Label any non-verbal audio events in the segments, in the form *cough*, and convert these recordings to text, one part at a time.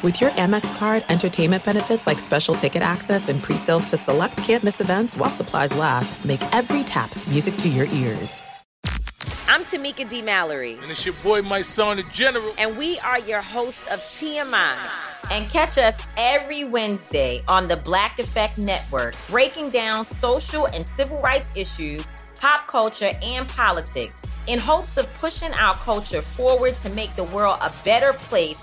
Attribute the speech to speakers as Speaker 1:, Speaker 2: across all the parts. Speaker 1: With your Amex card, entertainment benefits like special ticket access and pre-sales to select campus events while supplies last make every tap music to your ears.
Speaker 2: I'm Tamika D. Mallory.
Speaker 3: And it's your boy, my son, the General.
Speaker 2: And we are your hosts of TMI. And catch us every Wednesday on the Black Effect Network, breaking down social and civil rights issues, pop culture, and politics in hopes of pushing our culture forward to make the world a better place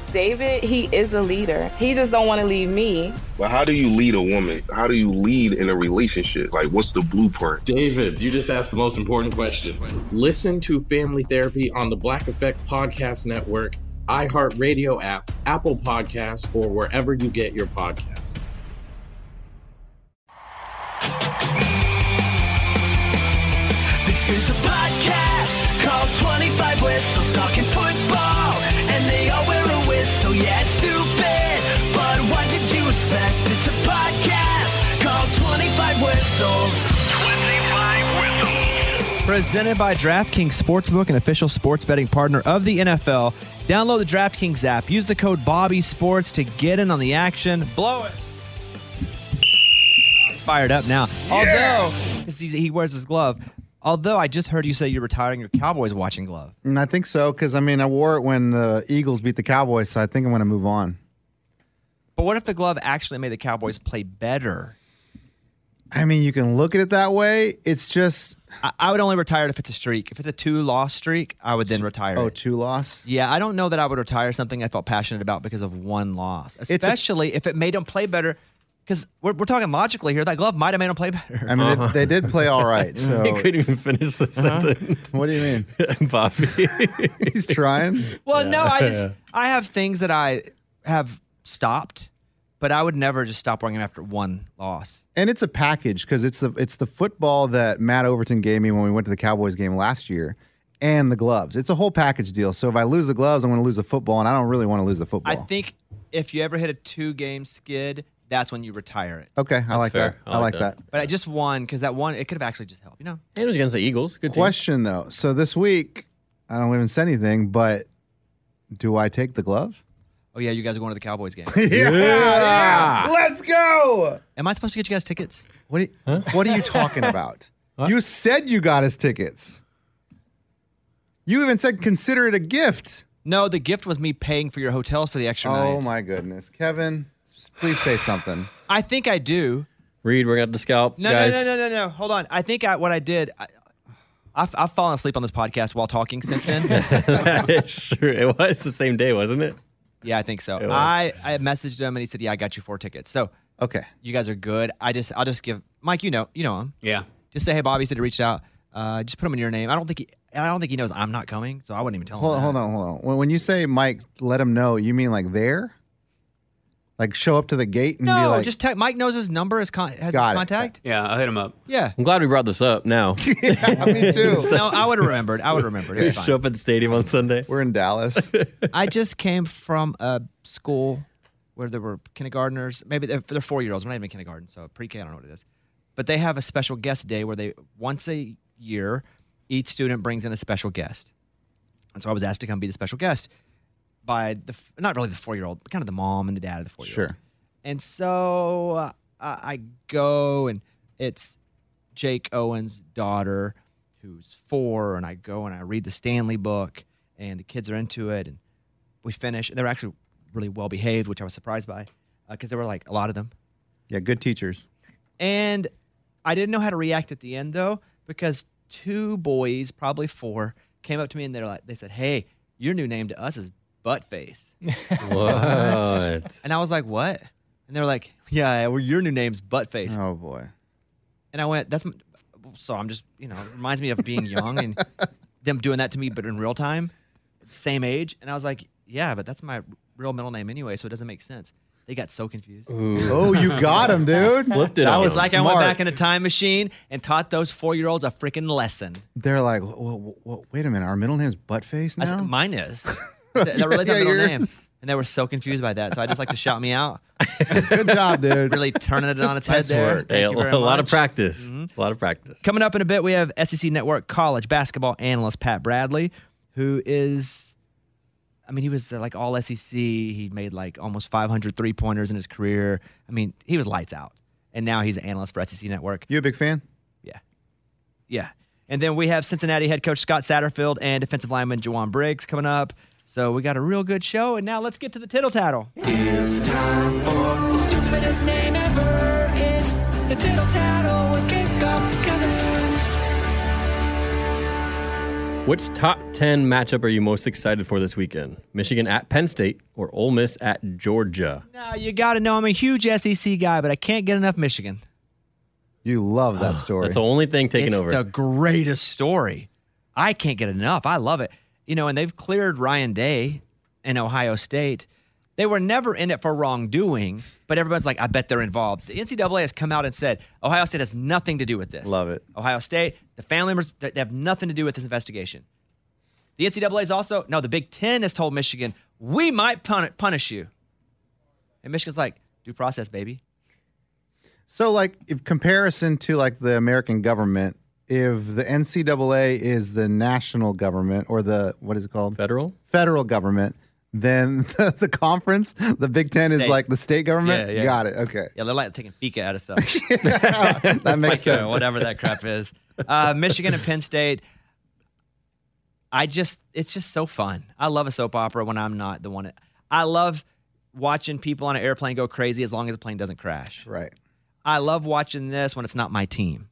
Speaker 4: David, he is a leader. He just don't want to leave me.
Speaker 5: But how do you lead a woman? How do you lead in a relationship? Like, what's the blueprint?
Speaker 6: David, you just asked the most important question. Listen to Family Therapy on the Black Effect Podcast Network, iHeartRadio app, Apple Podcasts, or wherever you get your podcasts.
Speaker 7: This is a podcast called 25 Whistles Talking Football. And they all wear a whistle, yeah, it's stupid. But what did you expect? It's a podcast called 25 Whistles.
Speaker 8: Presented by DraftKings Sportsbook, an official sports betting partner of the NFL. Download the DraftKings app. Use the code Bobby Sports to get in on the action. Blow it. Fired up now. Although 'cause he's- he wears his glove. Although I just heard you say you're retiring your Cowboys watching glove.
Speaker 9: Mm, I think so because I mean I wore it when the Eagles beat the Cowboys, so I think I'm going to move on.
Speaker 8: But what if the glove actually made the Cowboys play better?
Speaker 9: I mean, you can look at it that way. It's just
Speaker 8: I, I would only retire it if it's a streak. If it's a two loss streak, I would then retire
Speaker 9: oh
Speaker 8: it.
Speaker 9: two loss.
Speaker 8: Yeah, I don't know that I would retire something I felt passionate about because of one loss,
Speaker 9: a-
Speaker 8: especially if it made them play better. Because we're, we're talking logically here, that glove might have made them play better.
Speaker 9: I mean, they, they did play
Speaker 10: *laughs*
Speaker 9: all right. So
Speaker 10: Uh-huh.
Speaker 9: Uh-huh.
Speaker 10: even finish the sentence,
Speaker 9: what do you mean?
Speaker 10: *laughs* Bobby.
Speaker 9: *laughs* He's trying.
Speaker 8: *laughs* well, no, I just I have things that I have stopped, but I would never just stop working after one loss.
Speaker 9: and it's a package because it's the it's the football that Matt Overton gave me when we went to the Cowboys game last year, and the gloves. It's a whole package deal. So if I lose the gloves, I'm going to lose the football, and I don't really want to lose the football.
Speaker 8: I think if you ever hit a two game skid, that's when you retire it.
Speaker 9: Okay, I like
Speaker 10: fair.
Speaker 9: that. I like that.
Speaker 8: But I just won because that one it could have actually just helped. You know,
Speaker 10: And it was against the Eagles. Good team.
Speaker 9: Question though. So this week, I don't even say anything, but do I take the glove?
Speaker 8: oh yeah, you guys are going to the
Speaker 9: *laughs*
Speaker 8: Cowboys game.
Speaker 9: Let's go.
Speaker 8: Am I supposed to get you guys tickets?
Speaker 9: What are you, what are you talking about?
Speaker 10: *laughs*
Speaker 9: You said you got us tickets. You even said consider it a gift.
Speaker 8: No, the gift was me paying for your hotels for the extra night.
Speaker 9: Oh my goodness, Kevin, please say something.
Speaker 8: I think I do.
Speaker 10: Reed, we're going to scalp.
Speaker 8: No,
Speaker 10: guys.
Speaker 8: no, no, no, no, no. Hold on. I think I, what I did. I, I've, I've fallen asleep on this podcast while talking
Speaker 10: *laughs*
Speaker 8: since then.
Speaker 10: that is true. It was the same day, wasn't it?
Speaker 8: yeah, I think so.
Speaker 10: was.
Speaker 8: I, I messaged him and he said, "Yeah, I got you four tickets." So
Speaker 9: Okay.
Speaker 8: you guys are good. I just I'll just give Mike. You know, you know him.
Speaker 10: Yeah.
Speaker 8: Just say, "Hey, Bobby said he reached out. Uh, just put him in your name." I don't think he. I don't think he knows I'm not coming, so I wouldn't even tell
Speaker 9: Hold
Speaker 8: him.
Speaker 9: on, hold on, hold on. When, when you say Mike, let him know. You mean like there? Like show up to the gate and be
Speaker 8: No,
Speaker 9: like,
Speaker 8: just te- Mike knows his number. His con- has his
Speaker 9: Got it.
Speaker 8: contact.
Speaker 11: Yeah, I'll hit him up.
Speaker 8: Yeah.
Speaker 10: I'm glad we brought this up now.
Speaker 9: *laughs* yeah,
Speaker 10: *laughs*
Speaker 9: me too.
Speaker 8: No, I would have remembered. I would have remembered. It's
Speaker 10: Show
Speaker 8: fine.
Speaker 10: up at the stadium on Sunday.
Speaker 9: We're
Speaker 10: *laughs*
Speaker 9: in Dallas.
Speaker 8: I just came from a school where there were kindergartners. Maybe they're, they're four year olds. We're not even kindergarten, so pre-K. I don't know what it is. But they have a special guest day where they once a year, each student brings in a special guest. And so I was asked to come be the special guest by the f- not really the four year old, but kind of the mom and the dad of the four year old.
Speaker 9: Sure.
Speaker 8: And so uh, I I go and it's Jake Owen's daughter who's four, and I go and I read the Stanley book, and the kids are into it, and we finish. And they're actually really well behaved, which I was surprised by, because there were like a lot of them.
Speaker 9: Yeah, good teachers.
Speaker 8: And I didn't know how to react at the end though, because two boys, probably four, came up to me and they're like, they said, "Hey, your new name to us is Buttface,"
Speaker 10: What?
Speaker 8: and I was like, "What?" And they're like, "Yeah, well, your new name's Buttface."
Speaker 9: Oh boy.
Speaker 8: And I went, that's m- so I'm just, you know, it reminds me of being young
Speaker 9: *laughs*
Speaker 8: and them doing that to me, but in real time, same age. And I was like, yeah, but that's my real middle name anyway, so it doesn't make sense. They got so confused.
Speaker 9: Oh, you got
Speaker 8: *laughs*
Speaker 9: him, dude.
Speaker 10: Flipped it
Speaker 9: That
Speaker 10: on
Speaker 9: was
Speaker 10: him.
Speaker 8: It's like I went
Speaker 9: smart.
Speaker 8: back in a time machine and taught those four year olds a freaking
Speaker 9: *laughs*
Speaker 8: lesson.
Speaker 9: They're like, "Wha- wha- wha- wait a minute, our middle name's Buttface now.
Speaker 8: I said,
Speaker 9: *laughs*
Speaker 8: mine is. That that relates
Speaker 9: Yeah,
Speaker 8: to my middle name.
Speaker 9: yours.
Speaker 8: And they were so confused by that. So I just like to shout me out.
Speaker 9: Good job, dude.
Speaker 8: Really turning it on its head there.
Speaker 10: Hey,
Speaker 8: Thank
Speaker 10: a,
Speaker 8: you very
Speaker 10: a lot of
Speaker 8: much. Mm-hmm.
Speaker 10: practice. A lot of practice.
Speaker 8: Coming up in a bit, we have SEC Network College basketball analyst Pat Bradley, who is, I mean, he was uh, like all SEC. He made like almost 500 three pointers in his career. I mean, he was lights out. And now he's an analyst for SEC Network.
Speaker 9: You a big fan?
Speaker 8: Yeah. And then we have Cincinnati head coach Scott Satterfield and defensive lineman Jawan Briggs coming up. So we got a real good show. And now let's get to the tittle tattle.
Speaker 7: It's time for the stupidest name ever. It's the tittle tattle with King
Speaker 10: Which top 10 matchup are you most excited for this weekend? Michigan at Penn State or Ole Miss at Georgia?
Speaker 8: Now, you got to know I'm a huge SEC guy, but I can't get enough Michigan.
Speaker 9: You love that
Speaker 10: Ah,
Speaker 9: story.
Speaker 10: That's the only thing taking
Speaker 8: it's
Speaker 10: over.
Speaker 8: the greatest story. I can't get enough. I love it. You know, and they've cleared Ryan Day and Ohio State. They were never in it for wrongdoing, but everybody's like, I bet they're involved. The NCAA has come out and said Ohio State has nothing to do with this.
Speaker 9: Love it.
Speaker 8: Ohio State, the family members, they they have nothing to do with this investigation. The NCAA is also, no, the Big Ten has told Michigan, we might pun- punish you. And Michigan's like, due process, baby.
Speaker 9: So, like, if comparison to like the American government, if the NCAA is the national government or the what is it called
Speaker 10: Federal?
Speaker 9: federal government, then *laughs* the, the conference, the Big Ten, is
Speaker 8: State.
Speaker 9: like the state government.
Speaker 8: Yeah, yeah.
Speaker 9: Got it. Okay,
Speaker 8: Yeah, they're like taking Fika out of stuff.
Speaker 9: *laughs* that makes
Speaker 8: Like, uh,
Speaker 9: sense.
Speaker 8: whatever that crap is. Uh, Michigan and Penn State. I just, it's just so fun. I love a soap opera when I'm not the one. I love watching people on an airplane go crazy as long as the plane doesn't crash.
Speaker 9: Right.
Speaker 8: I love watching this when it's not my team,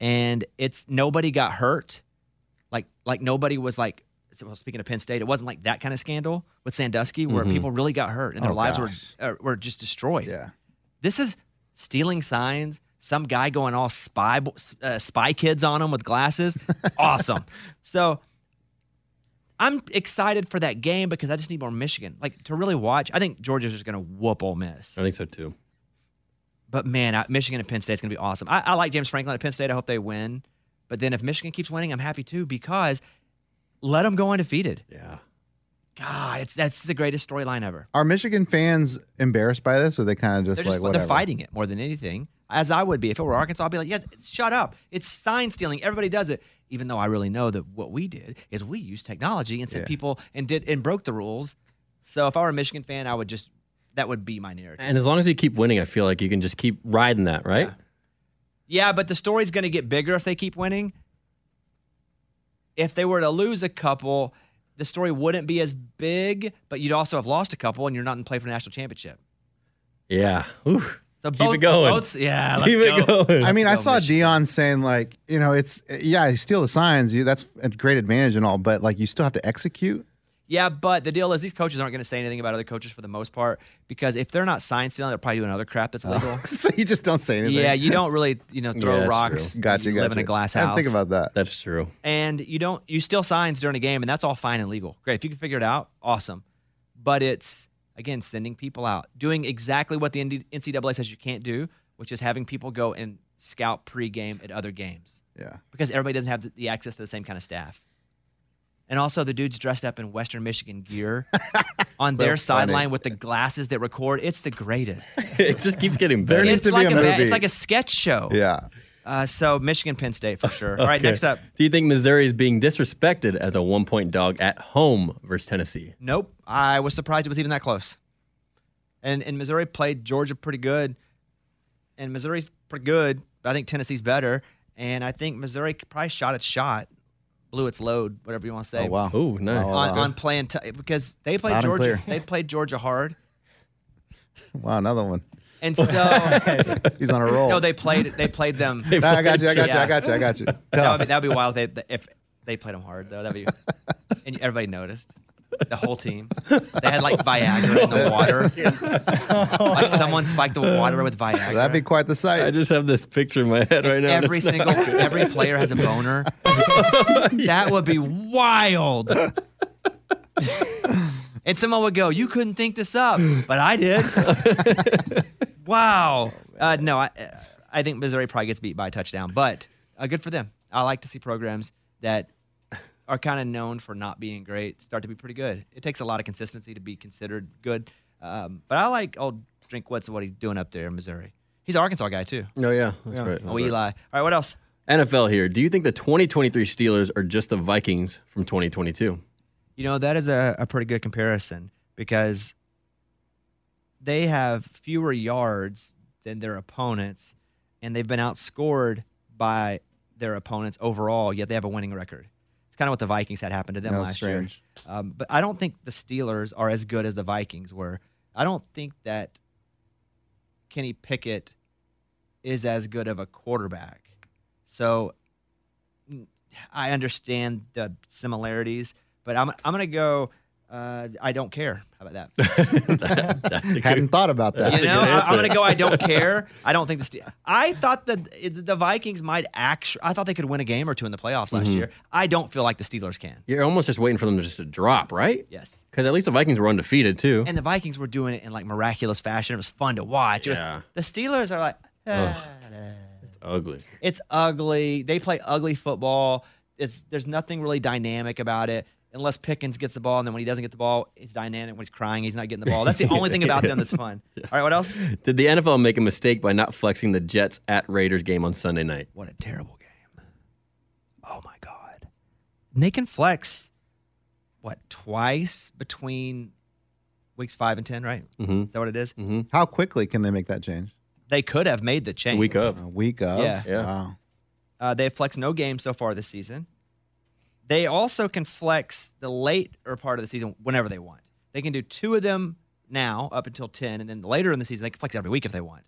Speaker 8: and it's nobody got hurt, like like nobody was like. so, Well, speaking of Penn State, it wasn't like that kind of scandal with Sandusky where
Speaker 9: Mm-hmm.
Speaker 8: people really got hurt and their
Speaker 9: Oh,
Speaker 8: lives
Speaker 9: gosh.
Speaker 8: were uh, were just destroyed.
Speaker 9: Yeah.
Speaker 8: This is stealing signs. Some guy going all spy bo- uh, spy kids on him
Speaker 9: *laughs*
Speaker 8: with glasses. awesome. So I'm excited for that game because I just need more Michigan. Like to really watch. I think Georgia's just going to whoop Ole Miss.
Speaker 10: I think so too.
Speaker 8: But man, I, Michigan and Penn State's going to be awesome. I, I like James Franklin at Penn State. I hope they win. But then if Michigan keeps winning, I'm happy too because let them go undefeated.
Speaker 10: Yeah.
Speaker 8: God, it's that's the greatest storyline ever.
Speaker 9: Are Michigan fans embarrassed by this, or they kind of just
Speaker 8: They're
Speaker 9: like
Speaker 8: just
Speaker 9: whatever?
Speaker 8: they're fighting it more than anything, as I would be if it were Arkansas. I'd be like, yes, shut up. It's sign stealing. Everybody does it. Even though I really know that what we did is we used technology and sent
Speaker 9: Yeah.
Speaker 8: people and did and broke the rules. So if I were a Michigan fan, I would just that would be my narrative.
Speaker 10: And as long as you keep winning, I feel like you can just keep riding that, right?
Speaker 8: Yeah, but the story's going to get bigger if they keep winning. If they were to lose a couple, the story wouldn't be as big, but you'd also have lost a couple and you're not in play for the national championship.
Speaker 10: Yeah. Ooh.
Speaker 8: So
Speaker 10: Keep
Speaker 8: both,
Speaker 10: it going.
Speaker 8: both- yeah, Ah,
Speaker 10: *laughs*
Speaker 8: let's
Speaker 10: Keep it
Speaker 8: go.
Speaker 10: going.
Speaker 9: I mean, I
Speaker 8: go,
Speaker 9: saw
Speaker 8: Michigan.
Speaker 9: Dion saying like, you know, it's yeah, you steal the signs, you that's a great advantage and all, but like you still have to execute. *laughs*
Speaker 8: Yeah, but the deal is these coaches aren't going to say anything about other coaches for the most part because if they're not sign stealing, they're probably doing other crap that's illegal.
Speaker 9: so you just don't *laughs* say anything.
Speaker 8: yeah, you don't really you know
Speaker 10: Yeah,
Speaker 8: throw
Speaker 10: that's
Speaker 8: rocks.
Speaker 10: true.
Speaker 9: Gotcha.
Speaker 8: You
Speaker 9: gotcha.
Speaker 8: live in a glass
Speaker 9: I
Speaker 8: house.
Speaker 9: didn't think about that.
Speaker 10: That's true.
Speaker 8: and you don't you steal signs during a game and that's all fine and legal great if you can figure it out awesome but it's again sending people out doing exactly what the ND ncaa says you can't do which is having people go and scout pregame at other games
Speaker 9: Yeah.
Speaker 8: because everybody doesn't have the- the access to the same kind of staff and also the dude's dressed up in western michigan
Speaker 9: *laughs*
Speaker 8: gear on
Speaker 9: So
Speaker 8: their
Speaker 9: funny.
Speaker 8: sideline with the glasses that record it's the greatest
Speaker 10: it just keeps getting
Speaker 9: There
Speaker 10: better.
Speaker 9: needs to
Speaker 8: it's
Speaker 9: be
Speaker 8: like
Speaker 9: a
Speaker 8: a, ma-
Speaker 9: movie.
Speaker 8: it's like a sketch show
Speaker 9: Yeah.
Speaker 8: uh, so michigan penn state
Speaker 9: *laughs*
Speaker 8: for sure all right
Speaker 10: Okay.
Speaker 8: next up
Speaker 10: Do you think Missouri is being disrespected as a one point dog at home versus Tennessee?
Speaker 8: Nope. I was surprised it was even that close. And and Missouri played Georgia pretty good. And Missouri's pretty good, but I think Tennessee's better. And I think Missouri probably shot its shot, blew its load, whatever you want to say.
Speaker 9: Oh wow.
Speaker 10: Oh, nice.
Speaker 9: Wow,
Speaker 8: On,
Speaker 9: wow, wow.
Speaker 8: on playing t- because they played
Speaker 9: Loud and clear.
Speaker 8: Georgia. They played Georgia hard,
Speaker 9: Wow, another one.
Speaker 8: and so
Speaker 9: *laughs* He's on a roll.
Speaker 8: no, they played. They played them.
Speaker 9: Nah, I got you. I got you.
Speaker 8: Yeah.
Speaker 9: I got you. I got you.
Speaker 8: That
Speaker 9: Tough.
Speaker 8: would, be, that'd be wild if they, if they played them hard though. That'd be and everybody noticed the whole team. They had like Viagra
Speaker 9: *laughs*
Speaker 8: in the water. like someone spiked the water with Viagra.
Speaker 9: That'd be quite the sight.
Speaker 10: I just have this picture in my head right now. and
Speaker 8: every
Speaker 10: it's not-
Speaker 8: single every player has a boner. that would be wild. And someone would go, "You couldn't think this up," but I did. wow. Uh, no, I I think Missouri probably gets beat by a touchdown, but uh, good for them. I like to see programs that are kind of known for not being great start to be pretty good. It takes a lot of consistency to be considered good. Um, but I like old Drink What's what he's doing up there in Missouri. He's an Arkansas guy too.
Speaker 10: No, yeah, that's right. that's
Speaker 8: Oh,
Speaker 10: right.
Speaker 8: Eli. All right, what else?
Speaker 10: NFL here. Do you think the 2023 Steelers are just the Vikings from 2022?
Speaker 8: You know, that is a, a pretty good comparison because they have fewer yards than their opponents, and they've been outscored by their opponents overall, yet they have a winning record. It's kind of what the Vikings had happened to them
Speaker 9: That was
Speaker 8: last
Speaker 9: strange.
Speaker 8: year. Um, but I don't think the Steelers are as good as the Vikings were. I don't think that Kenny Pickett is as good of a quarterback. So n- I understand the similarities, but I'm, I'm going to go, uh, I don't care. How about that?
Speaker 10: *laughs* That- that's a
Speaker 9: *laughs* Hadn't
Speaker 10: good.
Speaker 9: thought about that.
Speaker 8: You know,
Speaker 10: good
Speaker 8: I, I'm
Speaker 10: answer.
Speaker 8: gonna go.
Speaker 10: *laughs*
Speaker 8: I don't care. I don't think the. Ste- I thought that it- the Vikings might actually. I thought they could win a game or two in the playoffs
Speaker 10: Mm-hmm.
Speaker 8: last year. I don't feel like the Steelers can.
Speaker 10: You're almost just waiting for them to just to drop, right?
Speaker 8: Yes,
Speaker 10: Because at least the Vikings were undefeated too.
Speaker 8: and the Vikings were doing it in like miraculous fashion. It was fun to watch. It was-
Speaker 10: Yeah.
Speaker 8: the Steelers are like, "Ah,
Speaker 10: It's ugly.
Speaker 8: it's ugly. They play ugly football. It's, there's nothing really dynamic about it. Unless Pickens gets the ball, and then when he doesn't get the ball, it's dynamic. When he's crying, he's not getting the ball. That's the only thing about them that's fun. All right, what else?
Speaker 10: *laughs* Did the NFL make a mistake by not flexing the Jets at Raiders game on Sunday night?
Speaker 8: What a terrible game. Oh my God. And they can flex, what, twice between weeks five and 10, right?
Speaker 10: Mm-hmm.
Speaker 8: Is that what it is?
Speaker 9: How quickly can they make that change?
Speaker 8: They could have made the change.
Speaker 10: Week of.
Speaker 9: A week of?
Speaker 8: Yeah.
Speaker 10: Yeah.
Speaker 9: Wow.
Speaker 8: Uh, they have flexed no game so far this season. They also can flex the later part of the season whenever they want. They can do two of them now up until 10, and then later in the season, they can flex every week if they want,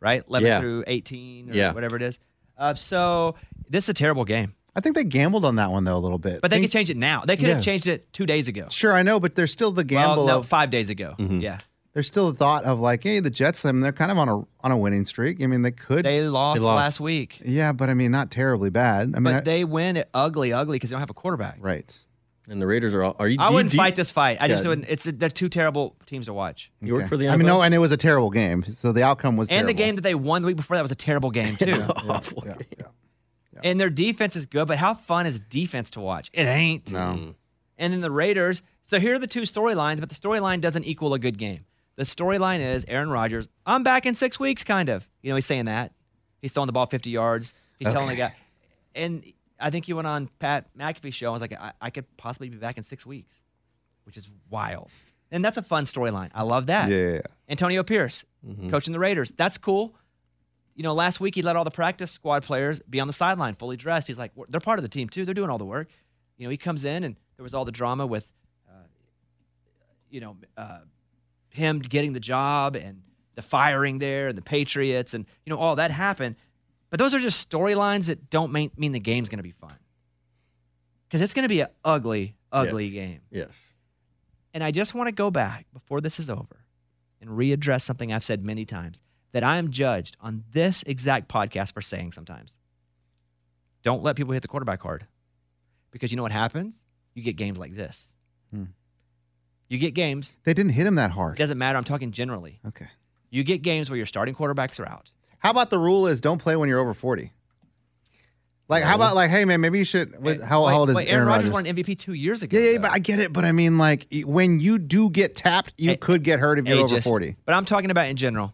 Speaker 8: right? 11
Speaker 10: Yeah.
Speaker 8: through 18 or
Speaker 10: Yeah.
Speaker 8: whatever it is. Uh, so this is a terrible game.
Speaker 9: I think they gambled on that one though a little bit.
Speaker 8: But they
Speaker 9: Think-
Speaker 8: could change it now. They could
Speaker 9: Yeah.
Speaker 8: have changed it two days ago.
Speaker 9: Sure, I know, but there's still the gamble
Speaker 8: Well, no,
Speaker 9: of
Speaker 8: five days ago.
Speaker 10: Mm-hmm.
Speaker 8: Yeah.
Speaker 9: there's still the thought of like, hey, the Jets, I mean, they're kind of on a on a winning streak. I mean, they could
Speaker 8: They lost,
Speaker 10: They lost.
Speaker 8: last week,
Speaker 9: Yeah, but I mean not terribly bad. I mean
Speaker 8: but
Speaker 9: I-
Speaker 8: they win it ugly, ugly because they don't have a quarterback.
Speaker 9: right.
Speaker 10: And the Raiders are all. Are you?
Speaker 8: I
Speaker 10: do you-
Speaker 8: wouldn't
Speaker 10: do you-
Speaker 8: fight this fight. I just
Speaker 10: Yeah.
Speaker 8: wouldn't. It's they're two terrible teams to watch.
Speaker 10: You work
Speaker 9: Okay.
Speaker 10: for the NFL.
Speaker 9: I mean, no, and it was a terrible game. So the outcome was
Speaker 8: And
Speaker 9: terrible.
Speaker 8: the game that they won the week before that was a
Speaker 9: *laughs*
Speaker 8: terrible game too.
Speaker 10: awful.
Speaker 9: Yeah, yeah.
Speaker 8: And their defense is good, but how fun is defense to watch? It ain't.
Speaker 9: No.
Speaker 8: And then the Raiders. So here are the two storylines, but the storyline doesn't equal a good game. The storyline is Aaron Rodgers, I'm back in six weeks, kind of. You know, he's saying that. He's throwing the ball 50 yards. He's telling the guy. And I think he went on Pat McAfee's show. I was like, I, I could possibly be back in six weeks, which is wild. And that's a fun storyline. I love that.
Speaker 9: Yeah, yeah, yeah.
Speaker 8: Antonio Pierce coaching the Raiders. That's cool. You know, last week he let all the practice squad players be on the sideline fully dressed. He's like, "We're- they're part of the team too. They're doing all the work. You know, he comes in and there was all the drama with, uh, you know, uh, him getting the job and the firing there and the Patriots and, you know, all that happened. But those are just storylines that don't mean, mean the game's going to be fun. Because it's going to be an ugly, ugly game.
Speaker 10: Yes.
Speaker 8: And I just want to go back before this is over and readdress something I've said many times that I am judged on this exact podcast for saying sometimes. Don't let people hit the quarterback hard because you know what happens? You get games like this.
Speaker 9: Hmm.
Speaker 8: You get games,
Speaker 9: They didn't hit him that
Speaker 8: it
Speaker 9: hard.
Speaker 8: doesn't matter. I'm talking generally.
Speaker 9: Okay.
Speaker 8: You get games where your starting quarterbacks are out.
Speaker 9: How about the rule is don't play when you're over 40? Like, how about like, hey man, maybe you should. What is, how,
Speaker 8: Wait,
Speaker 9: how old is
Speaker 8: wait,
Speaker 9: Aaron Rodgers? *laughs*
Speaker 8: won an MVP two years ago.
Speaker 9: yeah, yeah,
Speaker 8: though.
Speaker 9: but I get it. But I mean, like, y- when you do get tapped, you
Speaker 8: A-
Speaker 9: could get hurt if you're over
Speaker 8: Ageist.
Speaker 9: 40.
Speaker 8: But I'm talking about in general.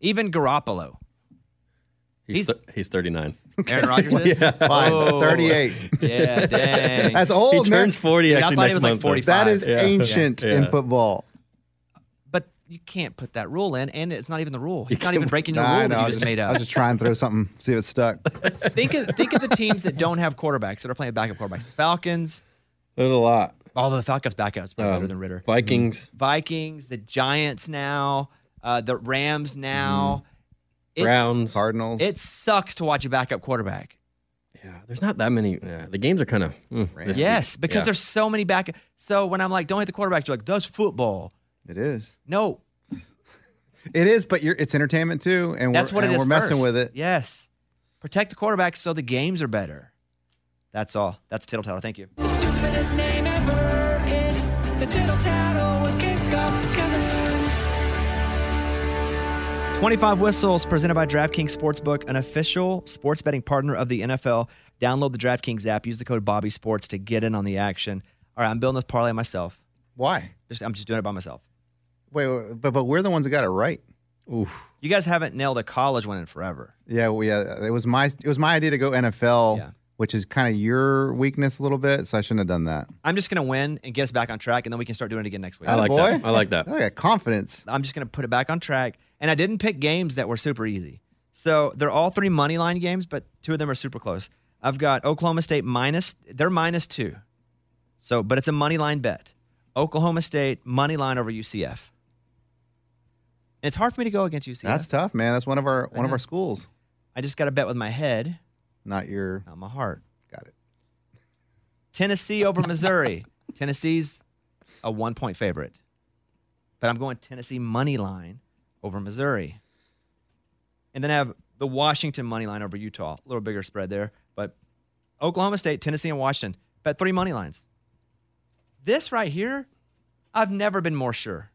Speaker 8: Even Garoppolo.
Speaker 10: He's
Speaker 8: He's-
Speaker 10: th- he's 39. *laughs*
Speaker 8: Aaron Rodgers
Speaker 9: *laughs*
Speaker 8: is?
Speaker 9: Fine,
Speaker 8: Whoa.
Speaker 9: 38.
Speaker 8: Yeah, dang.
Speaker 9: That's
Speaker 10: He
Speaker 9: old. man.
Speaker 10: turns 40
Speaker 8: Dude, I
Speaker 10: actually
Speaker 8: thought he
Speaker 10: next
Speaker 8: was like
Speaker 10: month, though.
Speaker 8: 45.
Speaker 9: That is
Speaker 10: Yeah.
Speaker 9: ancient
Speaker 10: Yeah.
Speaker 9: in football.
Speaker 8: but you can't put that rule in, and it's not even the rule. It's not
Speaker 10: can't-
Speaker 8: even breaking
Speaker 9: *laughs*
Speaker 8: your
Speaker 9: Nah, I know,
Speaker 8: rule that
Speaker 9: I
Speaker 8: you
Speaker 9: was
Speaker 8: just made
Speaker 9: I was
Speaker 8: up.
Speaker 9: just trying to throw something, see if it stuck.
Speaker 8: think of think of the teams that don't have quarterbacks that are playing backup quarterbacks. The Falcons,
Speaker 10: There's a lot.
Speaker 8: although the Falcons backups probably better
Speaker 10: Um,
Speaker 8: than Ritter. Mm-hmm.
Speaker 10: Vikings.
Speaker 8: Vikings, the Giants now, uh, the Rams now, It's-
Speaker 10: Browns.
Speaker 9: Cardinals.
Speaker 8: It sucks to watch a backup quarterback.
Speaker 10: Yeah, there's not that many. Yeah, the games are hmm, kind of
Speaker 8: Yes, because there's so many back. So when I'm like, don't hit the quarterback, you're like, that's football.
Speaker 9: it is.
Speaker 8: No,
Speaker 9: It is, but you're, it's entertainment too, and
Speaker 8: that's
Speaker 9: we're,
Speaker 8: what it
Speaker 9: and
Speaker 8: is.
Speaker 9: we're messing
Speaker 8: first.
Speaker 9: with it.
Speaker 8: Yes, protect the quarterback so the games are better. That's all. That's tittle tattle. Thank you.
Speaker 7: stupidest name ever. It's the tittle tattle with kickoff Kevin.
Speaker 8: 25 Whistles, presented by DraftKings Sportsbook, an official sports betting partner of the NFL. Download the DraftKings app. Use the code Bobby Sports to get in on the action. All right, I'm building this parlay myself.
Speaker 9: Why?
Speaker 8: Just, I'm just doing it by myself.
Speaker 9: Wait, wait, but but we're the ones that got it right.
Speaker 10: Oof.
Speaker 8: You guys haven't nailed a college one in forever.
Speaker 9: Yeah, well, yeah. It was my it was my idea to go NFL,
Speaker 8: Yeah.
Speaker 9: which is kind of your weakness a little bit. So I shouldn't have done that.
Speaker 8: I'm just going to win and get us back on track, and then we can start doing it again next week.
Speaker 10: I like
Speaker 9: Attaboy.
Speaker 10: that. I like that.
Speaker 9: I got confidence.
Speaker 8: I'm just going to put it back on track. And I didn't pick games that were super easy. So they're all three money line games, but two of them are super close. I've got Oklahoma State minus, they're minus two. So, but it's a money line bet. Oklahoma State money line over UCF. And it's hard for me to go against UCF.
Speaker 9: That's tough, man. That's one of our one of
Speaker 8: know.
Speaker 9: our schools.
Speaker 8: I just got to bet with my head,
Speaker 9: Not your.
Speaker 8: not my heart.
Speaker 9: Got it.
Speaker 8: Tennessee over
Speaker 9: *laughs*
Speaker 8: Missouri. Tennessee's a one point favorite, but I'm going Tennessee money line over Missouri. And then I have the Washington money line over Utah. A little bigger spread there, but Oklahoma State, Tennessee, and Washington bet three money lines. This right here, I've never been more sure.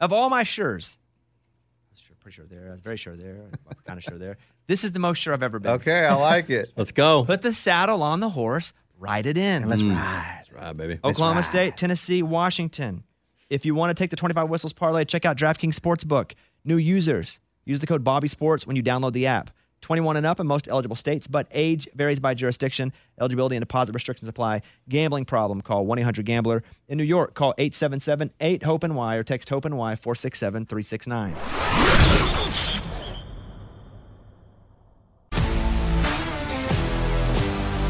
Speaker 8: Of all my sures, I was sure, pretty sure there. I was very sure there. I was kind of sure there. This is the most sure I've ever been.
Speaker 9: Okay, I like it.
Speaker 10: *laughs* Let's go. Mm.
Speaker 8: Put the saddle on the horse, ride it in. Let's
Speaker 10: That's right, baby.
Speaker 8: Oklahoma State, Tennessee, Washington. If you want to take the 25 whistles parlay, check out DraftKings Sportsbook. New users, use the code Bobby Sports when you download the app. 21 and up in most eligible states, but age varies by jurisdiction. Eligibility and deposit restrictions apply. Gambling problem, call 1 800 Gambler. In New York, call 877 8 HOPE and Y or text HOPE and Y 467 369.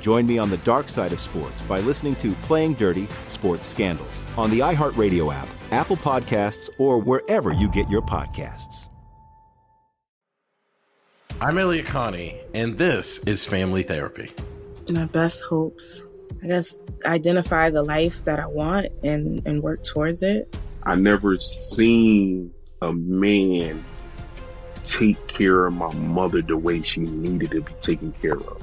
Speaker 11: Join me on the dark side of sports by listening to Playing Dirty Sports Scandals on the iHeartRadio app, Apple Podcasts, or wherever you get your podcasts.
Speaker 6: I'm Elliot Connie, and this is Family Therapy.
Speaker 12: my best hopes. I guess identify the life that I want and, and work towards it.
Speaker 5: I never seen a man take care of my mother the way she needed to be taken care of.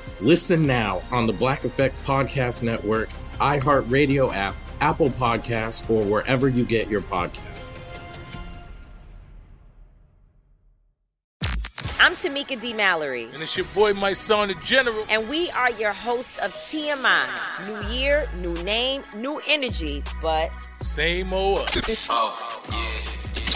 Speaker 6: Listen now on the Black Effect Podcast Network, iHeartRadio app, Apple Podcasts, or wherever you get your podcasts.
Speaker 2: I'm Tamika D. Mallory.
Speaker 3: And it's your boy, my son, the General.
Speaker 2: And we are your hosts of TMI. New year, new name, new energy, but
Speaker 3: Same
Speaker 2: *laughs*
Speaker 3: old us.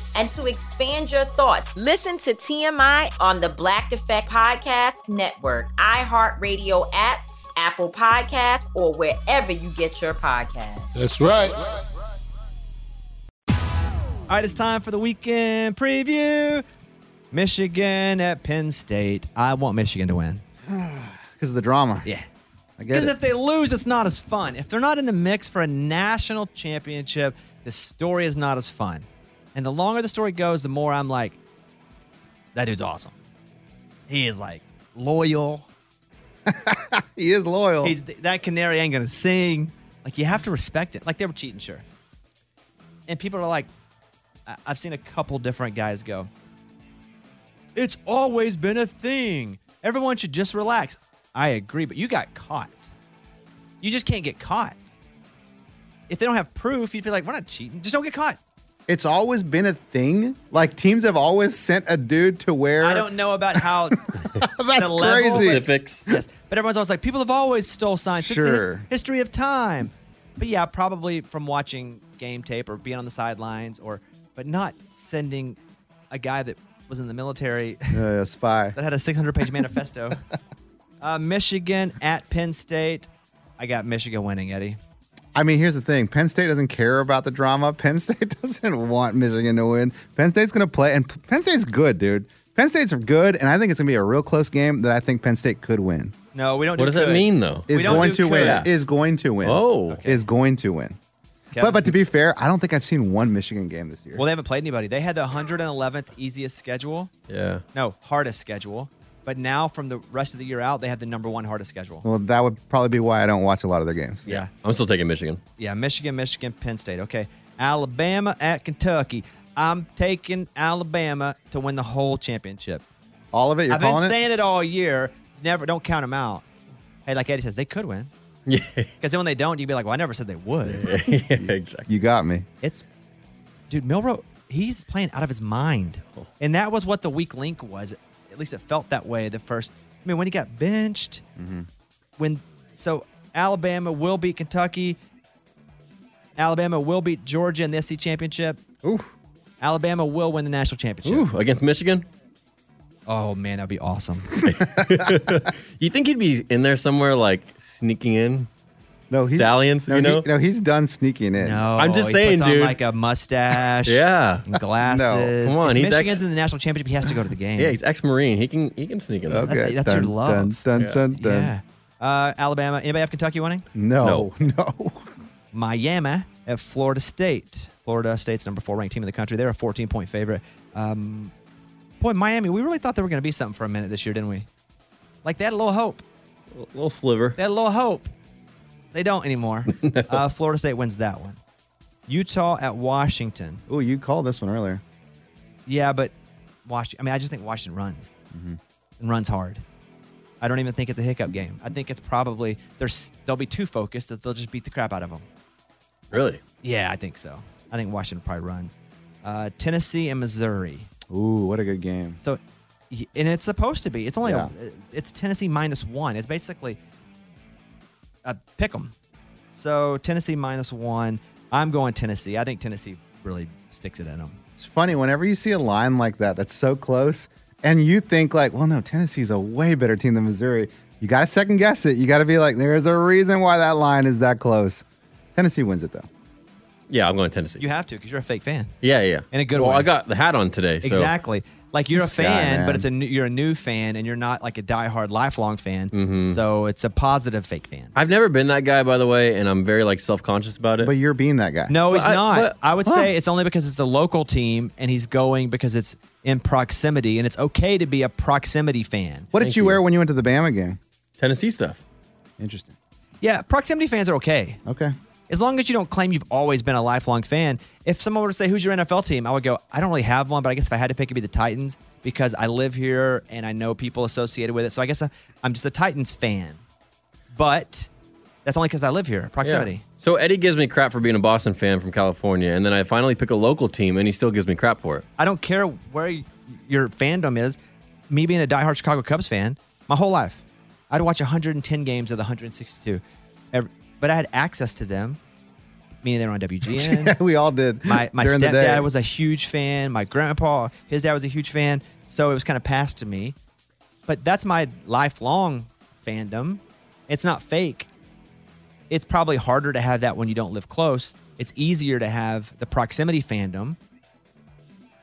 Speaker 2: and to expand your thoughts, listen to TMI on the Black Effect Podcast Network, iHeartRadio app, Apple Podcasts, or wherever you get your podcasts.
Speaker 3: That's right.
Speaker 8: All right, it's time for the weekend preview. Michigan at Penn State. I want Michigan to win.
Speaker 9: Because of the drama.
Speaker 8: Yeah.
Speaker 9: I get
Speaker 8: Because
Speaker 9: it.
Speaker 8: if they lose, it's not as fun. If they're not in the mix for a national championship, the story is not as fun. And the longer the story goes, the more I'm like, that dude's awesome. He is like loyal.
Speaker 9: *laughs* he is loyal.
Speaker 8: He's, that canary ain't gonna sing. Like you have to respect it. Like they were cheating, sure. And people are like, I- I've seen a couple different guys go. It's always been a thing. Everyone should just relax. I agree, but you got caught. You just can't get caught. If they don't have proof, you'd be like, we're not cheating. Just don't get caught.
Speaker 9: It's always been a thing. Like teams have always sent a dude to where
Speaker 8: I don't know
Speaker 9: *laughs*
Speaker 8: about how.
Speaker 9: That's crazy.
Speaker 10: Specifics.
Speaker 9: *laughs*
Speaker 8: Yes, but everyone's always like, people have always stole signs. It's the his-
Speaker 9: Sure.
Speaker 8: history of time. But yeah, probably from watching game tape or being on the sidelines, or but not sending a guy that was in the military
Speaker 9: Uh, spy.
Speaker 8: that had a 600
Speaker 9: *laughs*
Speaker 8: page manifesto. uh, Michigan at Penn State. I got Michigan winning, Eddie.
Speaker 9: I mean, here's the thing. Penn State doesn't care about the drama. Penn State *laughs* doesn't want Michigan to win. Penn State's going to play, and P- Penn State's good, dude. Penn State's good, and I think it's going to be a real close game that I think Penn State could win.
Speaker 8: No, we don't.
Speaker 10: What
Speaker 8: do
Speaker 10: does that
Speaker 8: coulds.
Speaker 10: mean, though?
Speaker 8: We
Speaker 9: Is
Speaker 8: don't
Speaker 9: going
Speaker 8: do
Speaker 9: to win.
Speaker 8: coulds.
Speaker 9: Is going to win.
Speaker 10: Oh.
Speaker 9: Is going to win. But but to be fair, I don't think I've seen one Michigan game this year.
Speaker 8: Well, they haven't played anybody. They had the 111th easiest schedule.
Speaker 10: Yeah.
Speaker 8: No, hardest schedule. But now from the rest of the year out, they have the number one hardest schedule.
Speaker 9: Well, that would probably be why I don't watch a lot of their games.
Speaker 8: Yeah.
Speaker 10: I'm still taking Michigan.
Speaker 8: Yeah, Michigan, Michigan, Penn State. Okay. Alabama at Kentucky. I'm taking Alabama to win the whole championship.
Speaker 9: All of it. You're
Speaker 8: I've been
Speaker 9: calling it?
Speaker 8: saying it all year. Never, don't count them out. Hey, like Eddie says, they
Speaker 9: *laughs*
Speaker 8: could win.
Speaker 10: Yeah.
Speaker 8: Because then when they don't, you'd be like, well, I never said they would.
Speaker 10: exactly.
Speaker 9: You got me.
Speaker 8: It's, dude, Milrow, he's playing out of his mind.
Speaker 9: Oh.
Speaker 8: And that was what the weak link was. At least it felt that way the first. I mean, when he got benched, when so Alabama will beat Kentucky. Alabama will beat Georgia in the SC championship.
Speaker 10: Ooh.
Speaker 8: Alabama will win the national championship.
Speaker 10: Ooh, against Michigan?
Speaker 8: Oh man, that'd be awesome.
Speaker 10: *laughs* You think he'd be in there somewhere, like sneaking in?
Speaker 9: No, he's,
Speaker 10: Stallions,
Speaker 9: No,
Speaker 10: you know?
Speaker 9: he- no, he's done sneaking in.
Speaker 8: No,
Speaker 10: I'm just
Speaker 8: Oh, he
Speaker 10: saying,
Speaker 8: puts on,
Speaker 10: dude.
Speaker 8: like a
Speaker 10: *laughs*
Speaker 8: mustache.
Speaker 10: Yeah.
Speaker 8: and glasses.
Speaker 10: No, come on,
Speaker 8: If
Speaker 10: he's ex-
Speaker 8: Michigan's in the national championship. He has to go to
Speaker 10: *laughs*
Speaker 8: the game.
Speaker 10: Yeah, he's ex-marine. He can he can sneak in. there.
Speaker 9: Okay.
Speaker 8: That's- that's your love.
Speaker 9: Dun, dun,
Speaker 10: Yeah.
Speaker 9: dun, dun.
Speaker 8: yeah. Uh, Alabama. Anybody have Kentucky winning?
Speaker 9: No, *laughs* no.
Speaker 8: Miami at Florida State. Florida State's number four ranked team in the country. They're a 14 point favorite. Um, boy, Miami, we really thought they were going to be something for a minute this year, didn't we? Like they had a little hope.
Speaker 10: A little sliver.
Speaker 8: They had a little hope. They
Speaker 10: *laughs*
Speaker 8: don't anymore. uh, Florida State wins that one. Utah at Washington.
Speaker 9: Oh, you called this one earlier.
Speaker 8: Yeah, but Washington. I mean, I just think Washington runs and runs hard. I don't even think it's a hiccup game. I think it's probably they're, s- they'll be too focused that they'll just beat the crap out of them.
Speaker 10: Really?
Speaker 8: Yeah, I think so. I think Washington probably runs. Uh, Tennessee and Missouri.
Speaker 9: Ooh, what a good game.
Speaker 8: So, y- and it's supposed to be. It's only a- uh,
Speaker 9: Yeah.
Speaker 8: it's Tennessee minus one. It's basically a pick 'em. So Tennessee minus one. I'm going Tennessee. I think Tennessee really sticks it in them.
Speaker 9: It's funny whenever you see a line like that that's so close, and you think like, well, no, Tennessee's a way better team than Missouri. You got to second guess it. You got to be like, there's a reason why that line is that close. Tennessee wins it though.
Speaker 10: Yeah, I'm going Tennessee.
Speaker 8: You have to because you're a fake fan.
Speaker 10: yeah, yeah.
Speaker 8: And a good
Speaker 10: well,
Speaker 8: one.
Speaker 10: I got the hat on today. So.
Speaker 8: Exactly. Like you're a
Speaker 9: This guy,
Speaker 8: fan,
Speaker 9: man.
Speaker 8: but it's a new, you're a new fan, and you're not like a diehard lifelong fan.
Speaker 10: Mm-hmm.
Speaker 8: So it's a positive fake fan.
Speaker 10: I've never been that guy, by the way, and I'm very like self-conscious about it.
Speaker 9: But you're being that guy.
Speaker 8: No, he's
Speaker 10: I-
Speaker 8: not.
Speaker 10: but-
Speaker 8: I would
Speaker 10: Huh.
Speaker 8: say it's only because it's a local team and he's going because it's in proximity and it's okay to be a proximity fan.
Speaker 9: What did
Speaker 10: Thank
Speaker 9: you,
Speaker 10: you.
Speaker 9: wear when you went to the Bama game?
Speaker 10: Tennessee stuff.
Speaker 9: Interesting.
Speaker 8: Yeah, proximity fans are okay.
Speaker 9: Okay.
Speaker 8: As long as you don't claim you've always been a lifelong fan. If someone were to say, Who's your NFL team? I would go, I don't really have one, but I guess if I had to pick, it'd be the Titans because I live here and I know people associated with it. So I guess I- I'm just a Titans fan. But that's only because I live here, proximity.
Speaker 10: So Eddie gives me crap for being a Boston fan from California, and then I finally pick a local team, and he still gives me crap for it.
Speaker 8: I don't care where y- your fandom is. Me being a diehard Chicago Cubs fan, my whole life, I'd watch 110 games of the 162, every, but I had access to them, meaning they were on
Speaker 9: *laughs*
Speaker 8: WGN.
Speaker 9: we all did.
Speaker 8: my my
Speaker 9: during the day.
Speaker 8: stepdad was a huge fan. My grandpa, his dad was a huge fan, so it was kind of passed to me. But that's my lifelong fandom. It's not fake. It's probably harder to have that when you don't live close. It's easier to have the proximity fandom,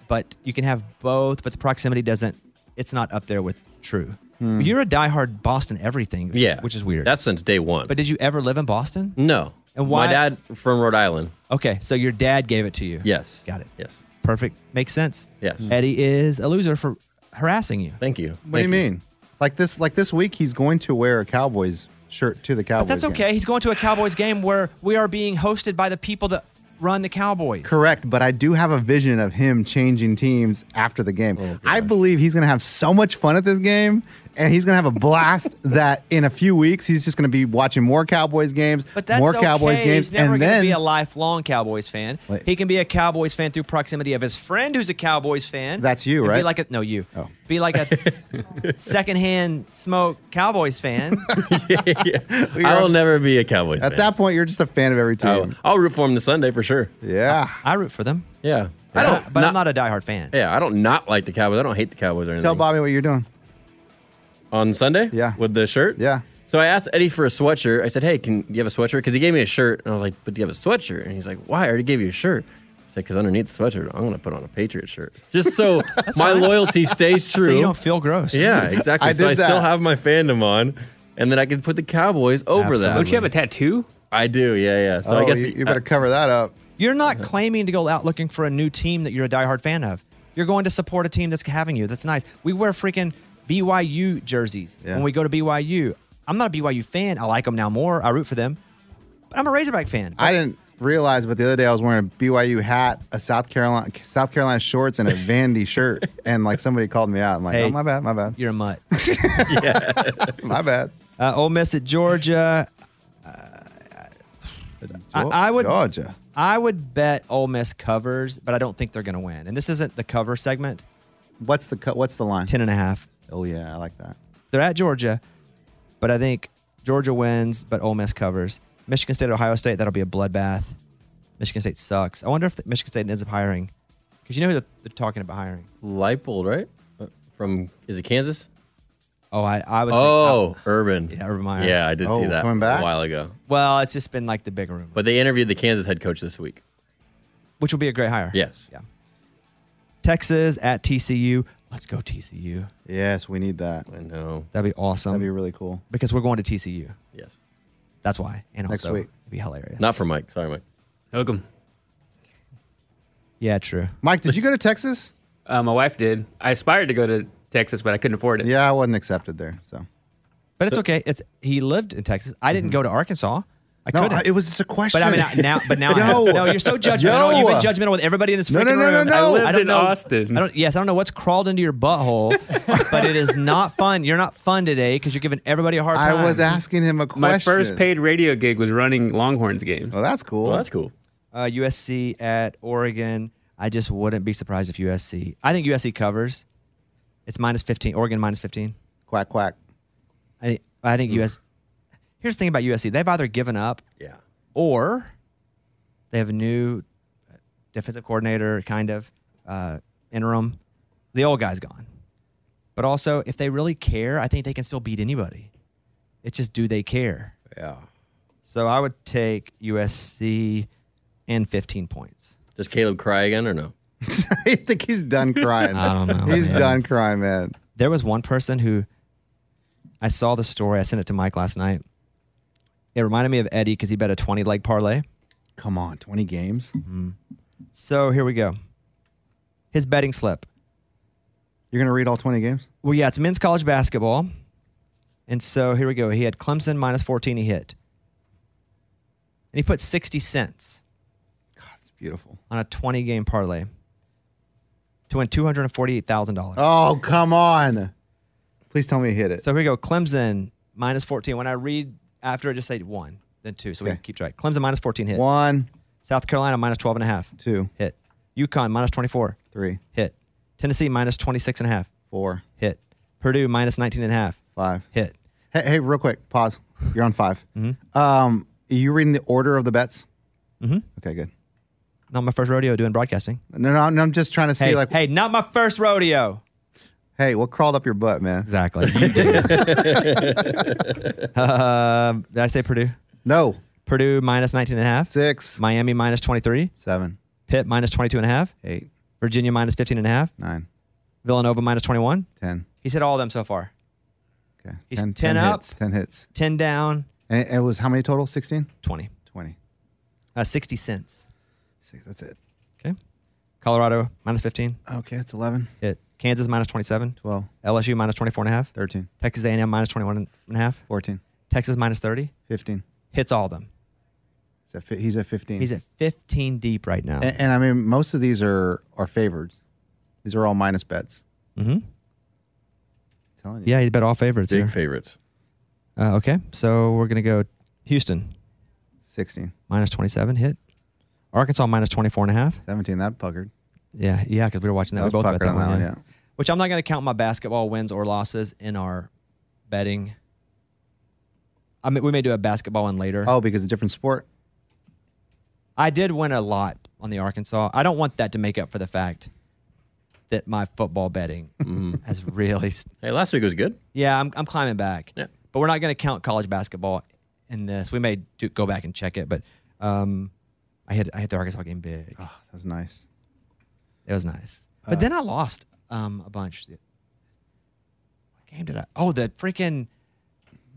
Speaker 8: but you can have both. But the proximity doesn't. It's not up there with true.
Speaker 9: Hmm.
Speaker 8: You're a diehard Boston everything.
Speaker 10: Yeah,
Speaker 8: which is weird.
Speaker 10: That's since day one.
Speaker 8: but did you ever live in Boston?
Speaker 10: no,
Speaker 8: And why-
Speaker 10: My dad from Rhode Island.
Speaker 8: Okay, so your dad gave it to you.
Speaker 10: Yes.
Speaker 8: Got it.
Speaker 10: Yes.
Speaker 8: Perfect. Makes sense.
Speaker 10: Yes.
Speaker 8: Eddie is a loser for harassing you.
Speaker 10: Thank you.
Speaker 9: What do
Speaker 10: Thank
Speaker 9: you mean? Like this? Like this week, he's going to wear a Cowboys shirt to the Cowboys.
Speaker 8: But that's
Speaker 9: game.
Speaker 8: okay. He's going to a Cowboys game where we are being hosted by the people that run the Cowboys.
Speaker 9: Correct, but I do have a vision of him changing teams after the
Speaker 10: Oh,
Speaker 9: game. I believe he's going to have so much fun at this game, and he's going to have a
Speaker 8: *laughs*
Speaker 9: blast that in a few weeks he's just going to be watching more Cowboys games,
Speaker 8: But that's
Speaker 9: more
Speaker 8: okay.
Speaker 9: Cowboys games,
Speaker 8: He's never
Speaker 9: and
Speaker 8: gonna
Speaker 9: then
Speaker 8: be a lifelong Cowboys fan. He can be a Cowboys fan through proximity of his friend who's a Cowboys fan.
Speaker 9: That's you,
Speaker 8: And
Speaker 9: right?
Speaker 8: Be like a no, you.
Speaker 9: Oh.
Speaker 8: Be
Speaker 9: *laughs*
Speaker 8: like a secondhand smoke Cowboys fan.
Speaker 10: I will never be a Cowboys
Speaker 9: at
Speaker 10: fan. Oh,
Speaker 9: that point you're just a fan of every team.
Speaker 10: I'll root for them this Sunday for sure.
Speaker 9: Yeah,
Speaker 8: I, root for them.
Speaker 10: Yeah,
Speaker 8: I don't, but I'm not a diehard fan.
Speaker 10: Yeah, I don't not like the Cowboys. I don't hate the Cowboys or anything.
Speaker 9: Tell Bobby what you're doing.
Speaker 10: on Sunday. Yeah. With the shirt. Yeah. So I asked Eddie for a sweatshirt. I said, "Hey, can do you have a sweatshirt?" Because he gave me a shirt, and I was like, "But do you have a sweatshirt?" And he's like, "Why? I already gave you a shirt." I said, "Because underneath the sweatshirt, I'm gonna put on a Patriot shirt, just
Speaker 8: *laughs*
Speaker 10: so my loyalty stays
Speaker 8: So
Speaker 10: true."
Speaker 8: you don't feel
Speaker 9: *laughs*
Speaker 8: gross.
Speaker 10: Yeah, exactly.
Speaker 8: I
Speaker 10: so
Speaker 8: did
Speaker 10: I still
Speaker 8: that.
Speaker 10: have my fandom on, and then I can put the Cowboys over that.
Speaker 8: Absolutely. Don't you have
Speaker 10: a tattoo? I do. Yeah, yeah. So I
Speaker 9: Oh,
Speaker 10: guess
Speaker 9: you- you better cover that up.
Speaker 8: You're not claiming to go out looking for a new team that you're a diehard fan of. You're going to support a team that's having you. That's nice. We wear freaking BYU jerseys when we go to BYU. I'm not a BYU fan. I like them now more. I root for them. But I'm a Razorback fan.
Speaker 9: I didn't realize, but the other day I was wearing a BYU hat, a South Carolina South Carolina shorts,
Speaker 8: *laughs*
Speaker 9: and a Vandy shirt, and like somebody called me out. I'm like,
Speaker 8: Hey,
Speaker 9: oh my bad, my bad.
Speaker 8: You're
Speaker 9: *laughs*
Speaker 8: a mutt.
Speaker 9: my bad.
Speaker 8: Uh, Ole Miss at Georgia. uh, I, I would
Speaker 9: Georgia.
Speaker 8: I would bet Ole Miss covers, but I don't think they're going to win. And this isn't the cover segment.
Speaker 9: What's the co- what's the line?
Speaker 8: Ten and a half.
Speaker 9: Oh yeah, I like that.
Speaker 8: They're at Georgia, but I think Georgia wins, but Ole Miss covers. Michigan State, Ohio State, that'll be a bloodbath. Michigan State sucks. I wonder if the, Michigan State ends up hiring because you know who they're, they're talking about hiring.
Speaker 10: Leipold, right? Uh, From is it Kansas?
Speaker 8: Oh, I, I was.
Speaker 10: Oh, Urban.
Speaker 8: Yeah, Urban Meyer.
Speaker 10: Yeah, I did see
Speaker 8: Oh,
Speaker 10: that
Speaker 8: coming back?
Speaker 10: a while ago.
Speaker 8: well, it's just been like the big room,
Speaker 10: But they interviewed the Kansas head coach this week.
Speaker 8: which will be a great hire.
Speaker 10: Yes.
Speaker 8: Yeah. Texas at TCU. Let's go TCU.
Speaker 9: Yes, we need that.
Speaker 10: I know.
Speaker 8: That'd be awesome. That'd
Speaker 9: be really cool
Speaker 8: because we're going to TCU.
Speaker 10: Yes.
Speaker 8: That's why. And
Speaker 10: Next
Speaker 8: also,
Speaker 10: week.
Speaker 8: it'd be hilarious.
Speaker 10: Not for Mike. Sorry, Mike.
Speaker 13: Welcome.
Speaker 8: Yeah, true.
Speaker 9: Mike, did you go to Texas?
Speaker 13: *laughs* Uh, my wife did. I aspired to go to Texas, but I couldn't afford it.
Speaker 9: Yeah, I wasn't accepted there. So Mm-hmm.
Speaker 8: But it's okay. It's he lived in Texas. I didn't go to Arkansas. I
Speaker 9: No,
Speaker 8: could
Speaker 9: I- it was just a question.
Speaker 8: But I mean I- now,
Speaker 9: *laughs*
Speaker 8: but now, I have-
Speaker 9: Yo.
Speaker 8: no, you're so judgmental.
Speaker 9: Yo.
Speaker 8: You've been judgmental with everybody in this
Speaker 9: No,
Speaker 8: freaking
Speaker 9: no, no, no,
Speaker 8: room.
Speaker 9: no. I lived
Speaker 8: don't
Speaker 9: in
Speaker 8: know,
Speaker 9: Austin.
Speaker 8: I don't, yes, I don't know what's crawled into your butthole, but it is not fun. You're not fun today because you're giving everybody a hard time.
Speaker 9: him a
Speaker 13: My
Speaker 8: question.
Speaker 13: first paid radio gig was running Longhorns games.
Speaker 9: Oh, that's cool.
Speaker 8: Well, that's cool. uh, USC at Oregon. I just wouldn't be surprised if USC. I think USC covers. It's minus fifteen. Oregon minus fifteen.
Speaker 9: Quack quack.
Speaker 8: I I think US. Here's the thing about USC. They've either given up.
Speaker 10: Yeah.
Speaker 8: Or they have a new defensive coordinator, kind of uh, interim. The old guy's gone. But also, if they really care, I think they can still beat anybody. It's just do they care?
Speaker 10: Yeah.
Speaker 8: So I would take USC and
Speaker 9: *laughs*
Speaker 8: 15 points.
Speaker 10: Does Caleb cry again or no?
Speaker 9: I think he's done crying.
Speaker 8: I don't know,
Speaker 9: He's
Speaker 8: man.
Speaker 9: done crying, man.
Speaker 8: There was one person who I saw the story. I sent it to Mike last night. It reminded me of Eddie because he bet a 20 leg parlay. Mm-hmm.
Speaker 9: Come on, 20 games?
Speaker 8: So here we go. His betting slip.
Speaker 9: You're gonna read all 20 games?
Speaker 8: Well, yeah, it's men's college basketball. And so here we go. He had Clemson minus 14, he hit. And he put 60 cents
Speaker 9: It's beautiful.
Speaker 8: on a 20 game parlay to win $248,000.
Speaker 9: Oh, come on. Please tell me you hit it.
Speaker 8: So here we go. Clemson minus 14. When I read after it, just say one, then two. So we
Speaker 9: Okay.
Speaker 8: can keep track. Clemson minus 14 hit.
Speaker 9: One.
Speaker 8: South Carolina minus 12 and a half.
Speaker 9: Two.
Speaker 8: Hit. UConn minus 24.
Speaker 9: Three.
Speaker 8: Hit. Tennessee minus 26 and a half.
Speaker 9: Four.
Speaker 8: Hit. Purdue minus 19 and a half.
Speaker 9: Five.
Speaker 8: Hit.
Speaker 9: Hey, hey, real quick, pause. You're on 5 Um, are you reading the order of the bets?
Speaker 8: Mm-hmm.
Speaker 9: Okay, good.
Speaker 8: Not my first rodeo doing broadcasting.
Speaker 9: No, no, no, I'm just trying to see
Speaker 8: Hey,
Speaker 9: like, *laughs*
Speaker 8: hey, not my first rodeo.
Speaker 9: hey, what crawled up your butt, man?
Speaker 8: Exactly.
Speaker 9: *laughs*
Speaker 8: *laughs* Uh, did I say Purdue?
Speaker 9: No.
Speaker 8: Purdue minus 19 and a half.
Speaker 9: Six.
Speaker 8: Miami minus 23.
Speaker 9: Seven.
Speaker 8: Pitt minus 22 and a half.
Speaker 9: Eight.
Speaker 8: Virginia minus 15 and a half.
Speaker 9: Nine.
Speaker 8: Villanova minus 21.
Speaker 9: Ten.
Speaker 8: He's hit all of them so far.
Speaker 9: Okay.
Speaker 8: He's 10, up,
Speaker 9: hits. Ten hits.
Speaker 8: 10 down,
Speaker 9: And it- it was how many total? Sixteen.
Speaker 8: 20.
Speaker 9: Twenty.
Speaker 8: Uh, 60 cents.
Speaker 9: Six. That's it.
Speaker 8: Okay. Colorado minus 15.
Speaker 9: Okay, that's eleven.
Speaker 8: Hit. Kansas minus 27.
Speaker 9: 12.
Speaker 8: LSU minus 24 and a half.
Speaker 9: 13.
Speaker 8: Texas A&M minus 21 and a half.
Speaker 9: 14.
Speaker 8: Texas minus 30.
Speaker 9: 15.
Speaker 8: Hits all of them.
Speaker 9: He's at, fi- he's at 15.
Speaker 8: He's at 15 deep right now.
Speaker 9: A- and, I mean, most of these are are favored. These are all minus bets.
Speaker 8: Mm-hmm.
Speaker 9: Telling you.
Speaker 8: Yeah, he's bet all favorites.
Speaker 9: Big
Speaker 8: here.
Speaker 10: favorites.
Speaker 8: Uh, okay, so we're gonna go Houston.
Speaker 9: 16.
Speaker 8: Minus 27 hit. Arkansas minus 24 and a half.
Speaker 9: 17, that puckered.
Speaker 8: Yeah, yeah, because we were watching that.
Speaker 9: That
Speaker 8: we
Speaker 9: was
Speaker 8: both bet
Speaker 9: puckered
Speaker 8: that
Speaker 9: on
Speaker 8: one,
Speaker 9: that one,
Speaker 8: yeah. Which I'm not going to count my basketball wins or losses in our betting. I mean, we may do a basketball one later.
Speaker 9: Oh, because it's a different sport?
Speaker 8: I did win a lot on the Arkansas. I don't want that to make up for the fact that my football betting
Speaker 9: Mm-hmm.
Speaker 8: has really.
Speaker 10: Hey, last week was good.
Speaker 8: Yeah, I'm, I'm climbing back.
Speaker 10: Yeah.
Speaker 8: But we're not going to count college basketball in this. We may do, go back and check it, but um, I hit I hit the Arkansas game big. Oh,
Speaker 9: that was nice.
Speaker 8: It was nice. But
Speaker 9: Uh,
Speaker 8: then I lost um, a bunch. What game did I? Oh, the freaking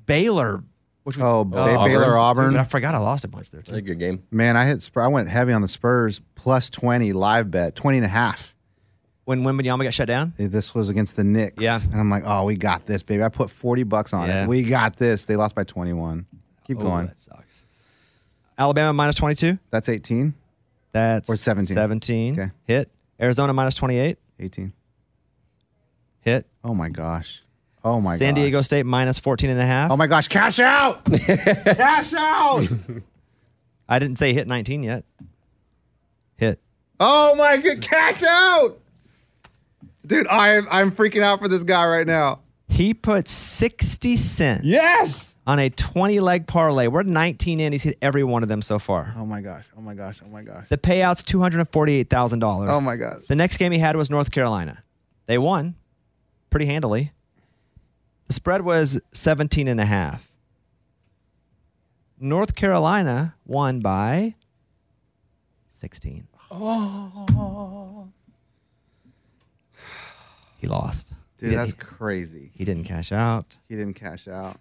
Speaker 8: Baylor. Which we,
Speaker 9: Oh, Ba- Baylor Auburn.
Speaker 8: Dude, I forgot I lost a bunch there too.
Speaker 10: good game.
Speaker 9: Man, I hit. Spur- I went heavy on the Spurs plus 20 live bet, 20 and a half.
Speaker 8: When Wimbenyama got shut down?
Speaker 9: This was against the Knicks. Yeah. And I'm like, oh, we got this, baby. I put 40 bucks on
Speaker 8: Yeah.
Speaker 9: it. We got this. They lost by 21. Keep
Speaker 8: Oh,
Speaker 9: going.
Speaker 8: that sucks. Alabama minus 22.
Speaker 9: That's 18.
Speaker 8: That's
Speaker 9: Or 17.
Speaker 8: 17. Okay. Hit. Arizona minus 28.
Speaker 9: 18.
Speaker 8: Hit.
Speaker 9: Oh my gosh. Oh my
Speaker 8: San
Speaker 9: gosh.
Speaker 8: Diego State minus 14 and a half. Oh
Speaker 9: my gosh, cash
Speaker 8: *laughs*
Speaker 9: out. cash out.
Speaker 8: I didn't say hit 19 yet. Hit.
Speaker 9: Oh my good cash out. Dude, I'm I'm freaking out for this guy right now.
Speaker 8: He put 60 cents.
Speaker 9: Yes.
Speaker 8: On a 20 leg parlay. We're 19 in. He's hit every one of them so far.
Speaker 9: Oh my gosh. Oh my gosh. Oh my gosh.
Speaker 8: The payout's $248,000.
Speaker 9: Oh my gosh.
Speaker 8: The next game he had was North Carolina. They won pretty handily. The spread was 17 and a half. North Carolina won by 16.
Speaker 7: Oh.
Speaker 8: He lost.
Speaker 9: Dude,
Speaker 8: He- e-,
Speaker 9: that's
Speaker 8: he-
Speaker 9: crazy.
Speaker 8: He didn't cash out.
Speaker 9: He didn't cash out.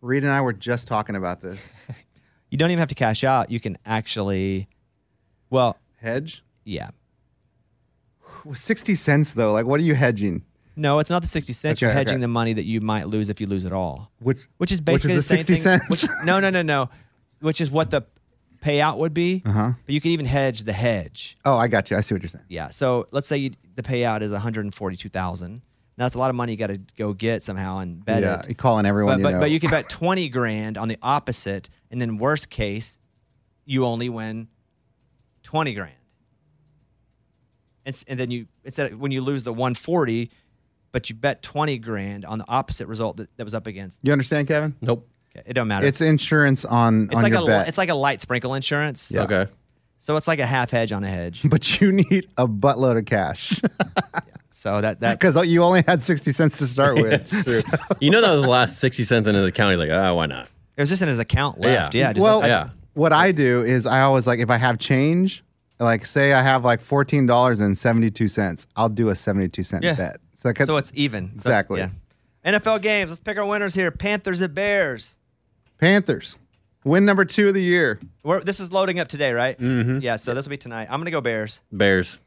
Speaker 9: Reed and I were just talking about this.
Speaker 8: You don't even have to cash out. You can actually, well,
Speaker 9: hedge.
Speaker 8: Yeah.
Speaker 9: With 60 cents though, like what are you hedging?
Speaker 8: No, it's not the 60 cents.
Speaker 9: Okay,
Speaker 8: You're hedging
Speaker 9: okay.
Speaker 8: the money that you might lose if you lose at all.
Speaker 9: Which
Speaker 8: Which is
Speaker 9: which
Speaker 8: basically
Speaker 9: is the
Speaker 8: same
Speaker 9: 60
Speaker 8: thing-
Speaker 9: cents.
Speaker 8: Which, no, no, no, no. Which is what the payout would be.
Speaker 9: Uh-huh.
Speaker 8: But you could even hedge the hedge.
Speaker 9: Oh, I got you. I see what you're saying.
Speaker 8: Yeah. So let's say you, the payout is 142,000. Now that's a lot of money you got to go get somehow and bet
Speaker 9: yeah,
Speaker 8: it.
Speaker 9: you calling everyone.
Speaker 8: but, but,
Speaker 9: you know.
Speaker 8: but you can bet 20 grand on the opposite and then worst case you only win 20 grand and, s- and then you instead of, when you lose the 140 but you bet 20 grand on the opposite result that, that was up against
Speaker 9: You understand, Kevin?
Speaker 10: Nope.
Speaker 8: it don't matter
Speaker 9: It's insurance on
Speaker 8: It's
Speaker 9: on
Speaker 8: like
Speaker 9: your
Speaker 8: a
Speaker 9: bet.
Speaker 8: it's like a light sprinkle insurance
Speaker 9: Yeah. Okay.
Speaker 8: so it's like a half hedge on a hedge
Speaker 9: *laughs* but you need a buttload of
Speaker 8: *laughs*
Speaker 9: cash
Speaker 8: so
Speaker 9: *laughs*
Speaker 8: that that
Speaker 9: because you only had 60 cents to
Speaker 8: *laughs*
Speaker 9: start
Speaker 10: Yeah,
Speaker 9: with.
Speaker 10: it's *laughs* true. you know that was the last 60 cents into the county. Like, ah, why not?
Speaker 8: it was just in his account left yeah, just
Speaker 9: well,
Speaker 8: like-
Speaker 9: yeah. what I do is I always like, if I have change, like say I have like $14.72, I'll do a 72 cent
Speaker 8: Yeah.
Speaker 9: bet. So, I could-
Speaker 8: so it's even So it's-
Speaker 9: exactly.
Speaker 8: yeah. nfl games let's pick our winners here panthers at bears
Speaker 9: Panthers, win number two of the year.
Speaker 8: We're, this is loading up today, right? Mm-hmm. Yeah, so this will be tonight. I'm going to go Bears.
Speaker 10: Bears.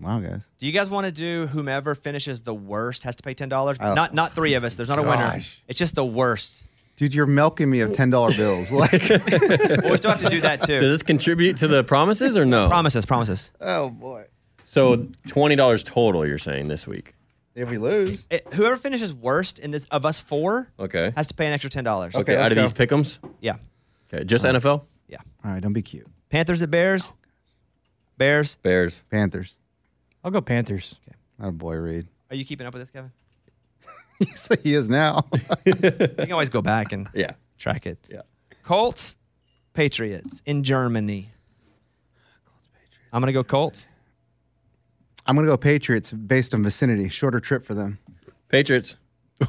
Speaker 9: Wow, guys.
Speaker 8: Do you guys want to do whomever finishes the worst has to pay $10?
Speaker 9: Oh.
Speaker 8: Not not three of us. There's not a winner.
Speaker 9: Gosh.
Speaker 8: It's just the worst.
Speaker 9: Dude, you're milking me of $10 bills. *laughs* Like,
Speaker 8: well, we still have to do that too.
Speaker 10: Does this contribute to the promises or no?
Speaker 8: Promises, promises.
Speaker 9: oh boy.
Speaker 10: So twenty dollars total. You're saying this week?
Speaker 9: If we lose,
Speaker 8: It- whoever finishes worst in this of us four
Speaker 10: Okay.
Speaker 8: has to pay an extra $10.
Speaker 10: Okay. out of these pick'ems.
Speaker 8: Yeah.
Speaker 10: Okay. Just
Speaker 8: All right.
Speaker 10: NFL.
Speaker 8: Yeah.
Speaker 9: All right. Don't be cute.
Speaker 8: *laughs* Panthers at Bears. Bears.
Speaker 10: Bears.
Speaker 9: Panthers.
Speaker 14: I'll go Panthers.
Speaker 9: Oh boy, Reed. *laughs*
Speaker 8: Are you keeping up with this, Kevin?
Speaker 9: He's like he is now.
Speaker 8: *laughs* You can always go back and
Speaker 10: yeah.
Speaker 8: track it.
Speaker 10: Yeah.
Speaker 8: Colts, Patriots in Germany. I'm going to go Colts.
Speaker 9: I'm gonna go Patriots based on vicinity. Shorter trip for them.
Speaker 10: Patriots.
Speaker 14: *laughs*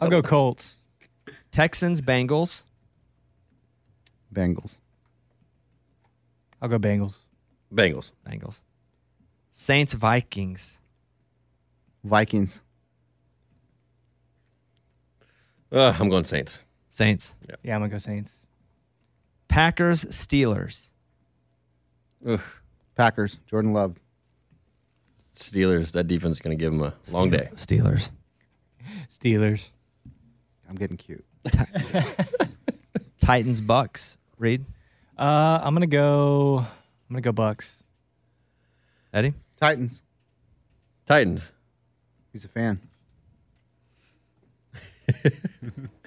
Speaker 14: I'll go Colts.
Speaker 8: Texans, Bengals.
Speaker 9: Bengals.
Speaker 14: I'll go Bengals.
Speaker 10: Bengals.
Speaker 8: Bengals. Saints, Vikings.
Speaker 9: Vikings.
Speaker 10: Uh, I'm going Saints.
Speaker 8: Saints.
Speaker 10: Yeah.
Speaker 14: Yeah, I'm gonna go Saints.
Speaker 8: Packers, Steelers.
Speaker 9: Packers. Jordan Love.
Speaker 10: Steelers. That defense is going to give them a long day.
Speaker 8: Steelers.
Speaker 14: Steelers.
Speaker 9: I'm getting cute.
Speaker 8: *laughs* Titans Bucks. Reed.
Speaker 14: Uh, I'm gonna go. I'm gonna go Bucks.
Speaker 8: Eddie.
Speaker 9: Titans.
Speaker 10: Titans.
Speaker 9: He's a fan.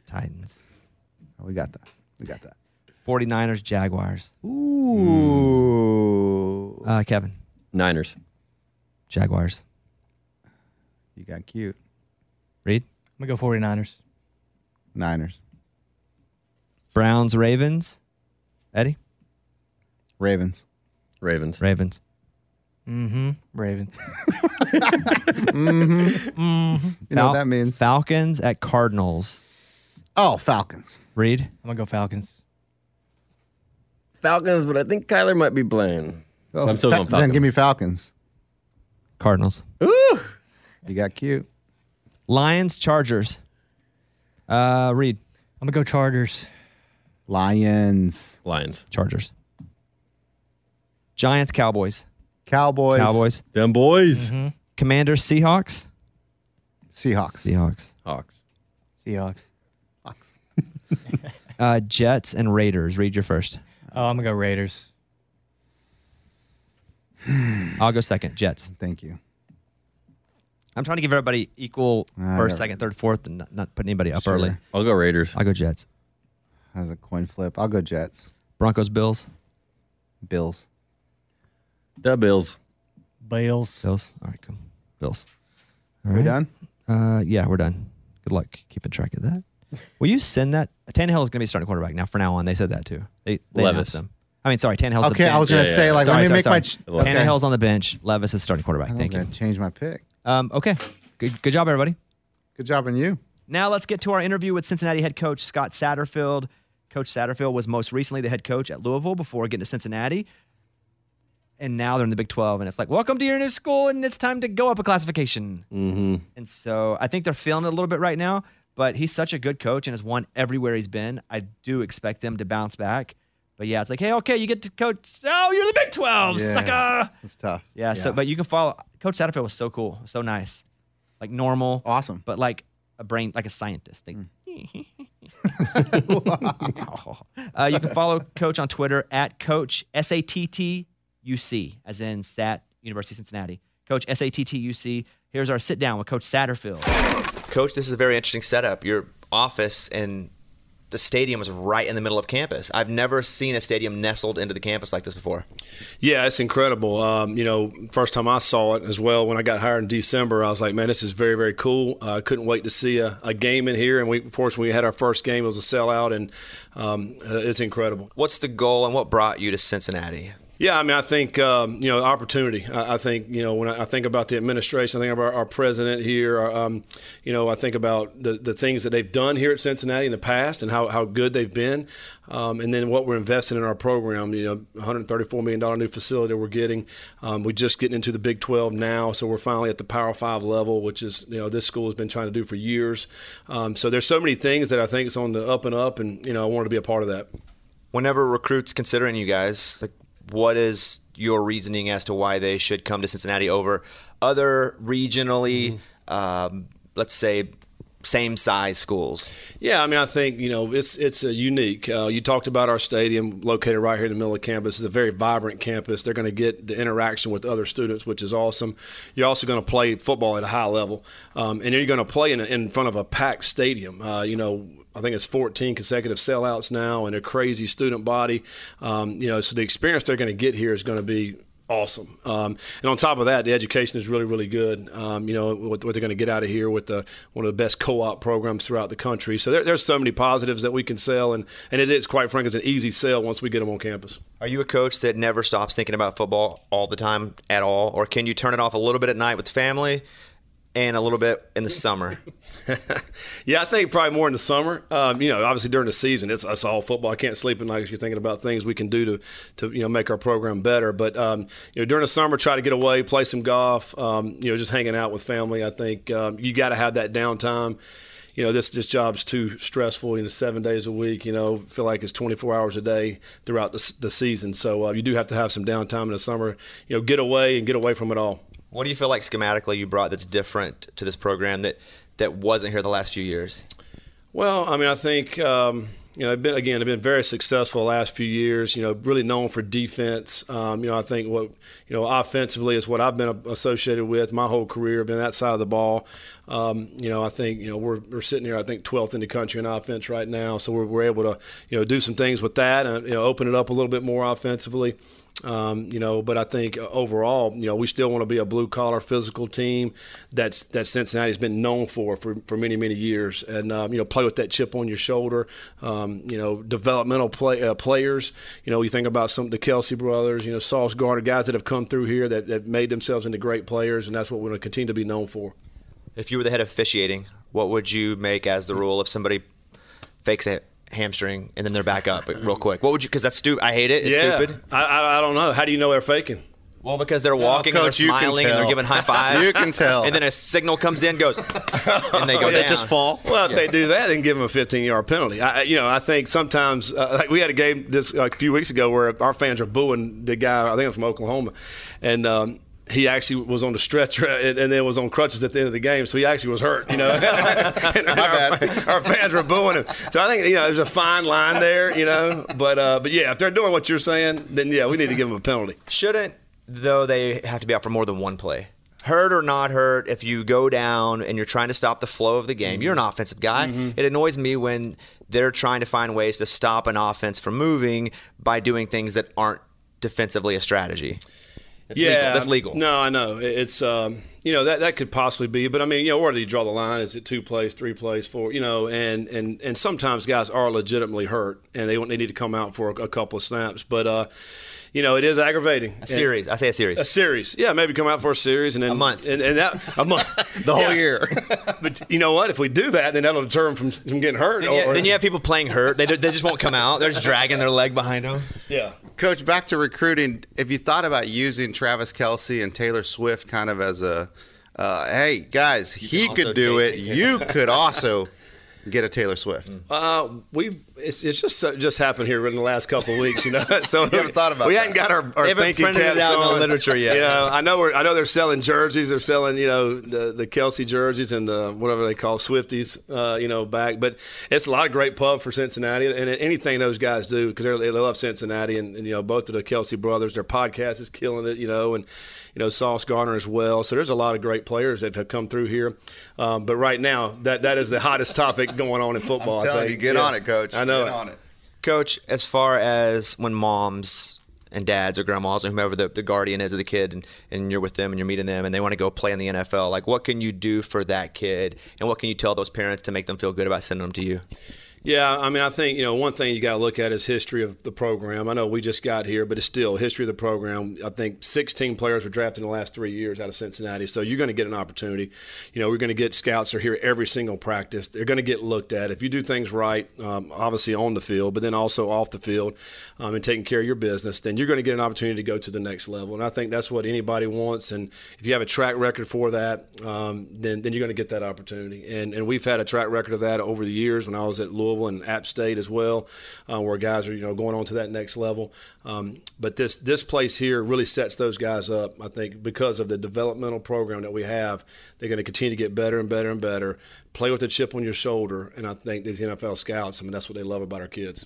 Speaker 8: Titans.
Speaker 9: Oh, We got that. We got that.
Speaker 8: 49ers, Jaguars.
Speaker 9: Ooh.
Speaker 8: Uh, Kevin.
Speaker 10: Niners.
Speaker 8: Jaguars.
Speaker 9: You got cute.
Speaker 8: Reed.
Speaker 14: I'm gonna go 49ers.
Speaker 9: Niners.
Speaker 8: Browns, Ravens. Eddie.
Speaker 9: Ravens.
Speaker 10: Ravens.
Speaker 8: Ravens.
Speaker 14: Mm-hmm. Ravens.
Speaker 9: mm-hmm. *laughs* You know what that means.
Speaker 8: Falcons at Cardinals.
Speaker 9: Oh, Falcons.
Speaker 8: Reed.
Speaker 14: I'm gonna go Falcons.
Speaker 10: Falcons, but I think Kyler might be playing. I'm still
Speaker 9: Oh,
Speaker 10: going
Speaker 9: Fa- Then
Speaker 10: Falcons.
Speaker 9: give me Falcons.
Speaker 8: Cardinals.
Speaker 10: Ooh.
Speaker 9: You got cute.
Speaker 8: Lions, Chargers. Uh, Reed.
Speaker 14: I'm gonna go Chargers.
Speaker 9: Lions.
Speaker 10: Lions.
Speaker 8: Chargers. Giants, Cowboys.
Speaker 9: Cowboys.
Speaker 8: Cowboys.
Speaker 10: Them boys.
Speaker 14: Mm-hmm.
Speaker 8: Commanders, Seahawks.
Speaker 9: Seahawks.
Speaker 8: Seahawks.
Speaker 10: Hawks.
Speaker 14: Seahawks.
Speaker 8: Uh, Jets and Raiders. Read your first.
Speaker 14: Oh, I'm gonna go Raiders.
Speaker 8: I'll go second. Jets.
Speaker 9: Thank you.
Speaker 8: I'm trying to give everybody equal first, second, third, fourth, and not, not put anybody up
Speaker 9: Sure.
Speaker 8: early.
Speaker 10: I'll go Raiders.
Speaker 8: I'll go Jets.
Speaker 9: That's a coin flip. I'll go Jets.
Speaker 8: Broncos, Bills.
Speaker 9: Bills.
Speaker 10: The Bills.
Speaker 14: Bales.
Speaker 8: Bills. All right, cool. Bills. All
Speaker 9: We done?
Speaker 8: Uh, yeah, we're done. Good luck keeping track of that. Will you send that? Tannehill is going to be starting quarterback now. For now on, they said that too. They, they
Speaker 10: Levis.
Speaker 8: announced him. I mean, sorry, Tannehill's.
Speaker 9: Okay,
Speaker 8: the
Speaker 9: I was
Speaker 8: bench.
Speaker 9: gonna Yeah, say, yeah, like,
Speaker 8: Sorry,
Speaker 9: let me
Speaker 8: sorry,
Speaker 9: make my
Speaker 8: sorry.
Speaker 9: ch- okay.
Speaker 8: Tannehill's on the bench. Levis is starting quarterback.
Speaker 9: I was
Speaker 8: Thank you.
Speaker 9: gonna change my pick.
Speaker 8: Um, okay. Good, good job, everybody.
Speaker 9: Good job on you.
Speaker 8: Now let's get to our interview with Cincinnati head coach Scott Satterfield. Coach Satterfield was most recently the head coach at Louisville before getting to Cincinnati. And now they're in the Big 12, and it's like, welcome to your new school, and it's time to go up a classification.
Speaker 10: Mm-hmm.
Speaker 8: And so I think they're feeling it a little bit right now, but he's such a good coach and has won everywhere he's been. I do expect them to bounce back. But yeah, it's like, hey, okay, you get to coach. Oh, you're the Big 12,
Speaker 9: Yeah.
Speaker 8: sucker.
Speaker 9: It's tough.
Speaker 8: Yeah, So, but you can follow. Coach Satterfield was so cool, so nice, like normal,
Speaker 9: awesome, Hmm.
Speaker 8: but like a brain, like a scientist. Like, *laughs* uh, you can follow Coach on Twitter at Coach S A T T U C, as in Sat University of Cincinnati. Coach S A T T U C. Here's our sit down with Coach Satterfield.
Speaker 15: Coach, this is a very interesting setup. Your office and the stadium is right in the middle of campus. I've never seen a stadium nestled into the campus like this before.
Speaker 16: Yeah, it's incredible. Um, you know, first time I saw it as well when I got hired in December, I was like, man, this is very, very cool. Uh, I couldn't wait to see a, a game in here. And we, fortunately, we had our first game. It was a sellout, and um, uh, it's incredible.
Speaker 15: What's the goal and what brought you to Cincinnati?
Speaker 16: Yeah, I mean, I think um, you know opportunity. I, I think you know when I, I think about the administration, I think about our president here. Our, um, you know, I think about the, the things that they've done here at Cincinnati in the past and how, how good they've been, um, and then what we're investing in our program. You know, 134 million dollar new facility we're getting. Um, we're just getting into the Big 12 now, so we're finally at the Power Five level, which is you know this school has been trying to do for years. Um, so there's so many things that I think is on the up and up, and you know I wanted to be a part of that.
Speaker 15: Whenever recruits considering you guys, like what is your reasoning as to why they should come to Cincinnati over other regionally, um, let's say, same size schools?
Speaker 16: Yeah, I mean, I think you know it's it's a unique. Uh, you talked about our stadium located right here in the middle of campus. It's a very vibrant campus. They're going to get the interaction with other students, which is awesome. You're also going to play football at a high level, um, and you're going to play in, a, in front of a packed stadium. Uh, you know, I think it's 14 consecutive sellouts now, and a crazy student body. Um, you know, so the experience they're going to get here is going to be awesome. Um, and on top of that, the education is really, really good. Um, you know, what, what they're going to get out of here with the, one of the best co-op programs throughout the country. So there, there's so many positives that we can sell. And, and it is, quite frankly, it's an easy sell once we get them on campus.
Speaker 15: Are you a coach that never stops thinking about football all the time at all? Or can you turn it off a little bit at night with family and a little bit in the summer?
Speaker 16: yeah, I think probably more in the summer. Um, you know, obviously during the season, it's, it's all football. I can't sleep at night because you're thinking about things we can do to, to you know make our program better. But um, you know, during the summer, try to get away, play some golf. Um, you know, just hanging out with family. I think um, you got to have that downtime. You know, this this job's too stressful. You know, seven days a week. You know, feel like it's 24 hours a day throughout the, s- the season. So uh, you do have to have some downtime in the summer. You know, get away and get away from it all.
Speaker 15: What do you feel like schematically you brought that's different to this program that that wasn't here the last few years?
Speaker 16: Well, I mean, I think um, You know, they've been again, they've been very successful the last few years. You know, really known for defense. Um, you know, I think what you know offensively is what I've been associated with my whole career. Been that side of the ball. Um, you know, I think you know we're, we're sitting here. I think 12th in the country in offense right now. So we're, we're able to you know do some things with that and you know open it up a little bit more offensively. Um, you know, but I think overall, you know, we still want to be a blue collar physical team that's that Cincinnati's been known for for, for many many years, and um, you know, play with that chip on your shoulder. Um, you know, developmental play, uh, players. You know, you think about some of the Kelsey brothers, you know, Sauce Gardner, guys that have come through here that, that made themselves into great players, and that's what we're going to continue to be known for.
Speaker 8: If you were the head of officiating, what would you make as the rule if somebody fakes a hamstring and then they're back up real quick? What would you? Because that's stupid. I hate it. It's
Speaker 16: yeah,
Speaker 8: stupid.
Speaker 16: I, I I don't know. How do you know they're faking?
Speaker 8: Well,
Speaker 16: Oh,
Speaker 8: because they're walking and they're smiling and they're giving *laughs*
Speaker 16: *laughs*
Speaker 8: high fives. And then a signal comes in, goes, and Oh, they
Speaker 16: *laughs*
Speaker 8: go
Speaker 16: They
Speaker 8: down.
Speaker 16: just fall. Well, if
Speaker 8: Yeah.
Speaker 16: they do that, then give them a 15-yard penalty. I, I- you know, I think sometimes, uh, like we had a game this uh, a few weeks ago where our fans are booing the guy. I think I'm from Oklahoma, and. Um, he actually was on the stretcher uh, and, and then was on crutches at the end of the game, so he actually was hurt.
Speaker 8: *laughs*
Speaker 16: You know, *laughs* And our, our fans were booing him. So I think you know there's a fine line there. You know, but uh, but yeah, if they're doing what you're saying, then yeah, we need to give them a penalty.
Speaker 8: Shouldn't though they have to be out for more than one play. Hurt or not hurt, if you go down and you're trying to stop the flow of the
Speaker 16: Mm-hmm.
Speaker 8: game, you're an offensive guy. It annoys me when they're trying to find ways to stop an offense from moving by doing things that aren't defensively a strategy. It's legal. That's legal.
Speaker 16: No, I know It- it's um, you know that that could possibly be, but I mean, you know, where do you draw the line? Is it two plays, three plays, four? You know, and and and sometimes guys are legitimately hurt, and they want- they need to come out for a, a couple of snaps, but. uh you know, it is aggravating.
Speaker 8: A series. I say a series.
Speaker 16: A series. Yeah, maybe come out for a series and then a month. And, and that a
Speaker 8: *laughs*
Speaker 16: month. the whole year. but you know what? If we do that, then that'll deter them from, from getting hurt.
Speaker 8: Then you, then you have people playing hurt. They, they just won't come out. They're just dragging their leg behind them.
Speaker 16: Yeah.
Speaker 9: Coach, back to recruiting. If you thought about using Travis Kelsey and Taylor Swift kind of as a, uh, hey guys, he
Speaker 16: also
Speaker 9: could do
Speaker 16: date
Speaker 9: it.
Speaker 16: Nick
Speaker 9: You could also get a Taylor Swift.
Speaker 16: Uh, we've it's, it's just uh, just happened here in the last couple of weeks, you know. *laughs* so
Speaker 9: You haven't thought about
Speaker 16: we
Speaker 9: that.
Speaker 16: hadn't got our, our
Speaker 9: They haven't
Speaker 16: thinking
Speaker 9: printed it
Speaker 16: caps
Speaker 9: out in the
Speaker 16: on.
Speaker 9: literature yet.
Speaker 16: You know, I know we're, I know they're selling jerseys. They're selling you know the the Kelsey jerseys and the whatever they call Swifties, uh, you know, back. But it's a lot of great pub for Cincinnati and anything those guys do because they love Cincinnati and, and you know both of the Kelsey brothers. Their podcast is killing it, you know, and you know Sauce Garner as well. So there's a lot of great players that have come through here. Um, but right now, that that is the hottest topic going on in football.
Speaker 9: I'm
Speaker 16: I
Speaker 9: telling
Speaker 16: think.
Speaker 9: you, get
Speaker 16: Yeah.
Speaker 9: on it, Coach.
Speaker 16: I know
Speaker 9: Get
Speaker 16: it.
Speaker 9: on it.
Speaker 8: Coach, as far as when moms and dads or grandmas or whomever the, the guardian is of the kid and, and you're with them and you're meeting them and they want to go play in the NFL, like what can you do for that kid and what can you tell those parents to make them feel good about sending them to you?
Speaker 16: Yeah, I mean, I think you know one thing you got to look at is history of the program. I know we just got here, but it's still history of the program. I think 16 players were drafted in the last three years out of Cincinnati, so you're going to get an opportunity. You know, we're going to get scouts are here every single practice. They're going to get looked at if you do things right, um, obviously on the field, but then also off the field um, and taking care of your business. Then you're going to get an opportunity to go to the next level, and I think that's what anybody wants. And if you have a track record for that, um, then then you're going to get that opportunity. And and we've had a track record of that over the years when I was at Louisville and App State as well, uh, where guys are you know going on to that next level. Um, but this this place here really sets those guys up. I think because of the developmental program that we have, they're going to continue to get better and better and better. Play with the chip on your shoulder, and I think these NFL scouts. I mean, that's what they love about our kids.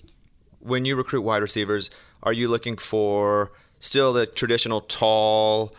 Speaker 8: When you recruit wide receivers, are you looking for still the traditional tall,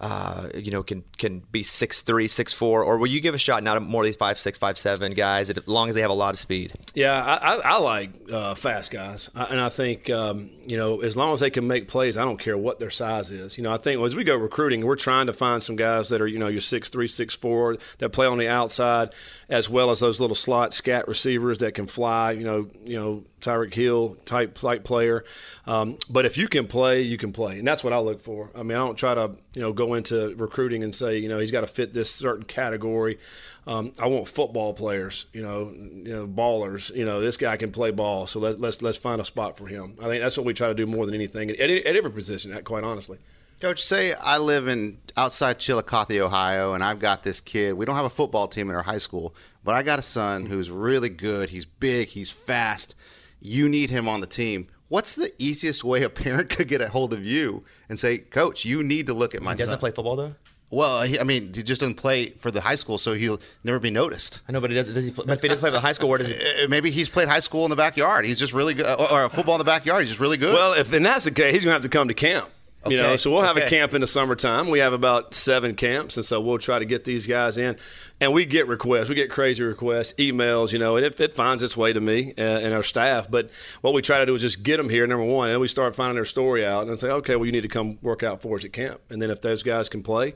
Speaker 8: uh, you know, can can be six three, six four, or will you give a shot now to more of these five six, five seven guys as long as they have a lot of speed?
Speaker 16: Yeah, I, I, I like uh, fast guys, I, and I think um, you know as long as they can make plays, I don't care what their size is. You know, I think as we go recruiting, we're trying to find some guys that are you know your six three, six four that play on the outside, as well as those little slot scat receivers that can fly. You know, you know Tyreek Hill type type player. Um, but if you can play, you can play, and that's what I look for. I mean, I don't try to you know go into recruiting and say you know he's got to fit this certain category. Um, I want football players, you know, you know, ballers. You know, this guy can play ball, so let, let's let's find a spot for him. I think that's what we try to do more than anything at, at every position, quite honestly.
Speaker 9: Coach, say I live in outside Chillicothe, Ohio, and I've got this kid. We don't have a football team in our high school, but I got a son who's really good. He's big, he's fast. You need him on the team. What's the *laughs* easiest way a parent could get a hold of you and say, Coach, you need to look at my
Speaker 8: He doesn't
Speaker 9: son?
Speaker 8: play football though.
Speaker 9: Well, he, I mean, he just doesn't play for the high school, so he'll never be noticed.
Speaker 8: I know, but he does. Does he? Play, if he doesn't play for the high school, where does
Speaker 9: he? Maybe he's played high school in the backyard. He's just really good, uh, or, or football in the backyard. He's just really good.
Speaker 16: Well, if and that's the case, he's gonna have to come to camp. You know,
Speaker 9: Okay,
Speaker 16: so we'll have a
Speaker 9: okay.
Speaker 16: camp in the summertime. We have about seven camps, and so we'll try to get these guys in. And we get requests, we get crazy requests, emails, you know, and it, it finds its way to me and, and our staff. But what we try to do is just get them here, number one, and we start finding their story out and say, okay, well, you need to come work out for us at camp. And then if those guys can play,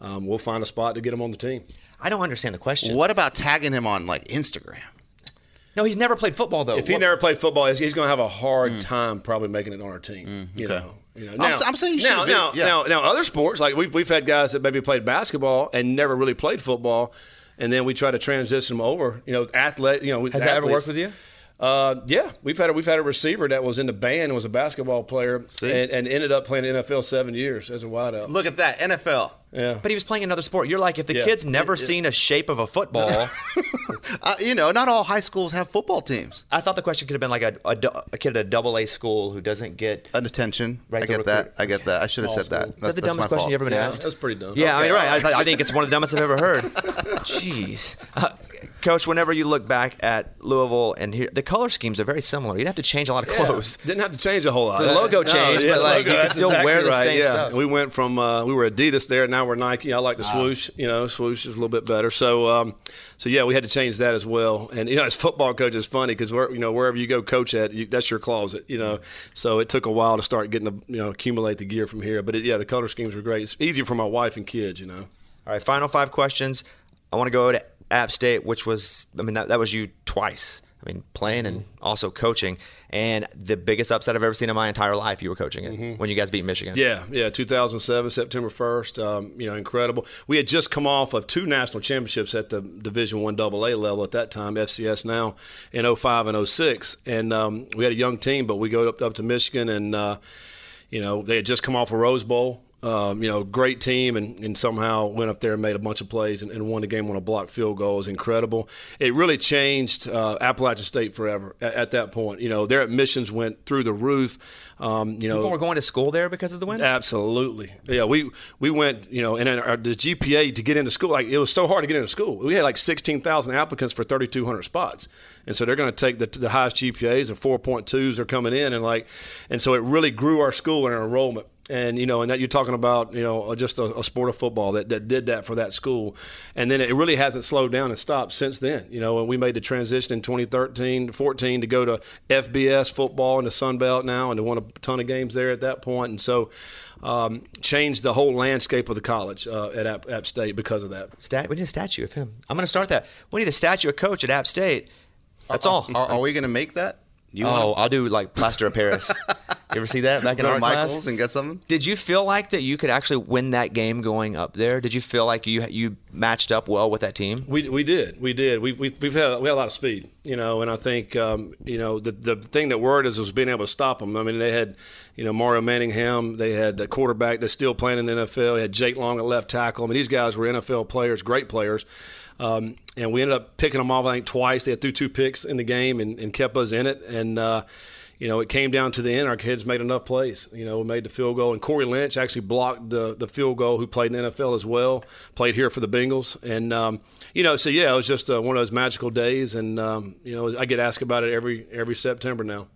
Speaker 16: um, we'll find a spot to get them on the team.
Speaker 8: I don't understand the question.
Speaker 9: What about tagging him on like Instagram?
Speaker 8: No, he's never played football though.
Speaker 16: If he
Speaker 8: What-
Speaker 16: never played football, he's, he's going to have a hard time probably making it on our team. You
Speaker 9: Mm. okay.
Speaker 16: know. You know,
Speaker 9: I'm
Speaker 16: now,
Speaker 9: s- I'm saying you should
Speaker 16: now,
Speaker 9: have been-
Speaker 16: now,
Speaker 9: yeah.
Speaker 16: now, now, other sports like we've we've had guys that maybe played basketball and never really played football, and then we try to transition them over. You know, athlete. You know,
Speaker 8: Has that ever
Speaker 16: athletes.
Speaker 8: worked with you?
Speaker 16: Uh, yeah, we've had a, we've had a receiver that was in the band and was a basketball player and, and ended up playing in the NFL seven years as a wideout.
Speaker 9: Look at that NFL.
Speaker 16: Yeah,
Speaker 8: but he was playing another sport. You're like, if the
Speaker 16: Yeah.
Speaker 8: kid's never
Speaker 16: Yeah.
Speaker 8: seen a shape of a *laughs* football,
Speaker 9: uh, you know, not all high schools have football teams.
Speaker 8: I thought the question could have been like a, a, du- a kid at a double A school who doesn't get
Speaker 9: an attention.
Speaker 8: Right,
Speaker 9: I
Speaker 8: the
Speaker 9: get that.
Speaker 8: recruit.
Speaker 9: I get that. I should have
Speaker 8: Small
Speaker 9: said that.
Speaker 8: school.
Speaker 9: That's,
Speaker 8: Is that the
Speaker 9: that's my
Speaker 8: dumbest question
Speaker 9: fault.
Speaker 8: you ever been Yeah, asked? that's
Speaker 16: pretty dumb.
Speaker 8: Yeah, I mean,
Speaker 9: Okay,
Speaker 8: right. I,
Speaker 9: all
Speaker 8: thought- I think it's one of the dumbest I've ever *laughs* heard. Jeez, uh, Coach. Whenever you look back at Louisville and here, the color schemes are very similar. You'd have to change a lot of clothes.
Speaker 16: Didn't have to change a whole lot.
Speaker 8: The logo
Speaker 16: *laughs* No,
Speaker 8: changed,
Speaker 16: yeah,
Speaker 8: but like
Speaker 16: logo,
Speaker 8: you could
Speaker 16: that's
Speaker 8: still wear
Speaker 16: exactly
Speaker 8: the
Speaker 16: right,
Speaker 8: same
Speaker 16: yeah.
Speaker 8: stuff. Ah.
Speaker 16: We went from uh, we were Adidas there, now we're Nike. I like the swoosh. You know, swoosh is a little bit better. So, um, so yeah, we had to change that as well. And you know, as football coach, it's funny because you know wherever you go coach at, you, that's your closet. You know, so it took a while to start getting the you know accumulate the gear from here. But it, yeah, the color schemes were great. It's easier for my wife and kids. You know.
Speaker 8: All right, final five questions. I want to go to App State, which was, I mean, that, that was you twice. I mean, playing and
Speaker 9: Mm-hmm.
Speaker 8: also coaching. And the biggest upset I've ever seen in my entire life, you were coaching it
Speaker 9: Mm-hmm.
Speaker 8: when you guys beat Michigan.
Speaker 16: Yeah, yeah, 2007, September 1st. Um, you know, incredible. We had just come off of two national championships at the Division One Double A level at that time, FCS now in 05 and 06, and um, we had a young team, but we go up up to Michigan, and uh, you know they had just come off a Rose Bowl. Um, you know, great team, and, and somehow went up there and made a bunch of plays and, and won the game on a blocked field goal. It was incredible. It really changed uh, Appalachian State forever at, at that point. You know, their admissions went through the roof. Um, you know,
Speaker 8: People were going to school there because of the win?
Speaker 16: Absolutely. Yeah, we we went, you know, and then our, the GPA to get into school, like it was so hard to get into school. We had like 16,000 applicants for 3,200 spots. And so they're going to take the, the highest GPAs and 4.2s are coming in. And like, and so it really grew our school and our enrollment. And, you know, and that you're talking about, you know, uh, just a, a sport of football that, that did that for that school. And then it really hasn't slowed down and stopped since then. You know, and we made the transition in 2013 to 14 to go to FBS football in the Sun Belt now and to won a ton of games there at that point. And so, um, changed the whole landscape of the college uh, at App, App State because of that.
Speaker 8: Stat, we need a statue of him. I'm going to start that. We need a statue of coach at App State. That's
Speaker 9: Are-
Speaker 8: all.
Speaker 9: are- are we going to make that? You
Speaker 8: oh,
Speaker 9: wanna-
Speaker 8: I'll do like
Speaker 9: *laughs*
Speaker 8: plaster of Paris. you ever see that back in
Speaker 9: Go to
Speaker 8: our
Speaker 9: Michael's
Speaker 8: class?
Speaker 9: and get something.
Speaker 8: Did you feel like that you could actually win that game going up there? Did you feel like you you matched up well with that team?
Speaker 16: We, we did. We did. We, we, we've had, we had a lot of speed, you know, and I think, um, you know, the, the thing that worried us was being able to stop them. I mean, they had, you know, Mario Manningham. They had the quarterback that's still playing in the NFL. They had Jake Long at left tackle. I mean, these guys were NFL players, great players. Um, and we ended up picking them off, I think, twice. They had threw two picks in the game and, and kept us in it. And, uh, you know, it came down to the end. Our kids made enough plays. You know, we made the field goal, and Corey Lynch actually blocked the the field goal. Who played in the NFL as well, played here for the Bengals, and um, you know, so yeah, it was just uh, one of those magical days. And um, you know, I get asked about it every every September now.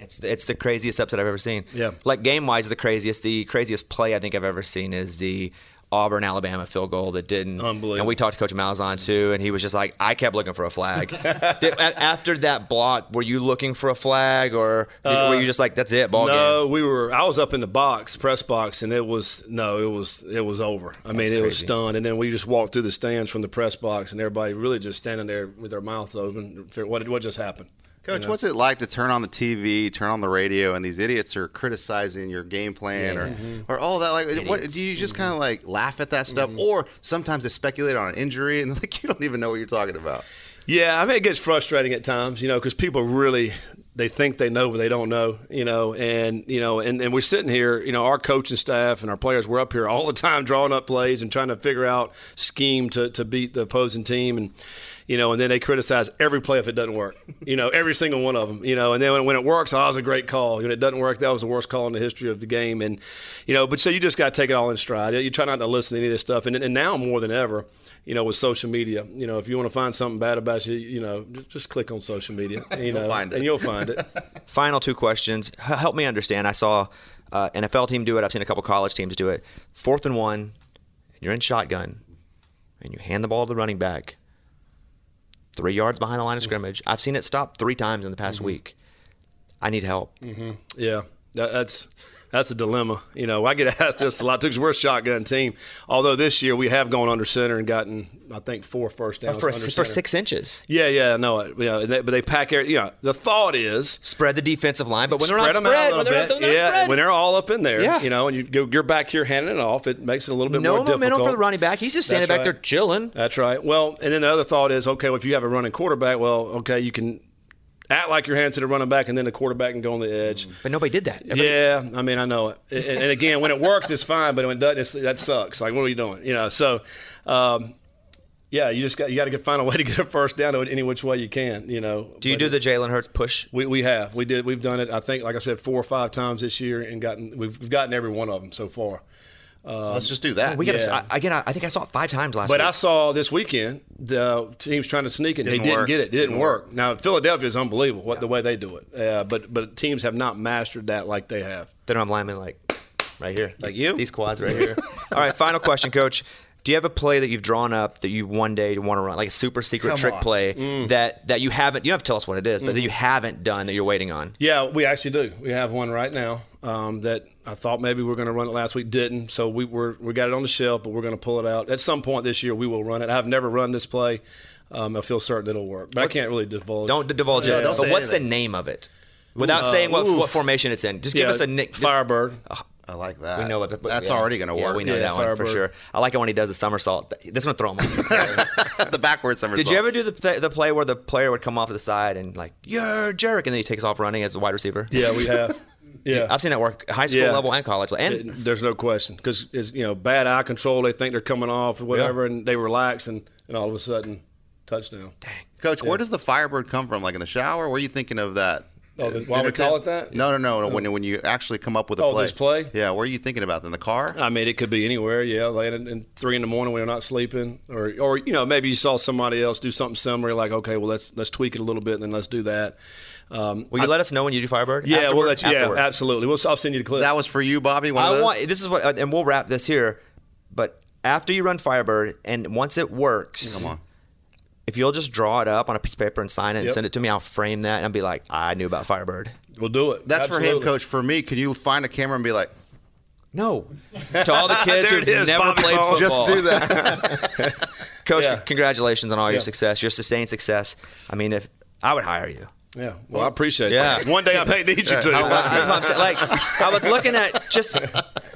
Speaker 8: It's it's the craziest upset I've ever seen.
Speaker 16: Yeah.
Speaker 8: Like game wise, the craziest. The craziest play I think I've ever seen is the Auburn Alabama field goal that didn't. Unbelievable. And we talked to Coach Malzahn too, and he was just like, I kept looking for a flag. Did- a- after that block, were you looking for a flag, or did-
Speaker 16: Uh,
Speaker 8: were you just like, that's it, ball game?
Speaker 16: no, we were. I was up in the box, press box, and it was no, it was it was over. I mean,
Speaker 8: That's
Speaker 16: it was
Speaker 8: crazy.
Speaker 16: stunned. And then we just walked through the stands from the press box, and everybody really just standing there with their mouths open. figure, What what just happened?
Speaker 9: Coach,
Speaker 16: You know?
Speaker 9: what's it like to turn on the TV, turn on the radio, and these idiots are criticizing your game plan or,
Speaker 16: Yeah. Mhm.
Speaker 8: Mm-hmm.
Speaker 9: or all that? Like, what
Speaker 16: Idiots.
Speaker 9: do you just kind of like laugh at that stuff, or sometimes they speculate on an injury and like *laughs* you don't even know what you're talking about?
Speaker 16: Yeah, I mean, it gets frustrating at times, you know, because people really they think they know, but they don't know, you know, and you know, and, and we're sitting here, you know, our coaching staff and our players, we're up here all the time drawing up plays and trying to figure out scheme to to beat the opposing team, and you know, and then they criticize every play if it doesn't work, you know, every single one of them, you know, and then when, when it works, oh, that was a great call. When it doesn't work, that was the worst call in the history of the game, and you know, but so you just got to take it all in stride. You try not to listen to any of this stuff, and, and now more than ever, you know, with social media, you know, if you want to find something bad about you, you know, just, just click on social media, you
Speaker 8: *laughs* You'll
Speaker 16: know,
Speaker 8: find it.
Speaker 16: and you'll find
Speaker 8: *laughs*
Speaker 16: it.
Speaker 8: Final two questions. H- help me understand. I saw uh, NFL team do it. I've seen a couple college teams do it. Fourth and one, and you're in shotgun, and you hand the ball to the running back. Three yards behind the line of
Speaker 16: Mm-hmm.
Speaker 8: scrimmage. I've seen it stop three times in the past week. I need help.
Speaker 16: hmm Yeah, that, that's that's a dilemma. You know, I get *laughs* asked this a lot because we're a shotgun team. Although this year we have gone under center and gotten, I think, four first downs
Speaker 8: for,
Speaker 16: under
Speaker 8: for
Speaker 16: center.
Speaker 8: six inches.
Speaker 16: Yeah, yeah, no, yeah, and they, but they pack air. You know, the thought is
Speaker 8: spread the defensive line, but when they're not
Speaker 16: them out a
Speaker 8: spread,
Speaker 16: little
Speaker 8: when they're not-
Speaker 16: bit.
Speaker 8: when they're not
Speaker 16: yeah,
Speaker 8: spread.
Speaker 16: when they're all up in there,
Speaker 8: Yeah.
Speaker 16: you know, and you go, you're back here handing it off, it makes it a little bit
Speaker 8: No
Speaker 16: more
Speaker 8: momentum
Speaker 16: difficult
Speaker 8: for the running back. He's just standing back there chilling.
Speaker 16: That's right. Well, and then the other thought is, okay, well, if you have a running quarterback, well, okay, you can act like you're handing to the running back, and then the quarterback can go on the edge.
Speaker 8: But nobody did that.
Speaker 16: yeah, I mean, I know it. And, and again, when it works, it's fine. But when it doesn't, it's, that sucks. Like, what are you doing? You know. So, um, yeah, you just got you got to find a way to get a first down any which way you can. You know.
Speaker 8: Do you
Speaker 16: But
Speaker 8: do the
Speaker 16: it's-
Speaker 8: Jalen Hurts push?
Speaker 16: we, we have we did we've done it I think like I said four or five times this year and gotten we've, we've gotten every one of them so far. Um,
Speaker 8: Let's just do that. We gotta- I- again, I, think I saw it five times last
Speaker 16: But
Speaker 8: week.
Speaker 16: I saw this weekend the teams trying to sneak it. and
Speaker 8: Didn't
Speaker 16: they didn't
Speaker 8: work.
Speaker 16: get it. It didn't,
Speaker 8: Didn't
Speaker 16: work.
Speaker 8: work.
Speaker 16: Now Philadelphia is unbelievable what the way they do it. Uh, but but teams have not mastered that like they have.
Speaker 8: Then I'm lineman like right here. Like you? These quads right here. All right, final question, coach. Do you have a play that you've drawn up that you one day want to run, like a super secret
Speaker 16: Come
Speaker 8: trick
Speaker 16: on.
Speaker 8: play
Speaker 16: Mm.
Speaker 8: that that you haven't? You don't have to tell us what it is, but that you
Speaker 16: Mhm.
Speaker 8: haven't done that you're waiting on.
Speaker 16: *laughs* Yeah, we actually do. We have one right now um, that I thought maybe we are going to run it last week. Didn't. So we were we got it on the shelf, but we're going to pull it out at some point this year. We will run it. I've never run this play. Um, I feel certain it'll work, but I can't really divulge.
Speaker 8: Don't d- divulge it. but what's the name of it? Without
Speaker 16: Ooh.
Speaker 8: saying what,
Speaker 16: Ooh.
Speaker 8: what formation it's in, just give
Speaker 16: Yeah,
Speaker 8: us a nick.
Speaker 16: Firebird.
Speaker 8: I
Speaker 9: like that.
Speaker 8: We know it. but- but-
Speaker 9: That's
Speaker 8: yeah.
Speaker 9: already gonna
Speaker 8: Yeah,
Speaker 9: work.
Speaker 8: we know
Speaker 9: Yeah,
Speaker 8: that one for
Speaker 9: Firebird.
Speaker 8: sure. I like it when he does the somersault. Th- This one throw him.
Speaker 9: *laughs* the backwards somersault.
Speaker 8: Did you ever do the th- the play where the player would come off to the side and like you're a jerk, and then he takes off running as a wide receiver?
Speaker 16: Yeah, we have. Yeah,
Speaker 8: I've seen that work *laughs* high school
Speaker 16: Yeah.
Speaker 8: level and college. And
Speaker 16: It- there's no question because you know bad eye control. They think they're coming off or whatever, and they relax, and, and all of a sudden, touchdown. Dang,
Speaker 9: Coach,
Speaker 16: Yeah.
Speaker 9: where does the Firebird come from? Like in the shower? Where are you thinking of that? Uh,
Speaker 16: Oh, the- why we
Speaker 9: Dinner
Speaker 16: call
Speaker 9: tip?
Speaker 16: it that?
Speaker 9: No, no, no. no.
Speaker 8: Oh.
Speaker 9: When, when you actually come up with a
Speaker 16: Oh,
Speaker 9: play.
Speaker 16: this play?
Speaker 9: Yeah, where are you thinking about? In the car?
Speaker 16: I mean, it could be anywhere. Yeah, like in, in three in the morning when you're not sleeping, or or you know maybe you saw somebody else do something similar. Like okay, well let's let's tweak it a little bit, and then let's do that. Um,
Speaker 8: will you let us know when you do Firebird?
Speaker 16: Yeah, we'll
Speaker 8: Afterward?
Speaker 16: let you.
Speaker 8: Afterward.
Speaker 16: Yeah, absolutely. We'll, I'll send you the clip.
Speaker 9: That was for you, Bobby. One of
Speaker 8: I
Speaker 9: those?
Speaker 8: want this is what, and we'll wrap this here. But after you run Firebird, and once it works, come on. If you'll just draw it up on a piece of paper and sign it and
Speaker 9: Yep.
Speaker 8: send it to me, I'll frame that and be like, I knew about Firebird.
Speaker 16: We'll do it.
Speaker 9: That's for him, Coach. For me, can you find a camera and be like,
Speaker 8: no. *laughs* to
Speaker 9: *laughs*
Speaker 8: all the kids
Speaker 9: There
Speaker 8: who've
Speaker 9: it is,
Speaker 8: never
Speaker 9: Bobby
Speaker 8: played
Speaker 9: Bones.
Speaker 8: football.
Speaker 9: Just do that.
Speaker 8: *laughs* Coach, congratulations on all your
Speaker 16: Yeah.
Speaker 8: success, your sustained success. I mean, if I would hire you.
Speaker 16: Yeah. Well, I appreciate
Speaker 8: Yeah.
Speaker 16: that. One day I may need you to.
Speaker 8: I, I-
Speaker 16: *laughs*
Speaker 8: I'm saying, like I was looking at just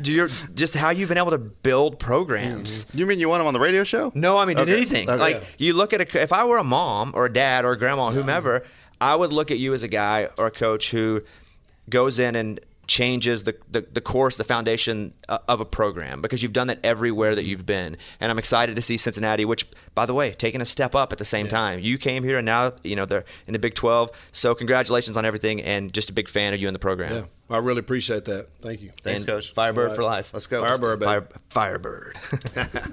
Speaker 8: your just how you've been able to build programs.
Speaker 9: You mean you want them on the radio show?
Speaker 8: *laughs* No, I mean did
Speaker 9: Okay.
Speaker 8: anything.
Speaker 9: Okay.
Speaker 8: Like
Speaker 9: Yeah.
Speaker 8: you look at a, if I were a mom or a dad or a grandma or whomever, I would look at you as a guy or a coach who goes in and changes the, the, the course, the foundation o- of a program because you've done that everywhere that you've been. And I'm excited to see Cincinnati, which by the way, taking a step up at the same time. You came here and now, you know, they're in the Big 12. So congratulations on everything and just a big fan of you and the program.
Speaker 16: Yeah, I really appreciate that. Thank you.
Speaker 8: And Firebird for life.
Speaker 9: Let's go.
Speaker 16: Firebird, baby.
Speaker 8: Fire, Firebird.
Speaker 16: *laughs*
Speaker 8: *laughs*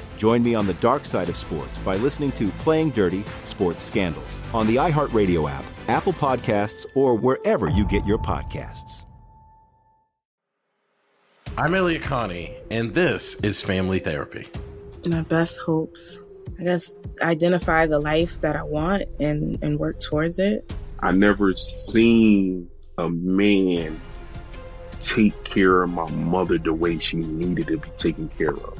Speaker 11: Join me on the dark side of sports by listening to Playing Dirty Sports Scandals on the iHeartRadio app, Apple Podcasts, or wherever you get your podcasts.
Speaker 6: I'm Elliot Connie, and this is Family Therapy.
Speaker 12: my best hopes. I guess identify the life that I want and, and work towards it.
Speaker 5: I never seen a man take care of my mother the way she needed to be taken care of.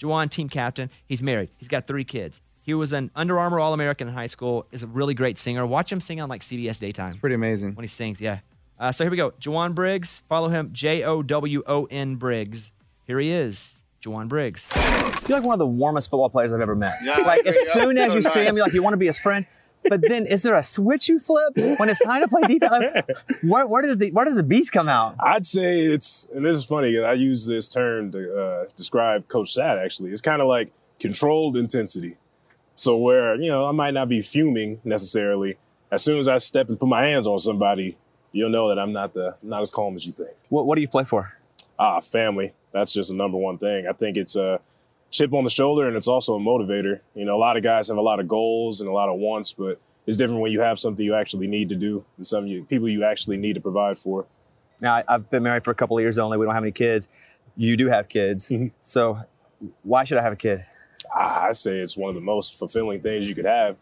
Speaker 8: Juwan, team captain. He's married. He's got three kids. He was an Under Armour All American in high school. Is a really great singer. Watch him sing on like CBS Daytime. It's
Speaker 9: pretty amazing
Speaker 8: when he sings. Yeah. Uh, so here we go. Juwan Briggs. Follow him. J O W O N Briggs. Here he is. Juwan Briggs.
Speaker 17: You're like one of the warmest football players I've ever met.
Speaker 8: Yeah,
Speaker 17: like as
Speaker 8: yeah,
Speaker 17: soon as
Speaker 8: so
Speaker 17: you see
Speaker 8: nice.
Speaker 17: him, you're like you want to be his friend. But then, is there a switch you flip when it's time to play defense?
Speaker 8: *laughs*
Speaker 17: Like, where, where does the where does the beast come out?
Speaker 18: I'd say it's, and this is funny. 'cause I use this term to uh, describe Coach Sad. Actually, it's kind of like controlled intensity. So where you know I might not be fuming necessarily. As soon as I step and put my hands on somebody, you'll know that I'm not the not as calm as you think.
Speaker 17: What what do you play for?
Speaker 18: Ah, family. That's just the number one thing. I think it's a chip on the shoulder and it's also a motivator. You know, a lot of guys have a lot of goals and a lot of wants, but it's different when you have something you actually need to do and some you, people you actually need to provide for.
Speaker 17: Now I, I've been married for a couple of years only. We don't have any kids. You do have kids,
Speaker 18: Mm-hmm.
Speaker 17: so why should I have a kid?
Speaker 18: I I Ah, say it's one of the most fulfilling things you could have.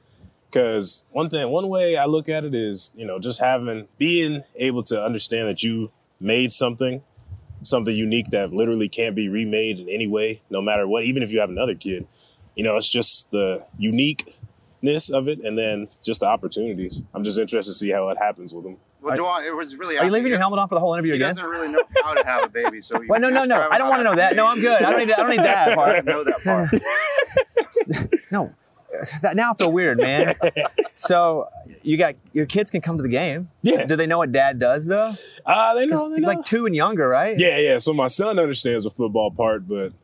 Speaker 18: Because one thing, one way I look at it is, you know, just having, being able to understand that you made something, something unique that literally can't be remade in any way, no matter what, even if you have another kid. You know, it's just the uniqueness of it and then just the opportunities. I'm just interested to see how it happens with them.
Speaker 19: Well, Juwan, it was really.
Speaker 17: Are you leaving your helmet on for the whole interview
Speaker 19: He
Speaker 17: again?
Speaker 19: doesn't really know how to have a baby,
Speaker 17: *laughs*
Speaker 19: so. you
Speaker 17: Wait, no, no, no.
Speaker 19: describe
Speaker 17: I don't
Speaker 19: how
Speaker 17: want to know that. No, I'm good. I don't need. I don't
Speaker 19: *laughs*
Speaker 17: need that
Speaker 19: I
Speaker 17: part.
Speaker 19: don't know that part.
Speaker 17: *laughs* no, That- now I feel weird,
Speaker 19: *laughs*
Speaker 17: man. so you got your kids can come to the game. Yeah. Do they know what dad does though?
Speaker 18: Uh, they know.
Speaker 17: Like two and younger, right?
Speaker 18: Yeah, yeah. So my son understands the football part, but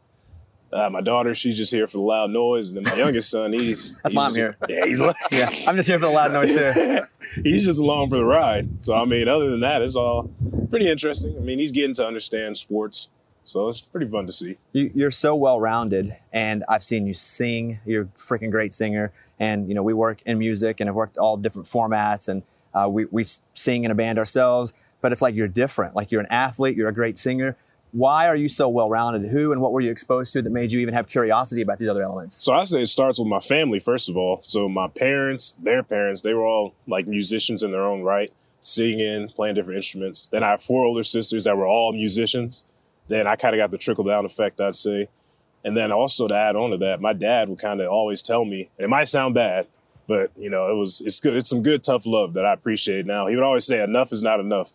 Speaker 18: uh, my daughter, she's just here for the loud noise, and then my youngest son, he's
Speaker 17: That's
Speaker 18: he's
Speaker 17: why I'm
Speaker 18: just-
Speaker 17: here.
Speaker 18: *laughs* Yeah, he's like,
Speaker 17: yeah. I'm just here for the loud noise too.
Speaker 18: *laughs* he's just along for the ride. So I mean, other than that, it's all pretty interesting. I mean, he's getting to understand sports, so it's pretty fun to see.
Speaker 17: You, you're so well rounded, and I've seen you sing. You're a freaking great singer, and you know we work in music and have worked all different formats, and uh, we we sing in a band ourselves. But it's like you're different. Like you're an athlete. You're a great singer. Why are you so well rounded? Who and what were you exposed to that made you even have curiosity about these other elements?
Speaker 18: So I say it starts with my family first of all. So my parents, their parents, they were all like musicians in their own right, singing, playing different instruments. Then I have four older sisters that were all musicians. Then I kind of got the trickle down effect, I'd say. And then also to add on to that, my dad would kind of always tell me, and it might sound bad, but you know, it was it's good, it's some good tough love that I appreciate now. He would always say, "Enough is not enough."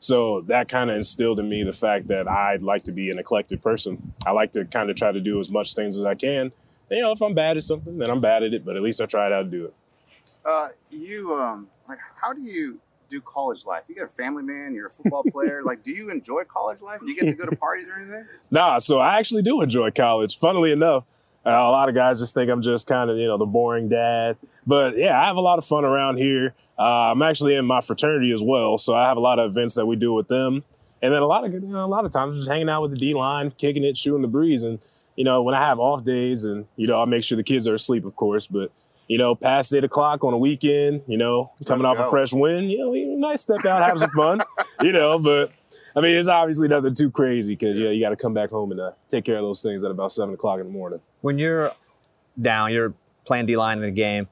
Speaker 18: So that kind of instilled in me the fact that I'd like to be an eclectic person. I like to kind of try to do as much things as I can. You know, if I'm bad at something, then I'm bad at it, but at least I tried out to do it.
Speaker 19: Uh, you um, like, how do you do college life? You got a family man. You're a football
Speaker 9: *laughs*
Speaker 19: player. like, do you enjoy college life? Do you get to go to parties or anything?
Speaker 18: Nah, so I actually do enjoy college. Funnily enough, uh, a lot of guys just think I'm just kind of, you know, the boring dad. But yeah, I have a lot of fun around here. Uh, I'm actually in my fraternity as well, so I have a lot of events that we do with them. And then a lot of you know, a lot of times just hanging out with the D line, kicking it, shooting the breeze. And you know, when I have off days, and you know, I make sure the kids are asleep, of course. But you know, past eight o'clock on a weekend, you know, coming off a
Speaker 5: go.
Speaker 18: fresh win, you know, you nice step out, have some fun, you know, but I mean, it's obviously nothing too crazy because, yeah, you got to come back home and uh, take care of those things at about seven o'clock in the morning.
Speaker 8: when you're down, you're playing D line in a game.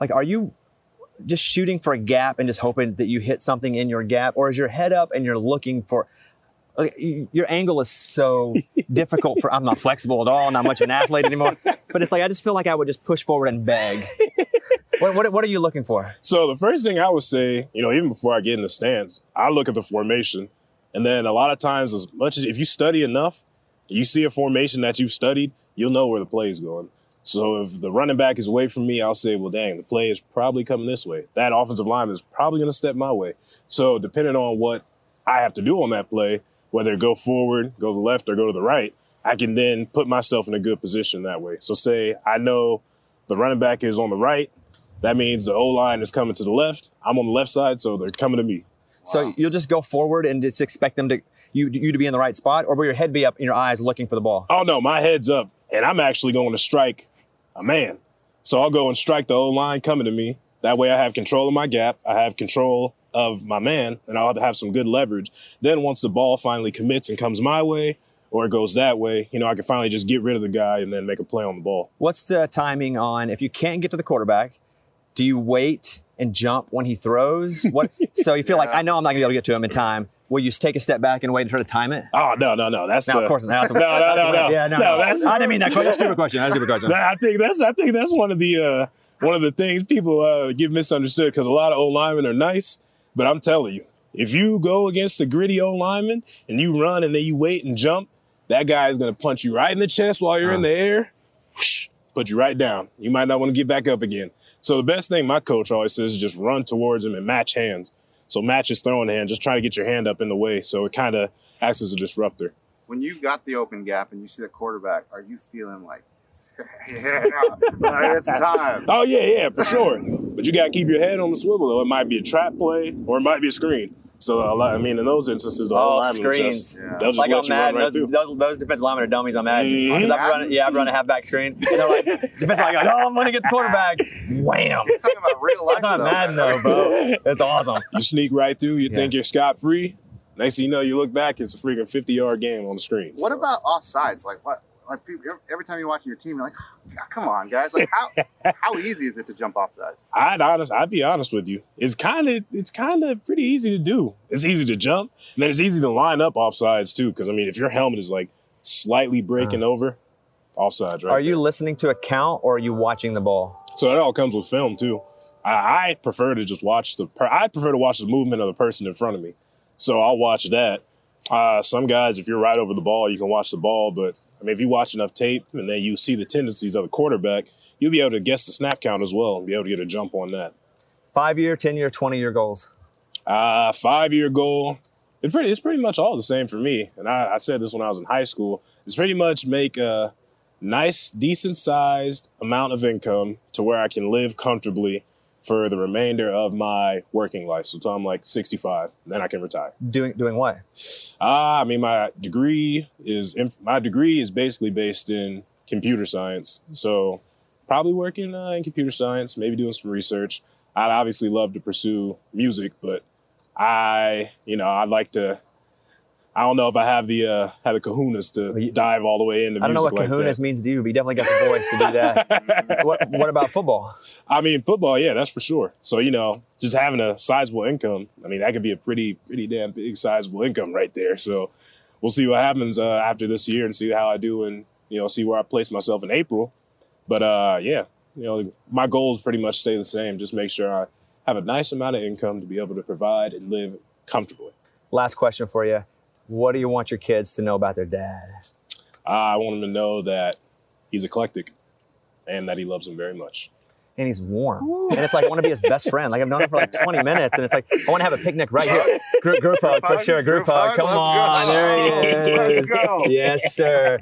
Speaker 8: Like, are you just shooting for a gap and just hoping that you hit something in your gap, or is your head up and you're looking for? Like, y- your angle is so difficult for. I'm not flexible at all, not much of an athlete anymore. But it's like I just feel like I would just push forward and beg. what, what, what are you looking for?
Speaker 18: So the first thing I would say, you know, even before I get in the stance, I look at the formation, and then a lot of times, as much as if you study enough, you see a formation that you've studied, you'll know where the play is going. So if the running back is away from me, I'll say, well, dang, the play is probably coming this way. That offensive line is probably going to step my way. So depending on what I have to do on that play, whether go forward, go to the left, or go to the right, I can then put myself in a good position that way. So say I know the running back is on the right. That means the O line is coming to the left. I'm on the left side, so they're coming to me.
Speaker 8: So you'll just go forward and just expect them to you you to be in the right spot, or will your head be up and your eyes looking for the ball?
Speaker 18: Oh no, my head's up, and I'm actually going to strike a man. So I'll go and strike the O line coming to me. That way, I have control of my gap. I have control of my man, and I'll have some good leverage. Then once the ball finally commits and comes my way, or it goes that way, you know, I can finally just get rid of the guy and then make a play on the ball.
Speaker 8: What's the timing on if you can't get to the quarterback? Do you wait and jump when he throws?
Speaker 18: *laughs*
Speaker 8: What? so you feel like I know I'm not gonna be able to get to him in time. Will you just take a step back and wait and try to time it?
Speaker 18: Oh no no no that's
Speaker 8: no
Speaker 18: the-
Speaker 8: of course not.
Speaker 18: *laughs*
Speaker 8: That's a-
Speaker 18: No, no,
Speaker 8: that's a-
Speaker 18: no, no.
Speaker 8: yeah, no,
Speaker 18: No, that's-
Speaker 8: I didn't mean that. question. That's a stupid question. That's a stupid
Speaker 18: *laughs*
Speaker 8: question.
Speaker 18: Nah, I think that's I think that's one of the uh, one of the things people uh, get misunderstood because a lot of old linemen are nice, but I'm telling you, if you go against a gritty old lineman and you run and then you wait and jump, that guy is gonna punch you right in the chest while you're in
Speaker 8: Uh-huh.
Speaker 18: the air, whoosh, put you right down. You might not want to get back up again. So the best thing my coach always says is just run towards him and match hands. So match his throwing hand, just try to get your hand up in the way. So it kind of acts as a disruptor.
Speaker 9: When you've got the open gap and you see the quarterback, are you feeling like, yeah, *laughs*
Speaker 18: *laughs*
Speaker 9: like, it's time?
Speaker 18: Oh yeah, yeah, for sure. But you gotta keep your head on the swivel though. It might be a trap play or it might be a screen. So a lot, I mean, in those instances, the whole
Speaker 8: All
Speaker 18: lineman
Speaker 8: Oh, screens.
Speaker 18: just, they'll just
Speaker 8: like
Speaker 18: let
Speaker 8: on
Speaker 18: you
Speaker 8: Madden,
Speaker 18: run right through.
Speaker 8: those, those, those defensive linemen are dummies on Madden.
Speaker 18: Mhm.
Speaker 8: 'Cause I've run, yeah, I've run a
Speaker 18: *laughs*
Speaker 8: halfback screen. And they're like, *laughs* defensive line, like, oh, I'm going to get the quarterback. Wham. It's
Speaker 9: talking about real life.
Speaker 8: not Madden, though, bro. It's awesome.
Speaker 18: You sneak right through. You think you're scot free. Next thing you know, you look back. It's a freaking 50 yard game on the screen.
Speaker 9: What about offsides? Like what? Like people, every time you're watching your team, you're like, "Oh, God, come on, guys! Like
Speaker 18: *laughs*
Speaker 9: how how easy is it to jump offsides?
Speaker 18: I'd honest, I'd be honest with you. It's kind of, it's kind of pretty easy to do. It's easy to jump, and then it's easy to line up offsides too. Because I mean, if your helmet is like slightly breaking over, offsides, right?
Speaker 8: Mm. Are you listening to a count or are you watching the ball?
Speaker 18: So it all comes with film too. I, I prefer to just watch the. Per- I prefer to watch the movement of the person in front of me. So I'll watch that. Uh, some guys, if you're right over the ball, you can watch the ball. But I mean, if you watch enough tape and then you see the tendencies of the quarterback, you'll be able to guess the snap count as well and be able to get a jump on that.
Speaker 8: Five year, 10 year, 20 year goals.
Speaker 18: Uh, five year goal. It's pretty. It's pretty much all the same for me. And I, I said this when I was in high school. It's pretty much make a nice, decent sized amount of income to where I can live comfortably for the remainder of my working life. So until I'm like 65, then I can retire.
Speaker 8: Doing, doing what?
Speaker 18: Ah, I mean, my degree is inf- my degree is basically based in computer science. So probably working uh, in computer science, maybe doing some research. I'd obviously love to pursue music, but I, you know, I'd like to. I don't know if I have the uh, have the kahunas to dive all the way into.
Speaker 8: I don't know what
Speaker 18: music like
Speaker 8: kahunas
Speaker 18: that.
Speaker 8: means to you, but you definitely got the voice to
Speaker 18: *laughs*
Speaker 8: do that. what, what about football?
Speaker 18: I mean, football, yeah, that's for sure. So, you know, just having a sizable income, I mean, that could be a pretty, pretty damn big sizable income right there. So we'll see what happens uh, after this year and see how I do and, you know, see where I place myself in April. But uh, yeah, you know, my goals pretty much stay the same. Just make sure I have a nice amount of income to be able to provide and live comfortably.
Speaker 8: Last question for you. What do you want your *laughs* kids to know about their dad?
Speaker 18: I want them to know that he's eclectic and that he loves them very much.
Speaker 8: and he's warm. And it's like, I want to be his best friend. Like, I've known him for like 20 minutes, and it's like, I want to have a picnic
Speaker 13: *laughs*
Speaker 8: right here. Group, group hug, quick share, group hug. Come on. *laughs* There
Speaker 13: *laughs*
Speaker 8: he is. Yes, sir.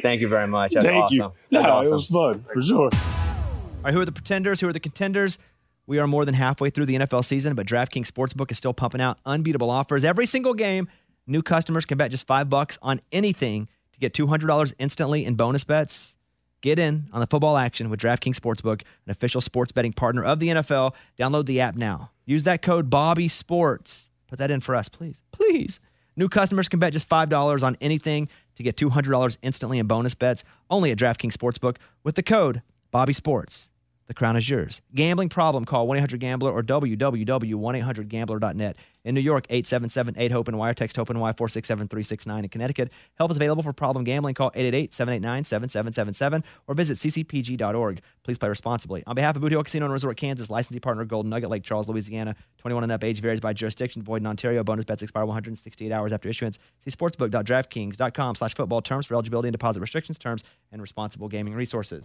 Speaker 8: Thank you very much. That's
Speaker 13: Thank
Speaker 8: awesome.
Speaker 13: you.
Speaker 8: That's
Speaker 13: No, it
Speaker 8: awesome.
Speaker 13: was
Speaker 18: fun, for sure.
Speaker 13: All right, who are the pretenders? Who are the contenders? We are more than halfway through the NFL season, but DraftKings Sportsbook is still pumping out unbeatable offers every single game. New customers can bet just five bucks on anything to get two hundred dollars instantly in bonus bets.
Speaker 8: Get in on the football action with DraftKings Sportsbook, an official sports betting partner of the NFL. Download the app now. Use that code Bobby Sports. Put that in for us, please. Please. New customers can bet just $5 on anything to get $200 instantly in bonus bets only at DraftKings Sportsbook with the code Bobby Sports. The crown is yours. Gambling problem, call 1 800 Gambler or www.1800Gambler.net. In New York, 877 8 HOPE and Wire, text HOPE and Y 467 In Connecticut, help is available for problem gambling. Call 888 789 7777 or visit ccpg.org. Please play responsibly. On behalf of Boot Hill Casino and Resort, Kansas, licensee partner Golden Nugget, Lake Charles, Louisiana, 21 and up age varies by jurisdiction, void in Ontario. Bonus bets expire 168 hours after issuance. See sportsbook.draftkings.com slash football terms for eligibility and deposit restrictions, terms, and responsible gaming resources.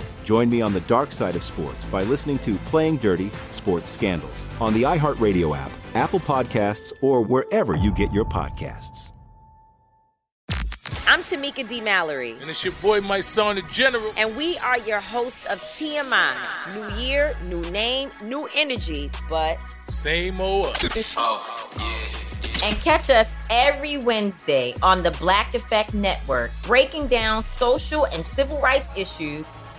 Speaker 11: Join me on the dark side of sports by listening to Playing Dirty Sports Scandals on the iHeartRadio app, Apple Podcasts, or wherever you get your podcasts.
Speaker 2: I'm Tamika D. Mallory.
Speaker 20: And it's your boy, my son, the general.
Speaker 2: And we are your host of TMI. New year, new name, new energy, but
Speaker 20: Same old us.
Speaker 2: And catch us every Wednesday on the Black Effect Network, breaking down social and civil rights issues,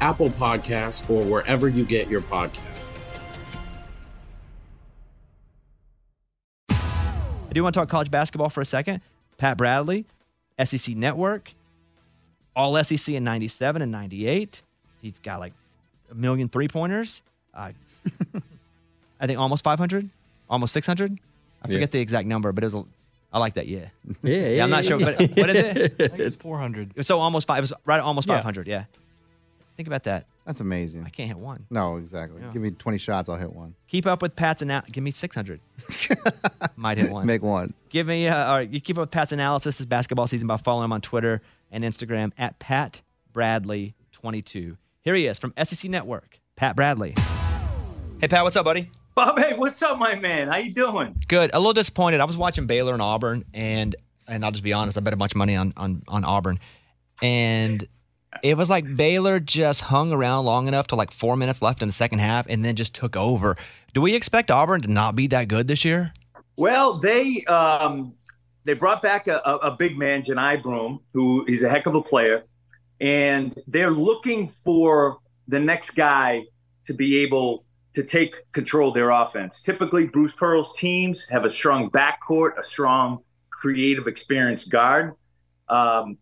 Speaker 6: Apple Podcasts, or wherever you get your podcasts.
Speaker 8: I do want to talk college basketball for a second. Pat Bradley, SEC Network, all SEC in 97 and 98. He's got like a million three pointers. Uh, *laughs* I think almost 500, almost 600. I
Speaker 6: Yeah.
Speaker 8: forget the exact number, but it was, a, I like that. Yeah.
Speaker 6: Yeah,
Speaker 8: I'm not sure. But uh, what is *laughs* it?
Speaker 6: it's *laughs*
Speaker 8: 400. So almost five. It was right at almost 500. Yeah. Think about that.
Speaker 9: That's amazing. I
Speaker 8: can't hit one.
Speaker 9: No, exactly.
Speaker 8: Yeah.
Speaker 9: Give me 20 shots, I'll hit one.
Speaker 8: Keep up with Pat's analysis. Give me 600.
Speaker 9: *laughs*
Speaker 8: Might hit one.
Speaker 9: Make one.
Speaker 8: Give me, uh, all right, you keep up with Pat's analysis this basketball season by following him on Twitter and Instagram at Pat Bradley22. Here he is from SEC Network, Pat Bradley. Hey, Pat, what's up, buddy?
Speaker 4: Bob, hey, what's up, my man? How you doing?
Speaker 8: Good. A little disappointed. I was watching Baylor and Auburn, and and I'll just be honest, I bet a bunch of money on on, on Auburn, and it was like Baylor just hung around long enough to like four minutes left in the second half, and then just took over. Do we expect Auburn to not be that good this year?
Speaker 4: Well, they um, they brought back a, a, a big man, Janai Broom, who is a heck of a player, and they're looking for the next guy to be able to take control of their offense. Typically, Bruce Pearl's teams have a strong backcourt, a strong creative, experienced guard. Um,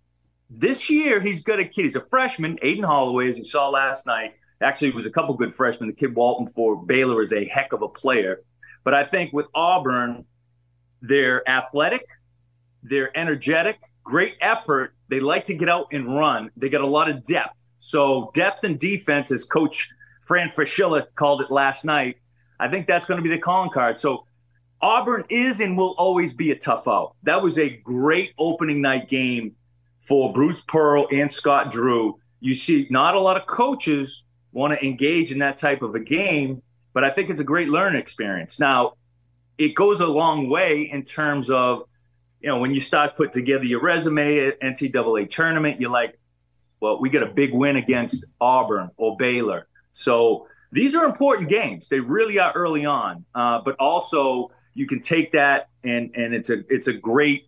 Speaker 4: this year, he's got a kid. He's a freshman, Aiden Holloway, as you saw last night. Actually, it was a couple good freshmen. The kid Walton for Baylor is a heck of a player. But I think with Auburn, they're athletic, they're energetic, great effort. They like to get out and run. They got a lot of depth. So depth and defense, as Coach Fran Fraschilla called it last night. I think that's going to be the calling card. So Auburn is and will always be a tough out. That was a great opening night game for Bruce Pearl and Scott Drew. You see, not a lot of coaches want to engage in that type of a game, but I think it's a great learning experience. Now, it goes a long way in terms of, you know, when you start put together your resume at NCAA tournament, you're like, well, we got a big win against Auburn or Baylor. So these are important games. They really are early on, uh, but also you can take that and and it's a it's a great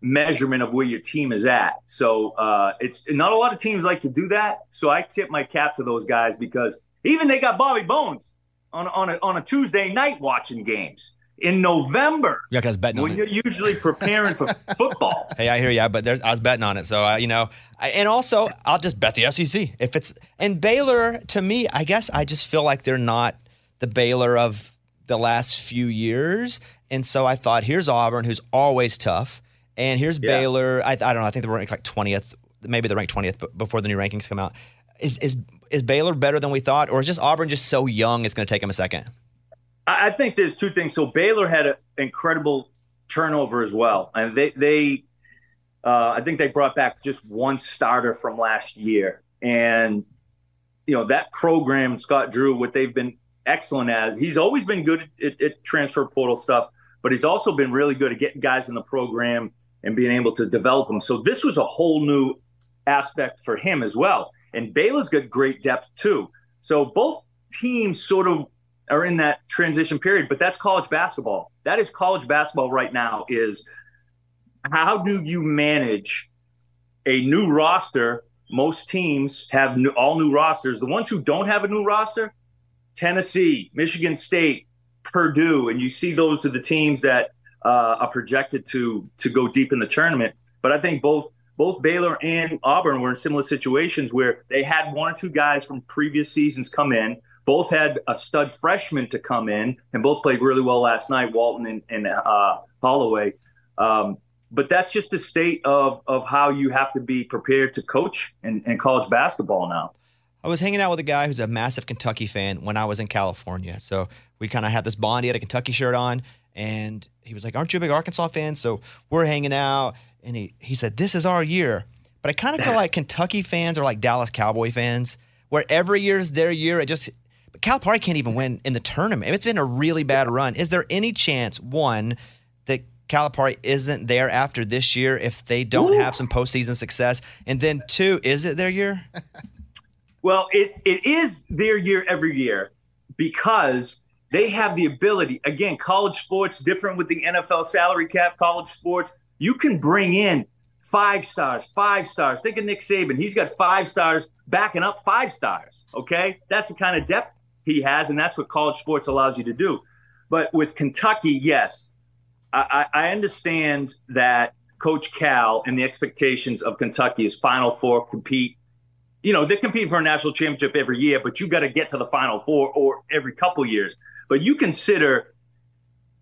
Speaker 4: measurement of where your team is at. So uh, it's not a lot of teams like to do that. So I tip my cap to those guys because even they got Bobby Bones on on a, on a Tuesday night watching games in November
Speaker 8: Yeah, because betting on
Speaker 4: when
Speaker 8: it.
Speaker 4: you're usually preparing for football.
Speaker 8: *laughs* Hey, I hear you, but there's I was betting on it, so I, you know, I, and also I'll just bet the SEC if it's and Baylor to me. I guess I just feel like they're not the Baylor of the last few years, and so I thought here's Auburn, who's always tough, and here's Baylor. I, I don't know. I think they were ranked like twentieth, maybe they're ranked twentieth before the new rankings come out. Is is is Baylor better than we thought, or is just Auburn just so young? It's going to take them a second.
Speaker 4: I I think there's two things. So Baylor had an incredible turnover as well, and they they uh, I think they brought back just one starter from last year, and you know that program Scott Drew, what they've been excellent at. He's always been good at, at transfer portal stuff, but he's also been really good at getting guys in the program and being able to develop them. So this was a whole new aspect for him as well. And Baylor's got great depth too. So both teams sort of are in that transition period, but that's college basketball. That is college basketball right now is how do you manage a new roster? Most teams have new, all new rosters. The ones who don't have a new roster, Tennessee, Michigan State, Purdue, and you see those are the teams that uh, are projected to to go deep in the tournament. But I think both both Baylor and Auburn were in similar situations where they had one or two guys from previous seasons come in. Both had a stud freshman to come in, and both played really well last night. Walton and, and uh, Holloway. Um, but that's just the state of of how you have to be prepared to coach in, in college basketball now.
Speaker 8: I was hanging out with a guy who's a massive Kentucky fan when I was in California. So we kind of had this bond. He had a Kentucky shirt on, and he was like, "Aren't you a big Arkansas fan?" So we're hanging out, and he he said, "This is our year." But I kind of feel like Kentucky fans are like Dallas Cowboy fans, where every year's their year. It just but Cal Poly can't even win in the tournament. It's been a really bad run. Is there any chance one that Calipari isn't there after this year if they don't have some postseason success? And then two, is it their year?
Speaker 4: Well, it, it is their year every year because they have the ability. Again, college sports different with the NFL salary cap. College sports, you can bring in five stars, five stars. Think of Nick Saban; he's got five stars backing up five stars. Okay, that's the kind of depth he has, and that's what college sports allows you to do. But with Kentucky, yes, I, I I understand that Coach Cal and the expectations of Kentucky is Final Four compete you know they're competing for a national championship every year but you got to get to the final four or every couple years but you consider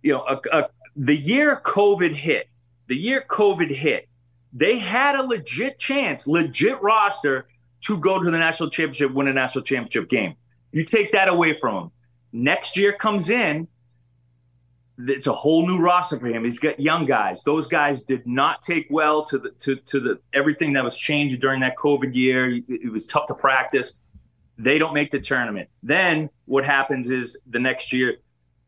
Speaker 4: you know a, a, the year covid hit the year covid hit they had a legit chance legit roster to go to the national championship win a national championship game you take that away from them next year comes in it's a whole new roster for him. He's got young guys. Those guys did not take well to the to to the everything that was changed during that COVID year. It, it was tough to practice. They don't make the tournament. Then what happens is the next year,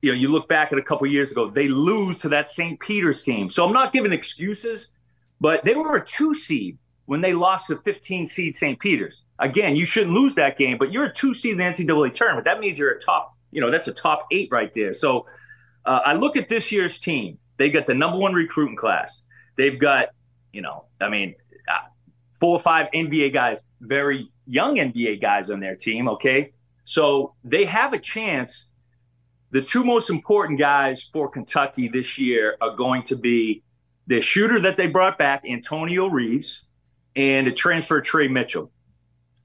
Speaker 4: you know, you look back at a couple years ago, they lose to that St. Peter's team. So I'm not giving excuses, but they were a two seed when they lost to 15 seed St. Peter's. Again, you shouldn't lose that game, but you're a two seed in the NCAA tournament. That means you're a top, you know, that's a top eight right there. So uh, I look at this year's team. They got the number one recruiting class. They've got, you know, I mean, uh, four or five NBA guys, very young NBA guys on their team. Okay. So they have a chance. The two most important guys for Kentucky this year are going to be the shooter that they brought back, Antonio Reeves, and the transfer Trey Mitchell,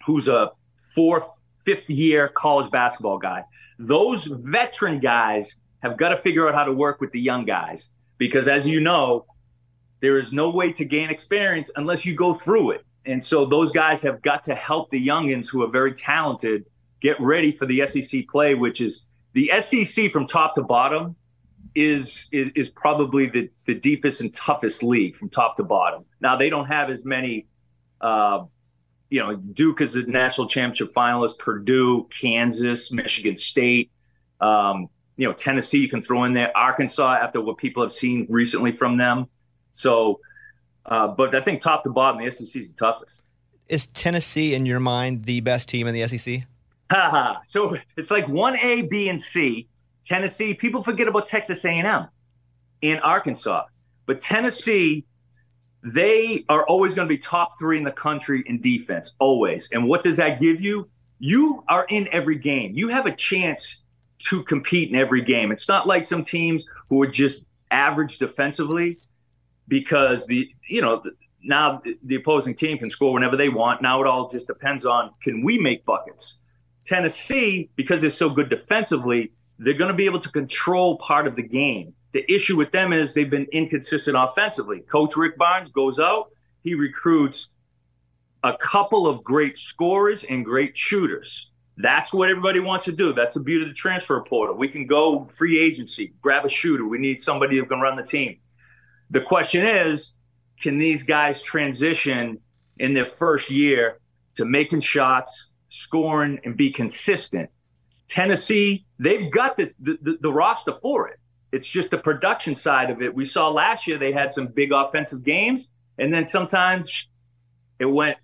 Speaker 4: who's a fourth, fifth year college basketball guy. Those veteran guys have got to figure out how to work with the young guys because as you know there is no way to gain experience unless you go through it and so those guys have got to help the youngins who are very talented get ready for the SEC play, which is the SEC from top to bottom is is, is probably the, the deepest and toughest league from top to bottom. Now they don't have as many uh, you know, Duke is a national championship finalist, Purdue, Kansas, Michigan State, um, you know, Tennessee, you can throw in there, Arkansas, after what people have seen recently from them. So, uh, but I think top to bottom, the SEC is the toughest.
Speaker 7: Is Tennessee, in your mind, the best team in the E SEC?
Speaker 4: Haha. so it's like 1A, B, and C. Tennessee, people forget about Texas A&M and Arkansas. But Tennessee, they are always going to be top three in the country in defense, always. And what does that give you? You are in every game. You have a chance to compete in every game. It's not like some teams who are just average defensively because the, you know, now the opposing team can score whenever they want. Now it all just depends on can we make buckets? Tennessee, because they're so good defensively, they're going to be able to control part of the game. The issue with them is they've been inconsistent offensively. Coach Rick Barnes goes out, he recruits a couple of great scorers and great shooters. That's what everybody wants to do. That's the beauty of the transfer portal. We can go free agency, grab a shooter. We need somebody who can run the team. The question is can these guys transition in their first year to making shots, scoring, and be consistent? Tennessee, they've got the, the, the roster for it. It's just the production side of it. We saw last year they had some big offensive games, and then sometimes it went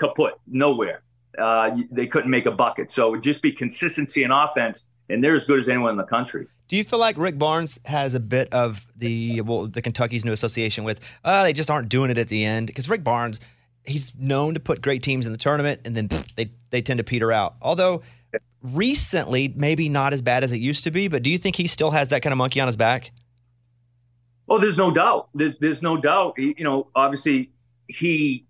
Speaker 4: kaput, nowhere. Uh, they couldn't make a bucket. So it would just be consistency in offense, and they're as good as anyone in the country.
Speaker 7: Do you feel like Rick Barnes has a bit of the well, the Kentucky's new association with? Uh, they just aren't doing it at the end because Rick Barnes, he's known to put great teams in the tournament, and then pff, they they tend to peter out. Although recently, maybe not as bad as it used to be, but do you think he still has that kind of monkey on his back?
Speaker 4: Oh, there's no doubt. There's there's no doubt. You know, obviously he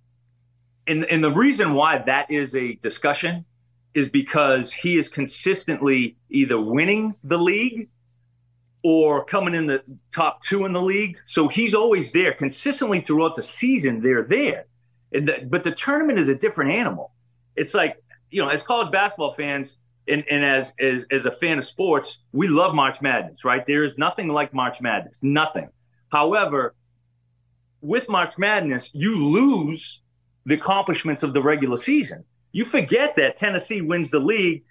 Speaker 4: and and the reason why that is a discussion is because he is consistently either winning the league or coming in the top two in the league. So he's always there consistently throughout the season. They're there, and the, but the tournament is a different animal. It's like you know, as college basketball fans, and, and as, as as a fan of sports, we love March Madness, right? There is nothing like March Madness, nothing. However, with March Madness, you lose the accomplishments of the regular season. You forget that Tennessee wins the league,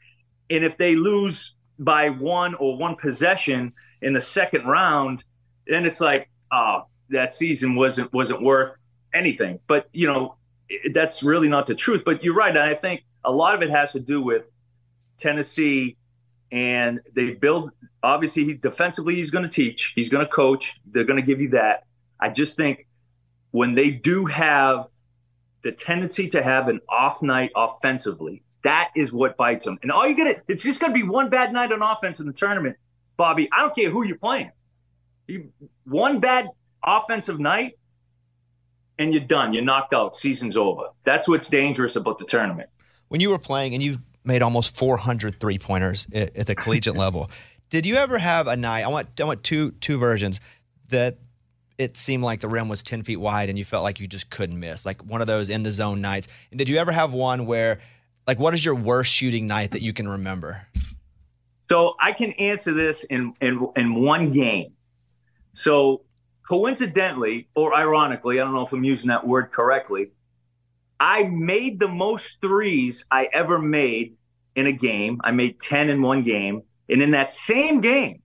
Speaker 4: and if they lose by one or one possession in the second round, then it's like, ah, that season wasn't wasn't worth anything. But you know, it- that's really not the truth. But you're right, and I think a lot of it has to do with Tennessee, and they build. Obviously, he defensively he's going to teach, he's going to coach. They're going to give you that. I just think when they do have the tendency to have an off night offensively, that is what bites them. And all you get, it's just going to be one bad night on offense in the tournament, Bobby. I don't care who you're playing. You, one bad offensive night, and you're done. You're knocked out. Season's over. That's what's dangerous about the tournament.
Speaker 7: When you were playing and you made almost 400 three pointers at, at the collegiate level, did you ever have a night? I want I want two two versions that it seemed like the rim was 10 feet wide and you felt like you just couldn't miss, like one of those in the zone nights. And did you ever have one where, like, what is your worst shooting night that you can remember?
Speaker 4: So I can answer this in in in one game. So coincidentally or ironically, I don't know if I'm using that word correctly, I made the most threes I ever made in a game. I made 10 in one game, and in that same game,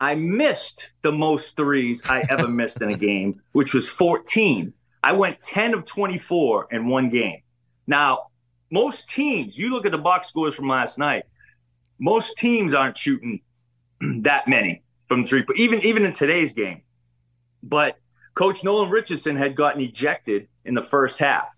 Speaker 4: I missed the most threes I ever missed in a game, which was 14. I went 10 of 24 in one game. Now, most teams, you look at the box scores from last night, most teams aren't shooting *clears throat* that many from three, but even even in today's game. But Coach Nolan Richardson had gotten ejected in the first half,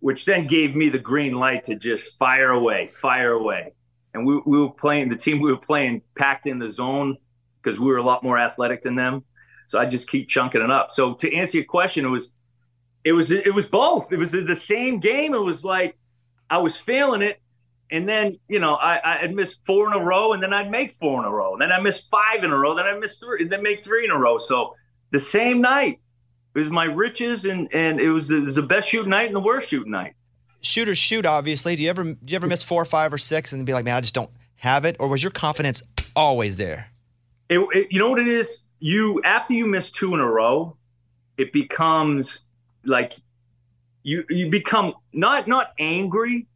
Speaker 4: which then gave me the green light to just fire away, fire away. And we, we were playing the team we were playing packed in the zone because we were a lot more athletic than them. So I just keep chunking it up. So to answer your question, it was it was it was both. It was the same game. It was like I was feeling it, and then you know I I'd miss four in a row, and then I'd make four in a row, and then I missed five in a row, then I missed three, and then make three in a row. So the same night, it was my riches, and and it was, it was the best shooting night and the worst shooting night.
Speaker 7: shooters shoot. Obviously, do you ever do you ever miss four, five, or six, and be like, man, I just don't have it? Or was your confidence always there?
Speaker 4: It, it- you know what it is? You after you miss two in a row, it becomes like you you become not not angry,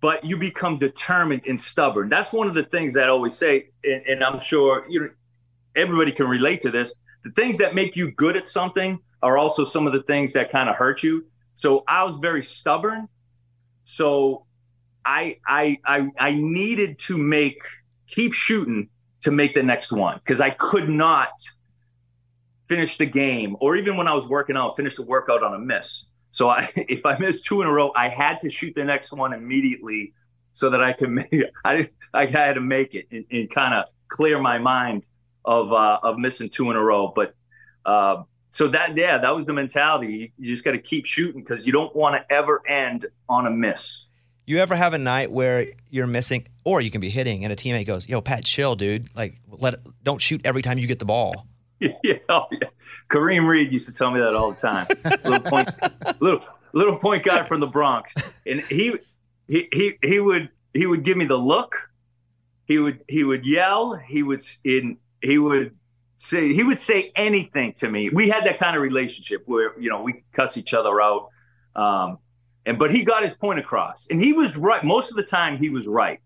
Speaker 4: but you become determined and stubborn. That's one of the things that I always say, and, and I'm sure you know, everybody can relate to this. The things that make you good at something are also some of the things that kind of hurt you. So I was very stubborn. So I I I I needed to make keep shooting to make the next one because I could not finish the game or even when I was working out finish the workout on a miss. So I *laughs* if I missed two in a row, I had to shoot the next one immediately so that I could *laughs* make I didn't- I had to make it and, and kind of clear my mind of uh, of missing two in a row. But uh, so that yeah, that was the mentality. You just got to keep shooting because you don't want to ever end on a miss.
Speaker 7: You ever have a night where you're missing, or you can be hitting, and a teammate goes, "Yo, Pat, chill, dude. Like, let don't shoot every time you get the ball."
Speaker 4: *laughs* yeah, oh, yeah. Kareem Reed used to tell me that all the time. little point, little little point guard from the Bronx, and he he he he would he would give me the look. He would he would yell. He would s- in he would say he would say anything to me. We had that kind of relationship where you know we could cuss each other out, um, and but he got his point across, and he was right most of the time. He was right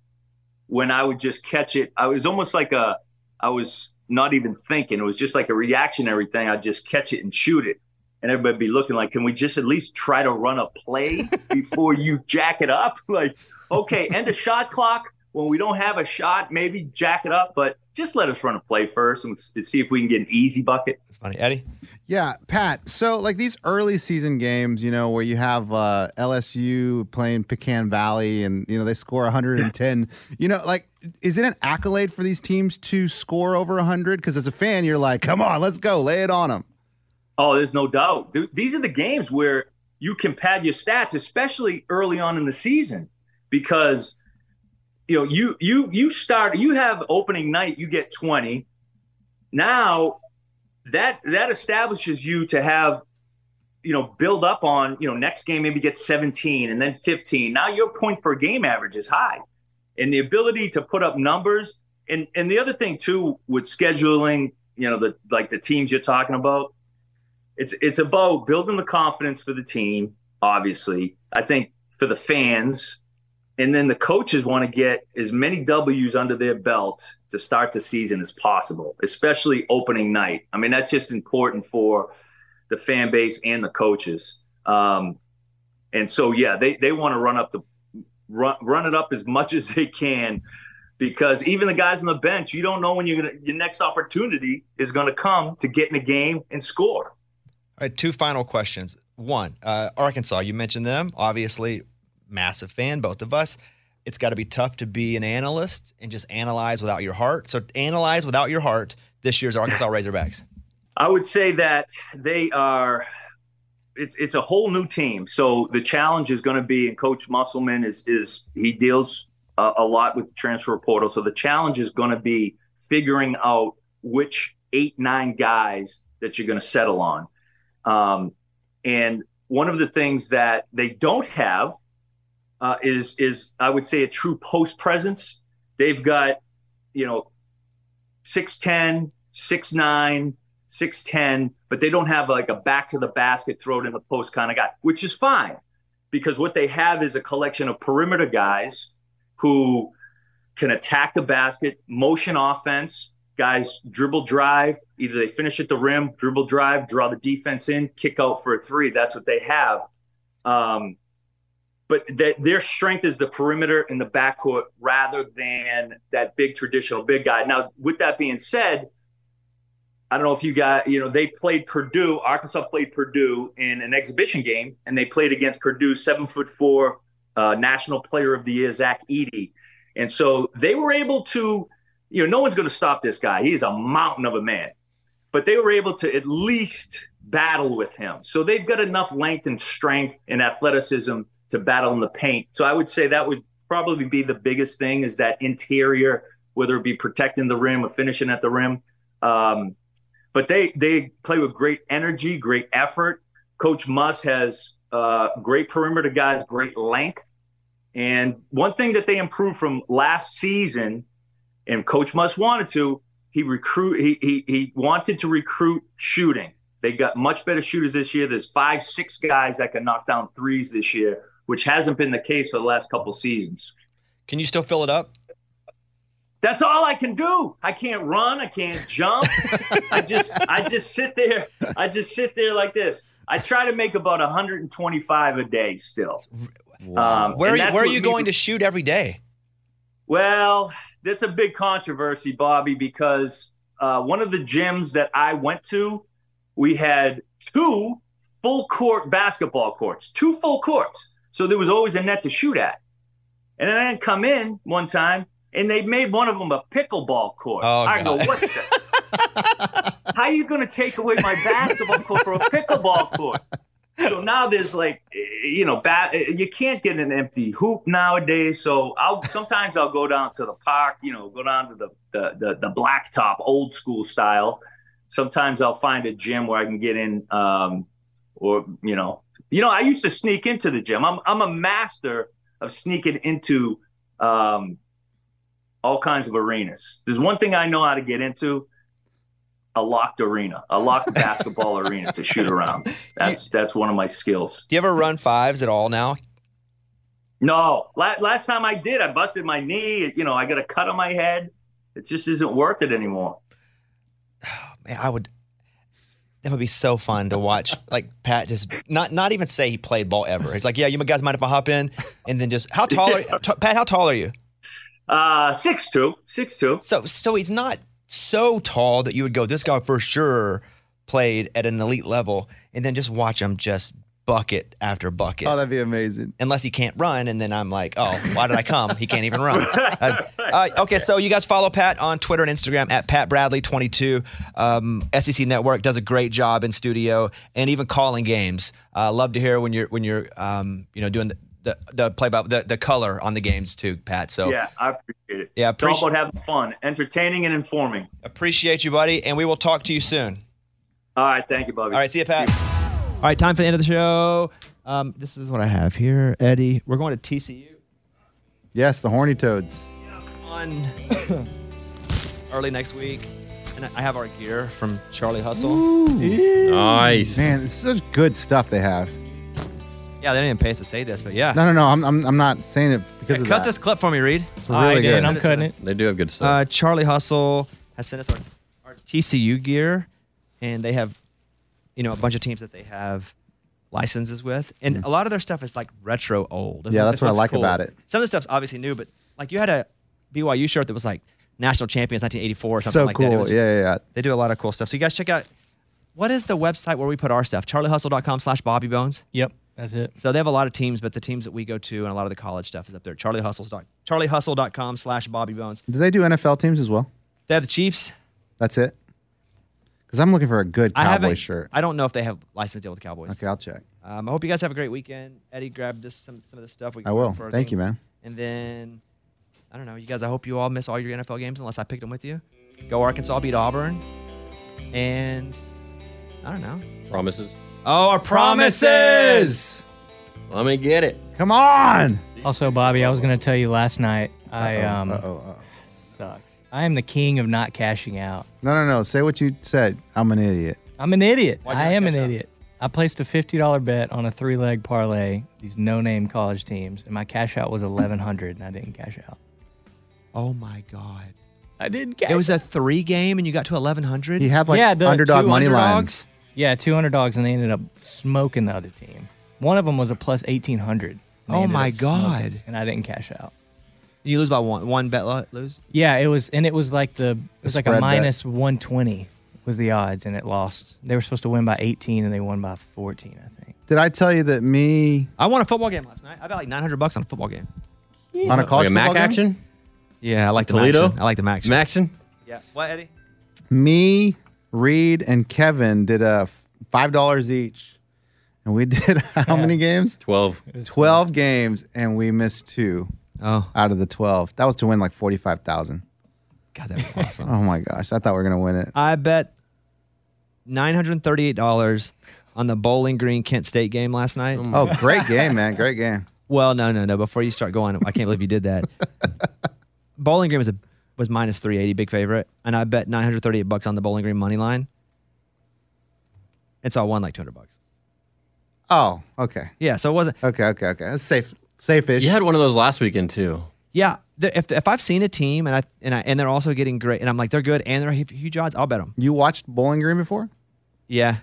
Speaker 4: when I would just catch it. I was almost like a, I was not even thinking. It was just like a reactionary thing. I'd just catch it and shoot it. And everybody'd be looking like, can we just at least try to run a play before you jack it up? *laughs* Like, okay, end the shot clock. When we don't have a shot, maybe jack it up, but just let us run a play first and s- see if we can get an easy bucket.
Speaker 7: Funny, Eddie.
Speaker 9: Yeah, Pat. So like these early season games, you know, where you have uh, LSU playing Pecan Valley, and you know they score 110. You know, like is it an accolade for these teams to score over 100? Because as a fan, you're like, come on, let's go, lay it on them.
Speaker 4: Oh, there's no doubt. Th- These are the games where you can pad your stats, especially early on in the season, because you know you you you start you have opening night, you get 20. Now that that establishes you to have you know build up on you know next game maybe get 17 and then 15. Now your points per game average is high, and the ability to put up numbers. And and the other thing too with scheduling, you know the like the teams you're talking about it's it's about building the confidence for the team obviously i think for the fans and then the coaches want to get as many w's under their belt to start the season as possible especially opening night i mean that's just important for the fan base and the coaches um, and so yeah they, they want to run up the run, run it up as much *laughs* as they can because even the guys on the bench you don't know when you're gonna, your next opportunity is going to come to get in the game and score
Speaker 7: All right, two final questions. One, uh, Arkansas, you mentioned them. Obviously, massive fan, both of us. It's got to be tough to be an analyst and just analyze without your heart. So, analyze without your heart this year's Arkansas Razorbacks.
Speaker 4: I would say that they are. It's it's a whole new team, so the challenge is going to be. And Coach Musselman is is he deals a, a lot with the transfer portal, so the challenge is going to be figuring out which eight nine guys that you're going to settle on. Um, and one of the things that they don't have uh, is is I would say a true post presence. They've got you know 6'10, 6'9, 6'10, but they don't have like a back to the basket, throw it in the post kind of guy, which is fine because what they have is a collection of perimeter guys who can attack the basket, motion offense, guys dribble drive, either they finish at the rim, dribble drive, draw the defense in, kick out for a three. That's what they have. Um, but that their strength is the perimeter and the backcourt rather than that big traditional big guy. Now, with that being said, I don't know if you got, you know, they played Purdue, Arkansas played Purdue in an exhibition game, and they played against Purdue, seven foot four, uh, National Player of the Year, Zach Eady. And so they were able to, you know, no one's going to stop this guy. He's a mountain of a man but they were able to at least battle with him. So they've got enough length and strength and athleticism to battle in the paint. So I would say that would probably be the biggest thing is that interior, whether it be protecting the rim or finishing at the rim. Um, but they they play with great energy, great effort. Coach Muss has uh, great perimeter guys, great length. And one thing that they improved from last season, and Coach Musk wanted to, he recruit he, he he wanted to recruit shooting. They got much better shooters this year. There's five, six guys that can knock down threes this year, which hasn't been the case for the last couple seasons.
Speaker 7: Can you still fill it up?
Speaker 4: That's all I can do. I can't run. I can't
Speaker 7: *laughs*
Speaker 4: jump. I just I just sit there. I just sit there like this. I try to make about 125 a day still. Um,
Speaker 7: where are
Speaker 4: and
Speaker 7: you,
Speaker 4: that's
Speaker 7: where are
Speaker 4: what
Speaker 7: you
Speaker 4: we-
Speaker 7: going to shoot every day?
Speaker 4: Well, that's a big controversy, Bobby, because uh, one of the gyms that I went to, we had two full court basketball courts, two full courts. So there was always a net to shoot at. And then I didn't come in one time and they made one of them a pickleball court.
Speaker 7: Oh,
Speaker 4: I go,
Speaker 7: God.
Speaker 4: what the?
Speaker 7: *laughs*
Speaker 4: How you going to take away my basketball court for a pickleball court? So now there's like, eh, you know, ba- eh, you can't get an empty hoop nowadays. So I'll sometimes I'll go down to the park, you know, go down to the the the, the blacktop, old school style. Sometimes I'll find a gym where I can get in, um, or you know, you know, I used to sneak into the gym. I'm I'm a master of sneaking into um, all kinds of arenas. There's one thing I know how to get into: a locked arena, a locked
Speaker 7: *laughs*
Speaker 4: basketball arena to shoot around. That's that's one of my skills.
Speaker 7: Do you ever run fives at all now?
Speaker 4: No, la- last time I did, I busted my knee. You know, I got a cut on my head. It just isn't worth it anymore.
Speaker 7: Man, I would. That would be so fun to watch. Like Pat just not not even say he played ball ever. He's like, yeah, you guys mind if I hop in? And then just how tall are you? T- Pat? How tall are you?
Speaker 4: Uh, six two, six two.
Speaker 7: So so he's not so tall that you would go. This guy for sure played at an elite level, and then just watch him just bucket after bucket. Oh,
Speaker 9: that'd be amazing.
Speaker 7: Unless he can't run, and then I'm like, oh, why did I come? He can't
Speaker 4: *laughs*
Speaker 7: even run. Uh, uh, okay, so you guys follow Pat on Twitter and Instagram at Pat Bradley 22. Um, SEC Network does a great job in studio and even calling games. Uh, love to hear when you're when you're um, you know doing the the, the play by the, the color on the games too, Pat. So
Speaker 4: yeah, I appreciate it.
Speaker 7: Yeah,
Speaker 4: it's all
Speaker 7: appreciate-
Speaker 4: about having fun, entertaining, and informing.
Speaker 7: appreciate you, buddy, and we will talk to you soon.
Speaker 4: All right, thank you, Bobby.
Speaker 7: All right, see you, Pat.
Speaker 8: All right, time for the end of the show. Um, this is what I have here, Eddie. We're going to TCU.
Speaker 9: Yes, the Horny Toads.
Speaker 7: On
Speaker 8: *coughs*
Speaker 7: early next week, and I have our gear from Charlie Hustle.
Speaker 10: Nice.
Speaker 9: Man, it's such good stuff they have.
Speaker 7: Yeah, they didn't pay us to say this, but yeah.
Speaker 9: No, no, no. I'm, I'm, I'm not saying it because of
Speaker 8: Cut
Speaker 9: that.
Speaker 8: this clip for me, Reed.
Speaker 9: It's really good.
Speaker 10: They do have good stuff.
Speaker 8: Uh, Charlie Hustle has sent us our, our TCU gear, and they have, you know, a bunch of teams that they have licenses with, and
Speaker 9: Hmm.
Speaker 8: a lot of their stuff is like retro old.
Speaker 9: Yeah, that's what I
Speaker 8: what's
Speaker 9: like about it.
Speaker 8: Some of the stuff's obviously new, but like you had a BYU shirt that was like national champions 1984 or something
Speaker 9: So
Speaker 8: like that. It
Speaker 9: cool.
Speaker 8: was-
Speaker 9: yeah, yeah, yeah.
Speaker 8: They do a lot of cool stuff. So you guys check out what is the website where we put our stuff? CharlieHustle.com slash Bobby Bones.
Speaker 13: Yep, that's it.
Speaker 8: So they have a lot of teams, but the teams that we go to and a lot of the college stuff is up there. CharlieHustle's dot CharlieHustle.com slash Bobby Bones.
Speaker 9: Do they do NFL teams as well?
Speaker 8: They have the Chiefs.
Speaker 9: That's it. Because I'm looking for a good
Speaker 8: I haven't-
Speaker 9: cowboy shirt.
Speaker 8: I don't know if they have license deal with the Cowboys.
Speaker 9: Okay, I'll check.
Speaker 8: Um, I hope you guys have a great weekend. Eddie, grab this some some of the stuff. We
Speaker 9: I
Speaker 8: can
Speaker 9: will.
Speaker 8: for our
Speaker 9: Thank
Speaker 8: thing.
Speaker 9: you, man.
Speaker 8: And then I don't know, you guys. I hope you all miss all your NFL games unless I picked them with you. Go Arkansas beat Auburn, and I don't know.
Speaker 10: Promises.
Speaker 8: Oh, our promises.
Speaker 10: Let me get it.
Speaker 9: Come on.
Speaker 13: Also, Bobby, I was going to tell you last night. I
Speaker 9: Uh-oh, Uh,
Speaker 13: um
Speaker 9: uh-oh, uh-oh.
Speaker 13: sucks. I am the king of not cashing out.
Speaker 9: No, no, no. Say what you said. I'm an idiot.
Speaker 13: I'm an idiot. I am an idiot. I placed a fifty dollar bet on a three leg parlay. These no name college teams, and my cash out was eleven hundred, and I didn't cash out.
Speaker 8: Oh my God.
Speaker 13: I didn't
Speaker 8: It was a three game, and you got to eleven hundred.
Speaker 13: Yeah, the two underdogs- Yeah, two underdogs, and they ended up smoking the other team. One of them was a plus eighteen hundred.
Speaker 8: Oh my God.
Speaker 13: and I didn't cash out.
Speaker 8: You lose by one. One bet lo- lose.
Speaker 13: Yeah, it was, and it was like the it was like
Speaker 8: spread
Speaker 13: a
Speaker 8: bet.
Speaker 13: minus one twenty was the odds, and it lost. They were supposed to win by eighteen, and they won by fourteen. I think.
Speaker 9: Did I tell you that me
Speaker 8: I won a football game last night. I bet like nine hundred bucks on a football game.
Speaker 9: on a college
Speaker 10: Like a Mac
Speaker 9: football game?
Speaker 10: action?
Speaker 8: Yeah, I like the
Speaker 10: Toledo.
Speaker 8: Maction. I like the Maction.
Speaker 10: Maction.
Speaker 8: Yeah. What, Eddie?
Speaker 9: me, Reed, and Kevin did a f- five dollars each, and we *laughs* did how many games?
Speaker 10: Twelve.
Speaker 9: Twelve games, and we missed two.
Speaker 8: Oh,
Speaker 9: out of the twelve, that was to win like forty five thousand.
Speaker 8: God, that
Speaker 9: *laughs*
Speaker 8: was awesome.
Speaker 9: oh my gosh, I thought we were gonna win it.
Speaker 8: I bet nine hundred thirty-eight dollars on the Bowling Green Kent State game last night.
Speaker 9: my Oh, God. great game, man. Great game.
Speaker 8: Well, no, no, no. Before you start going, I can't believe you did that.
Speaker 9: *laughs*
Speaker 8: Bowling Green was a was minus 380, big favorite, and I bet 938 bucks on the Bowling Green money line. And so I won like 200 bucks.
Speaker 9: Oh, okay.
Speaker 8: Yeah, so it wasn't.
Speaker 9: Okay, okay, okay. That's safe, safe-ish.
Speaker 10: You had one of those last weekend too.
Speaker 8: Yeah, the- if if I've seen a team and I and I and they're also getting great, and I'm like they're good and they're hu- huge odds, I'll bet them.
Speaker 9: You watched Bowling Green before?
Speaker 8: Yeah,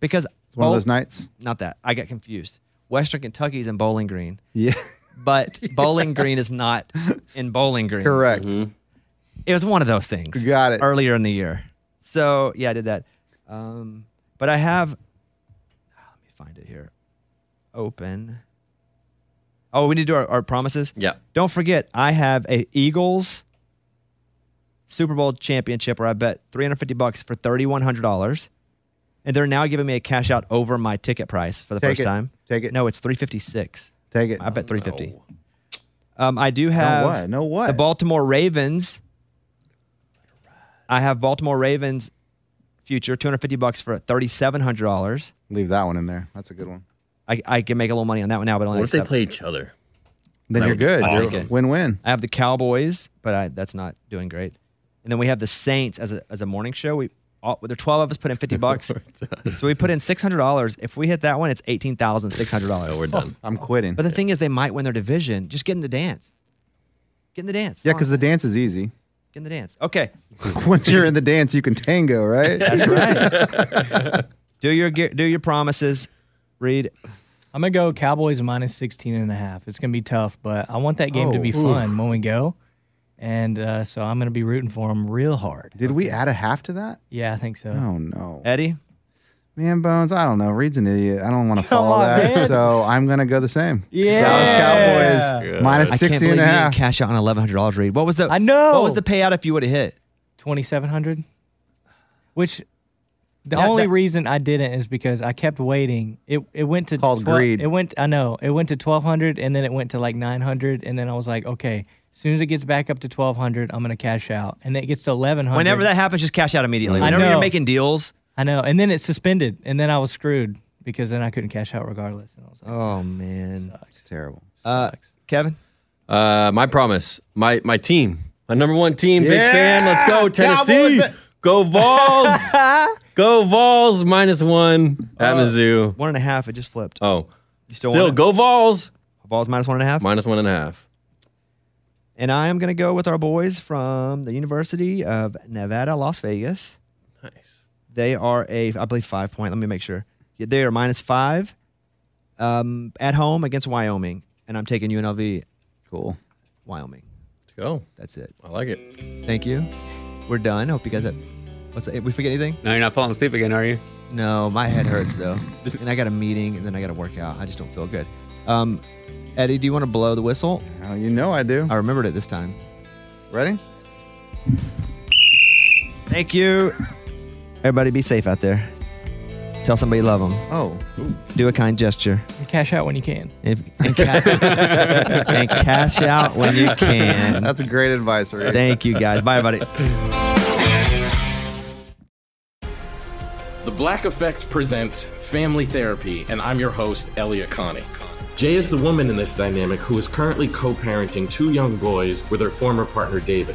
Speaker 8: because
Speaker 9: It's one of those nights.
Speaker 8: Not that I got confused. Western Kentucky's in Bowling Green,
Speaker 9: Yeah. *laughs*
Speaker 8: but Bowling Green is not in Bowling Green.
Speaker 9: Correct.
Speaker 8: It was one of those things.
Speaker 9: Got it.
Speaker 8: Earlier in the year. So yeah, I did that. Um, but I have. Let me find it here. Open. Oh, we need to do our, our promises.
Speaker 10: Yeah.
Speaker 8: Don't forget, I have a Eagles Super Bowl championship where I bet 350 bucks for $3,100. And they're now giving me a cash out over my ticket price for the
Speaker 9: Take
Speaker 8: first
Speaker 9: it.
Speaker 8: time.
Speaker 9: Take it.
Speaker 8: No, it's 356.
Speaker 9: Take it.
Speaker 8: I bet 350. Um, I do have
Speaker 9: what? No what?
Speaker 8: the Baltimore Ravens. I have Baltimore Ravens future 250 bucks for $3,700.
Speaker 9: Leave that one in there. That's a good one.
Speaker 8: I, I can make a little money on that one now, but only
Speaker 10: What if they
Speaker 8: accept-
Speaker 10: play each other?
Speaker 9: Then
Speaker 8: That
Speaker 9: you're
Speaker 8: would
Speaker 9: good.
Speaker 8: be
Speaker 9: You're
Speaker 8: awesome.
Speaker 9: Win-win.
Speaker 8: I have the Cowboys, but I, that's not doing great. And then we have the Saints as a, as a morning show. We all, there are twelve of us put
Speaker 10: *laughs*
Speaker 8: in fifty bucks, so we put in six hundred dollars. If we hit that one, it's eighteen thousand six hundred dollars. Oh, we're
Speaker 10: done.
Speaker 9: I'm quitting.
Speaker 8: But the thing is, they might win their division. Just get in the dance. Get in the dance.
Speaker 9: Yeah, because the dance is
Speaker 8: *laughs*
Speaker 9: easy.
Speaker 8: Get in the dance. Okay,
Speaker 9: Once you're in the dance, you can tango, right?
Speaker 8: That's right. do your ge- do your promises. Read.
Speaker 13: I'm going to go Cowboys minus 16 and a half. It's going to be tough, but I want that game to
Speaker 9: Oh,
Speaker 13: be
Speaker 9: oof.
Speaker 13: fun when we go. And uh, so I'm going to be rooting for them real hard.
Speaker 9: Did we add a half to that?
Speaker 13: Yeah, I think so.
Speaker 9: Oh no,
Speaker 8: Eddie.
Speaker 9: Man, Bones. I don't know. Reed's an idiot. I don't want to follow
Speaker 13: on,
Speaker 9: that,
Speaker 13: man.
Speaker 9: so I'm gonna go the same.
Speaker 8: Dallas
Speaker 9: Cowboys Yeah. minus
Speaker 8: I can't
Speaker 9: 16
Speaker 8: believe
Speaker 9: and a
Speaker 8: you didn't
Speaker 9: half.
Speaker 8: cash out on eleven hundred dollars. Read. What was the? I
Speaker 13: know.
Speaker 8: What was the *laughs* payout if you would have hit?
Speaker 13: 2700 Which the
Speaker 8: That-
Speaker 13: only
Speaker 8: that-
Speaker 13: reason I didn't is because I kept waiting. It it went to
Speaker 9: Called greed.
Speaker 13: It went I know. It went to 1200 and then it went to like 900 and then I was like, okay, as soon as it gets back up to 1200, I'm going to cash out. And then it gets to 1100.
Speaker 8: Whenever that happens, just cash out immediately.
Speaker 13: I
Speaker 8: Whenever
Speaker 13: know.
Speaker 8: you're making deals.
Speaker 13: I know. And then it's suspended and then I was screwed because then I couldn't cash out regardless. And I was like,
Speaker 8: oh man.
Speaker 9: It's terrible.
Speaker 8: Uh, Kevin?
Speaker 10: Uh, my promise. My my team. My number one team. Big
Speaker 13: Yeah!
Speaker 10: fan. Let's go Tennessee.
Speaker 13: Cowboys, ba-
Speaker 10: Go Vols. go Vols minus one at
Speaker 8: Uh,
Speaker 10: Mizzou.
Speaker 8: *laughs* One and a half. It just flipped.
Speaker 10: Oh,
Speaker 8: You
Speaker 10: still,
Speaker 8: still want it?
Speaker 10: go Vols.
Speaker 8: Vols minus one and a half.
Speaker 10: Minus one and a half.
Speaker 8: And I am going to go with our boys from the University of Nevada, Las Vegas.
Speaker 10: Nice.
Speaker 8: They are a, I believe, five point. Let me make sure. Yeah, they are minus five um, at home against Wyoming. And I'm taking UNLV.
Speaker 9: Cool.
Speaker 8: Wyoming.
Speaker 10: Let's go.
Speaker 8: That's it.
Speaker 10: I like it.
Speaker 8: Thank you. We're done. Hope you guys have. What's we forget anything?
Speaker 14: No, you're not falling asleep again, are you?
Speaker 8: No, my head hurts though, *laughs* and I got a meeting, and then I got to work out. I just don't feel good. Um, Eddie, do you want to blow the whistle?
Speaker 9: Oh, you know I do.
Speaker 8: I remembered it this time.
Speaker 9: Ready?
Speaker 8: Thank you. Everybody, be safe out there. Tell somebody you love them.
Speaker 9: Oh.
Speaker 8: Do a
Speaker 9: *laughs*
Speaker 8: kind gesture.
Speaker 13: cash out when you can.
Speaker 8: If, *laughs* and, ca- and cash out when you can.
Speaker 9: That's great advice, Reed.
Speaker 8: Thank you, guys. Bye, everybody.
Speaker 6: The Black Effect presents Family Therapy, and I'm your host, Elliot Connie.
Speaker 3: Jay is the woman in this dynamic who is currently co parenting two young boys with her former partner, David.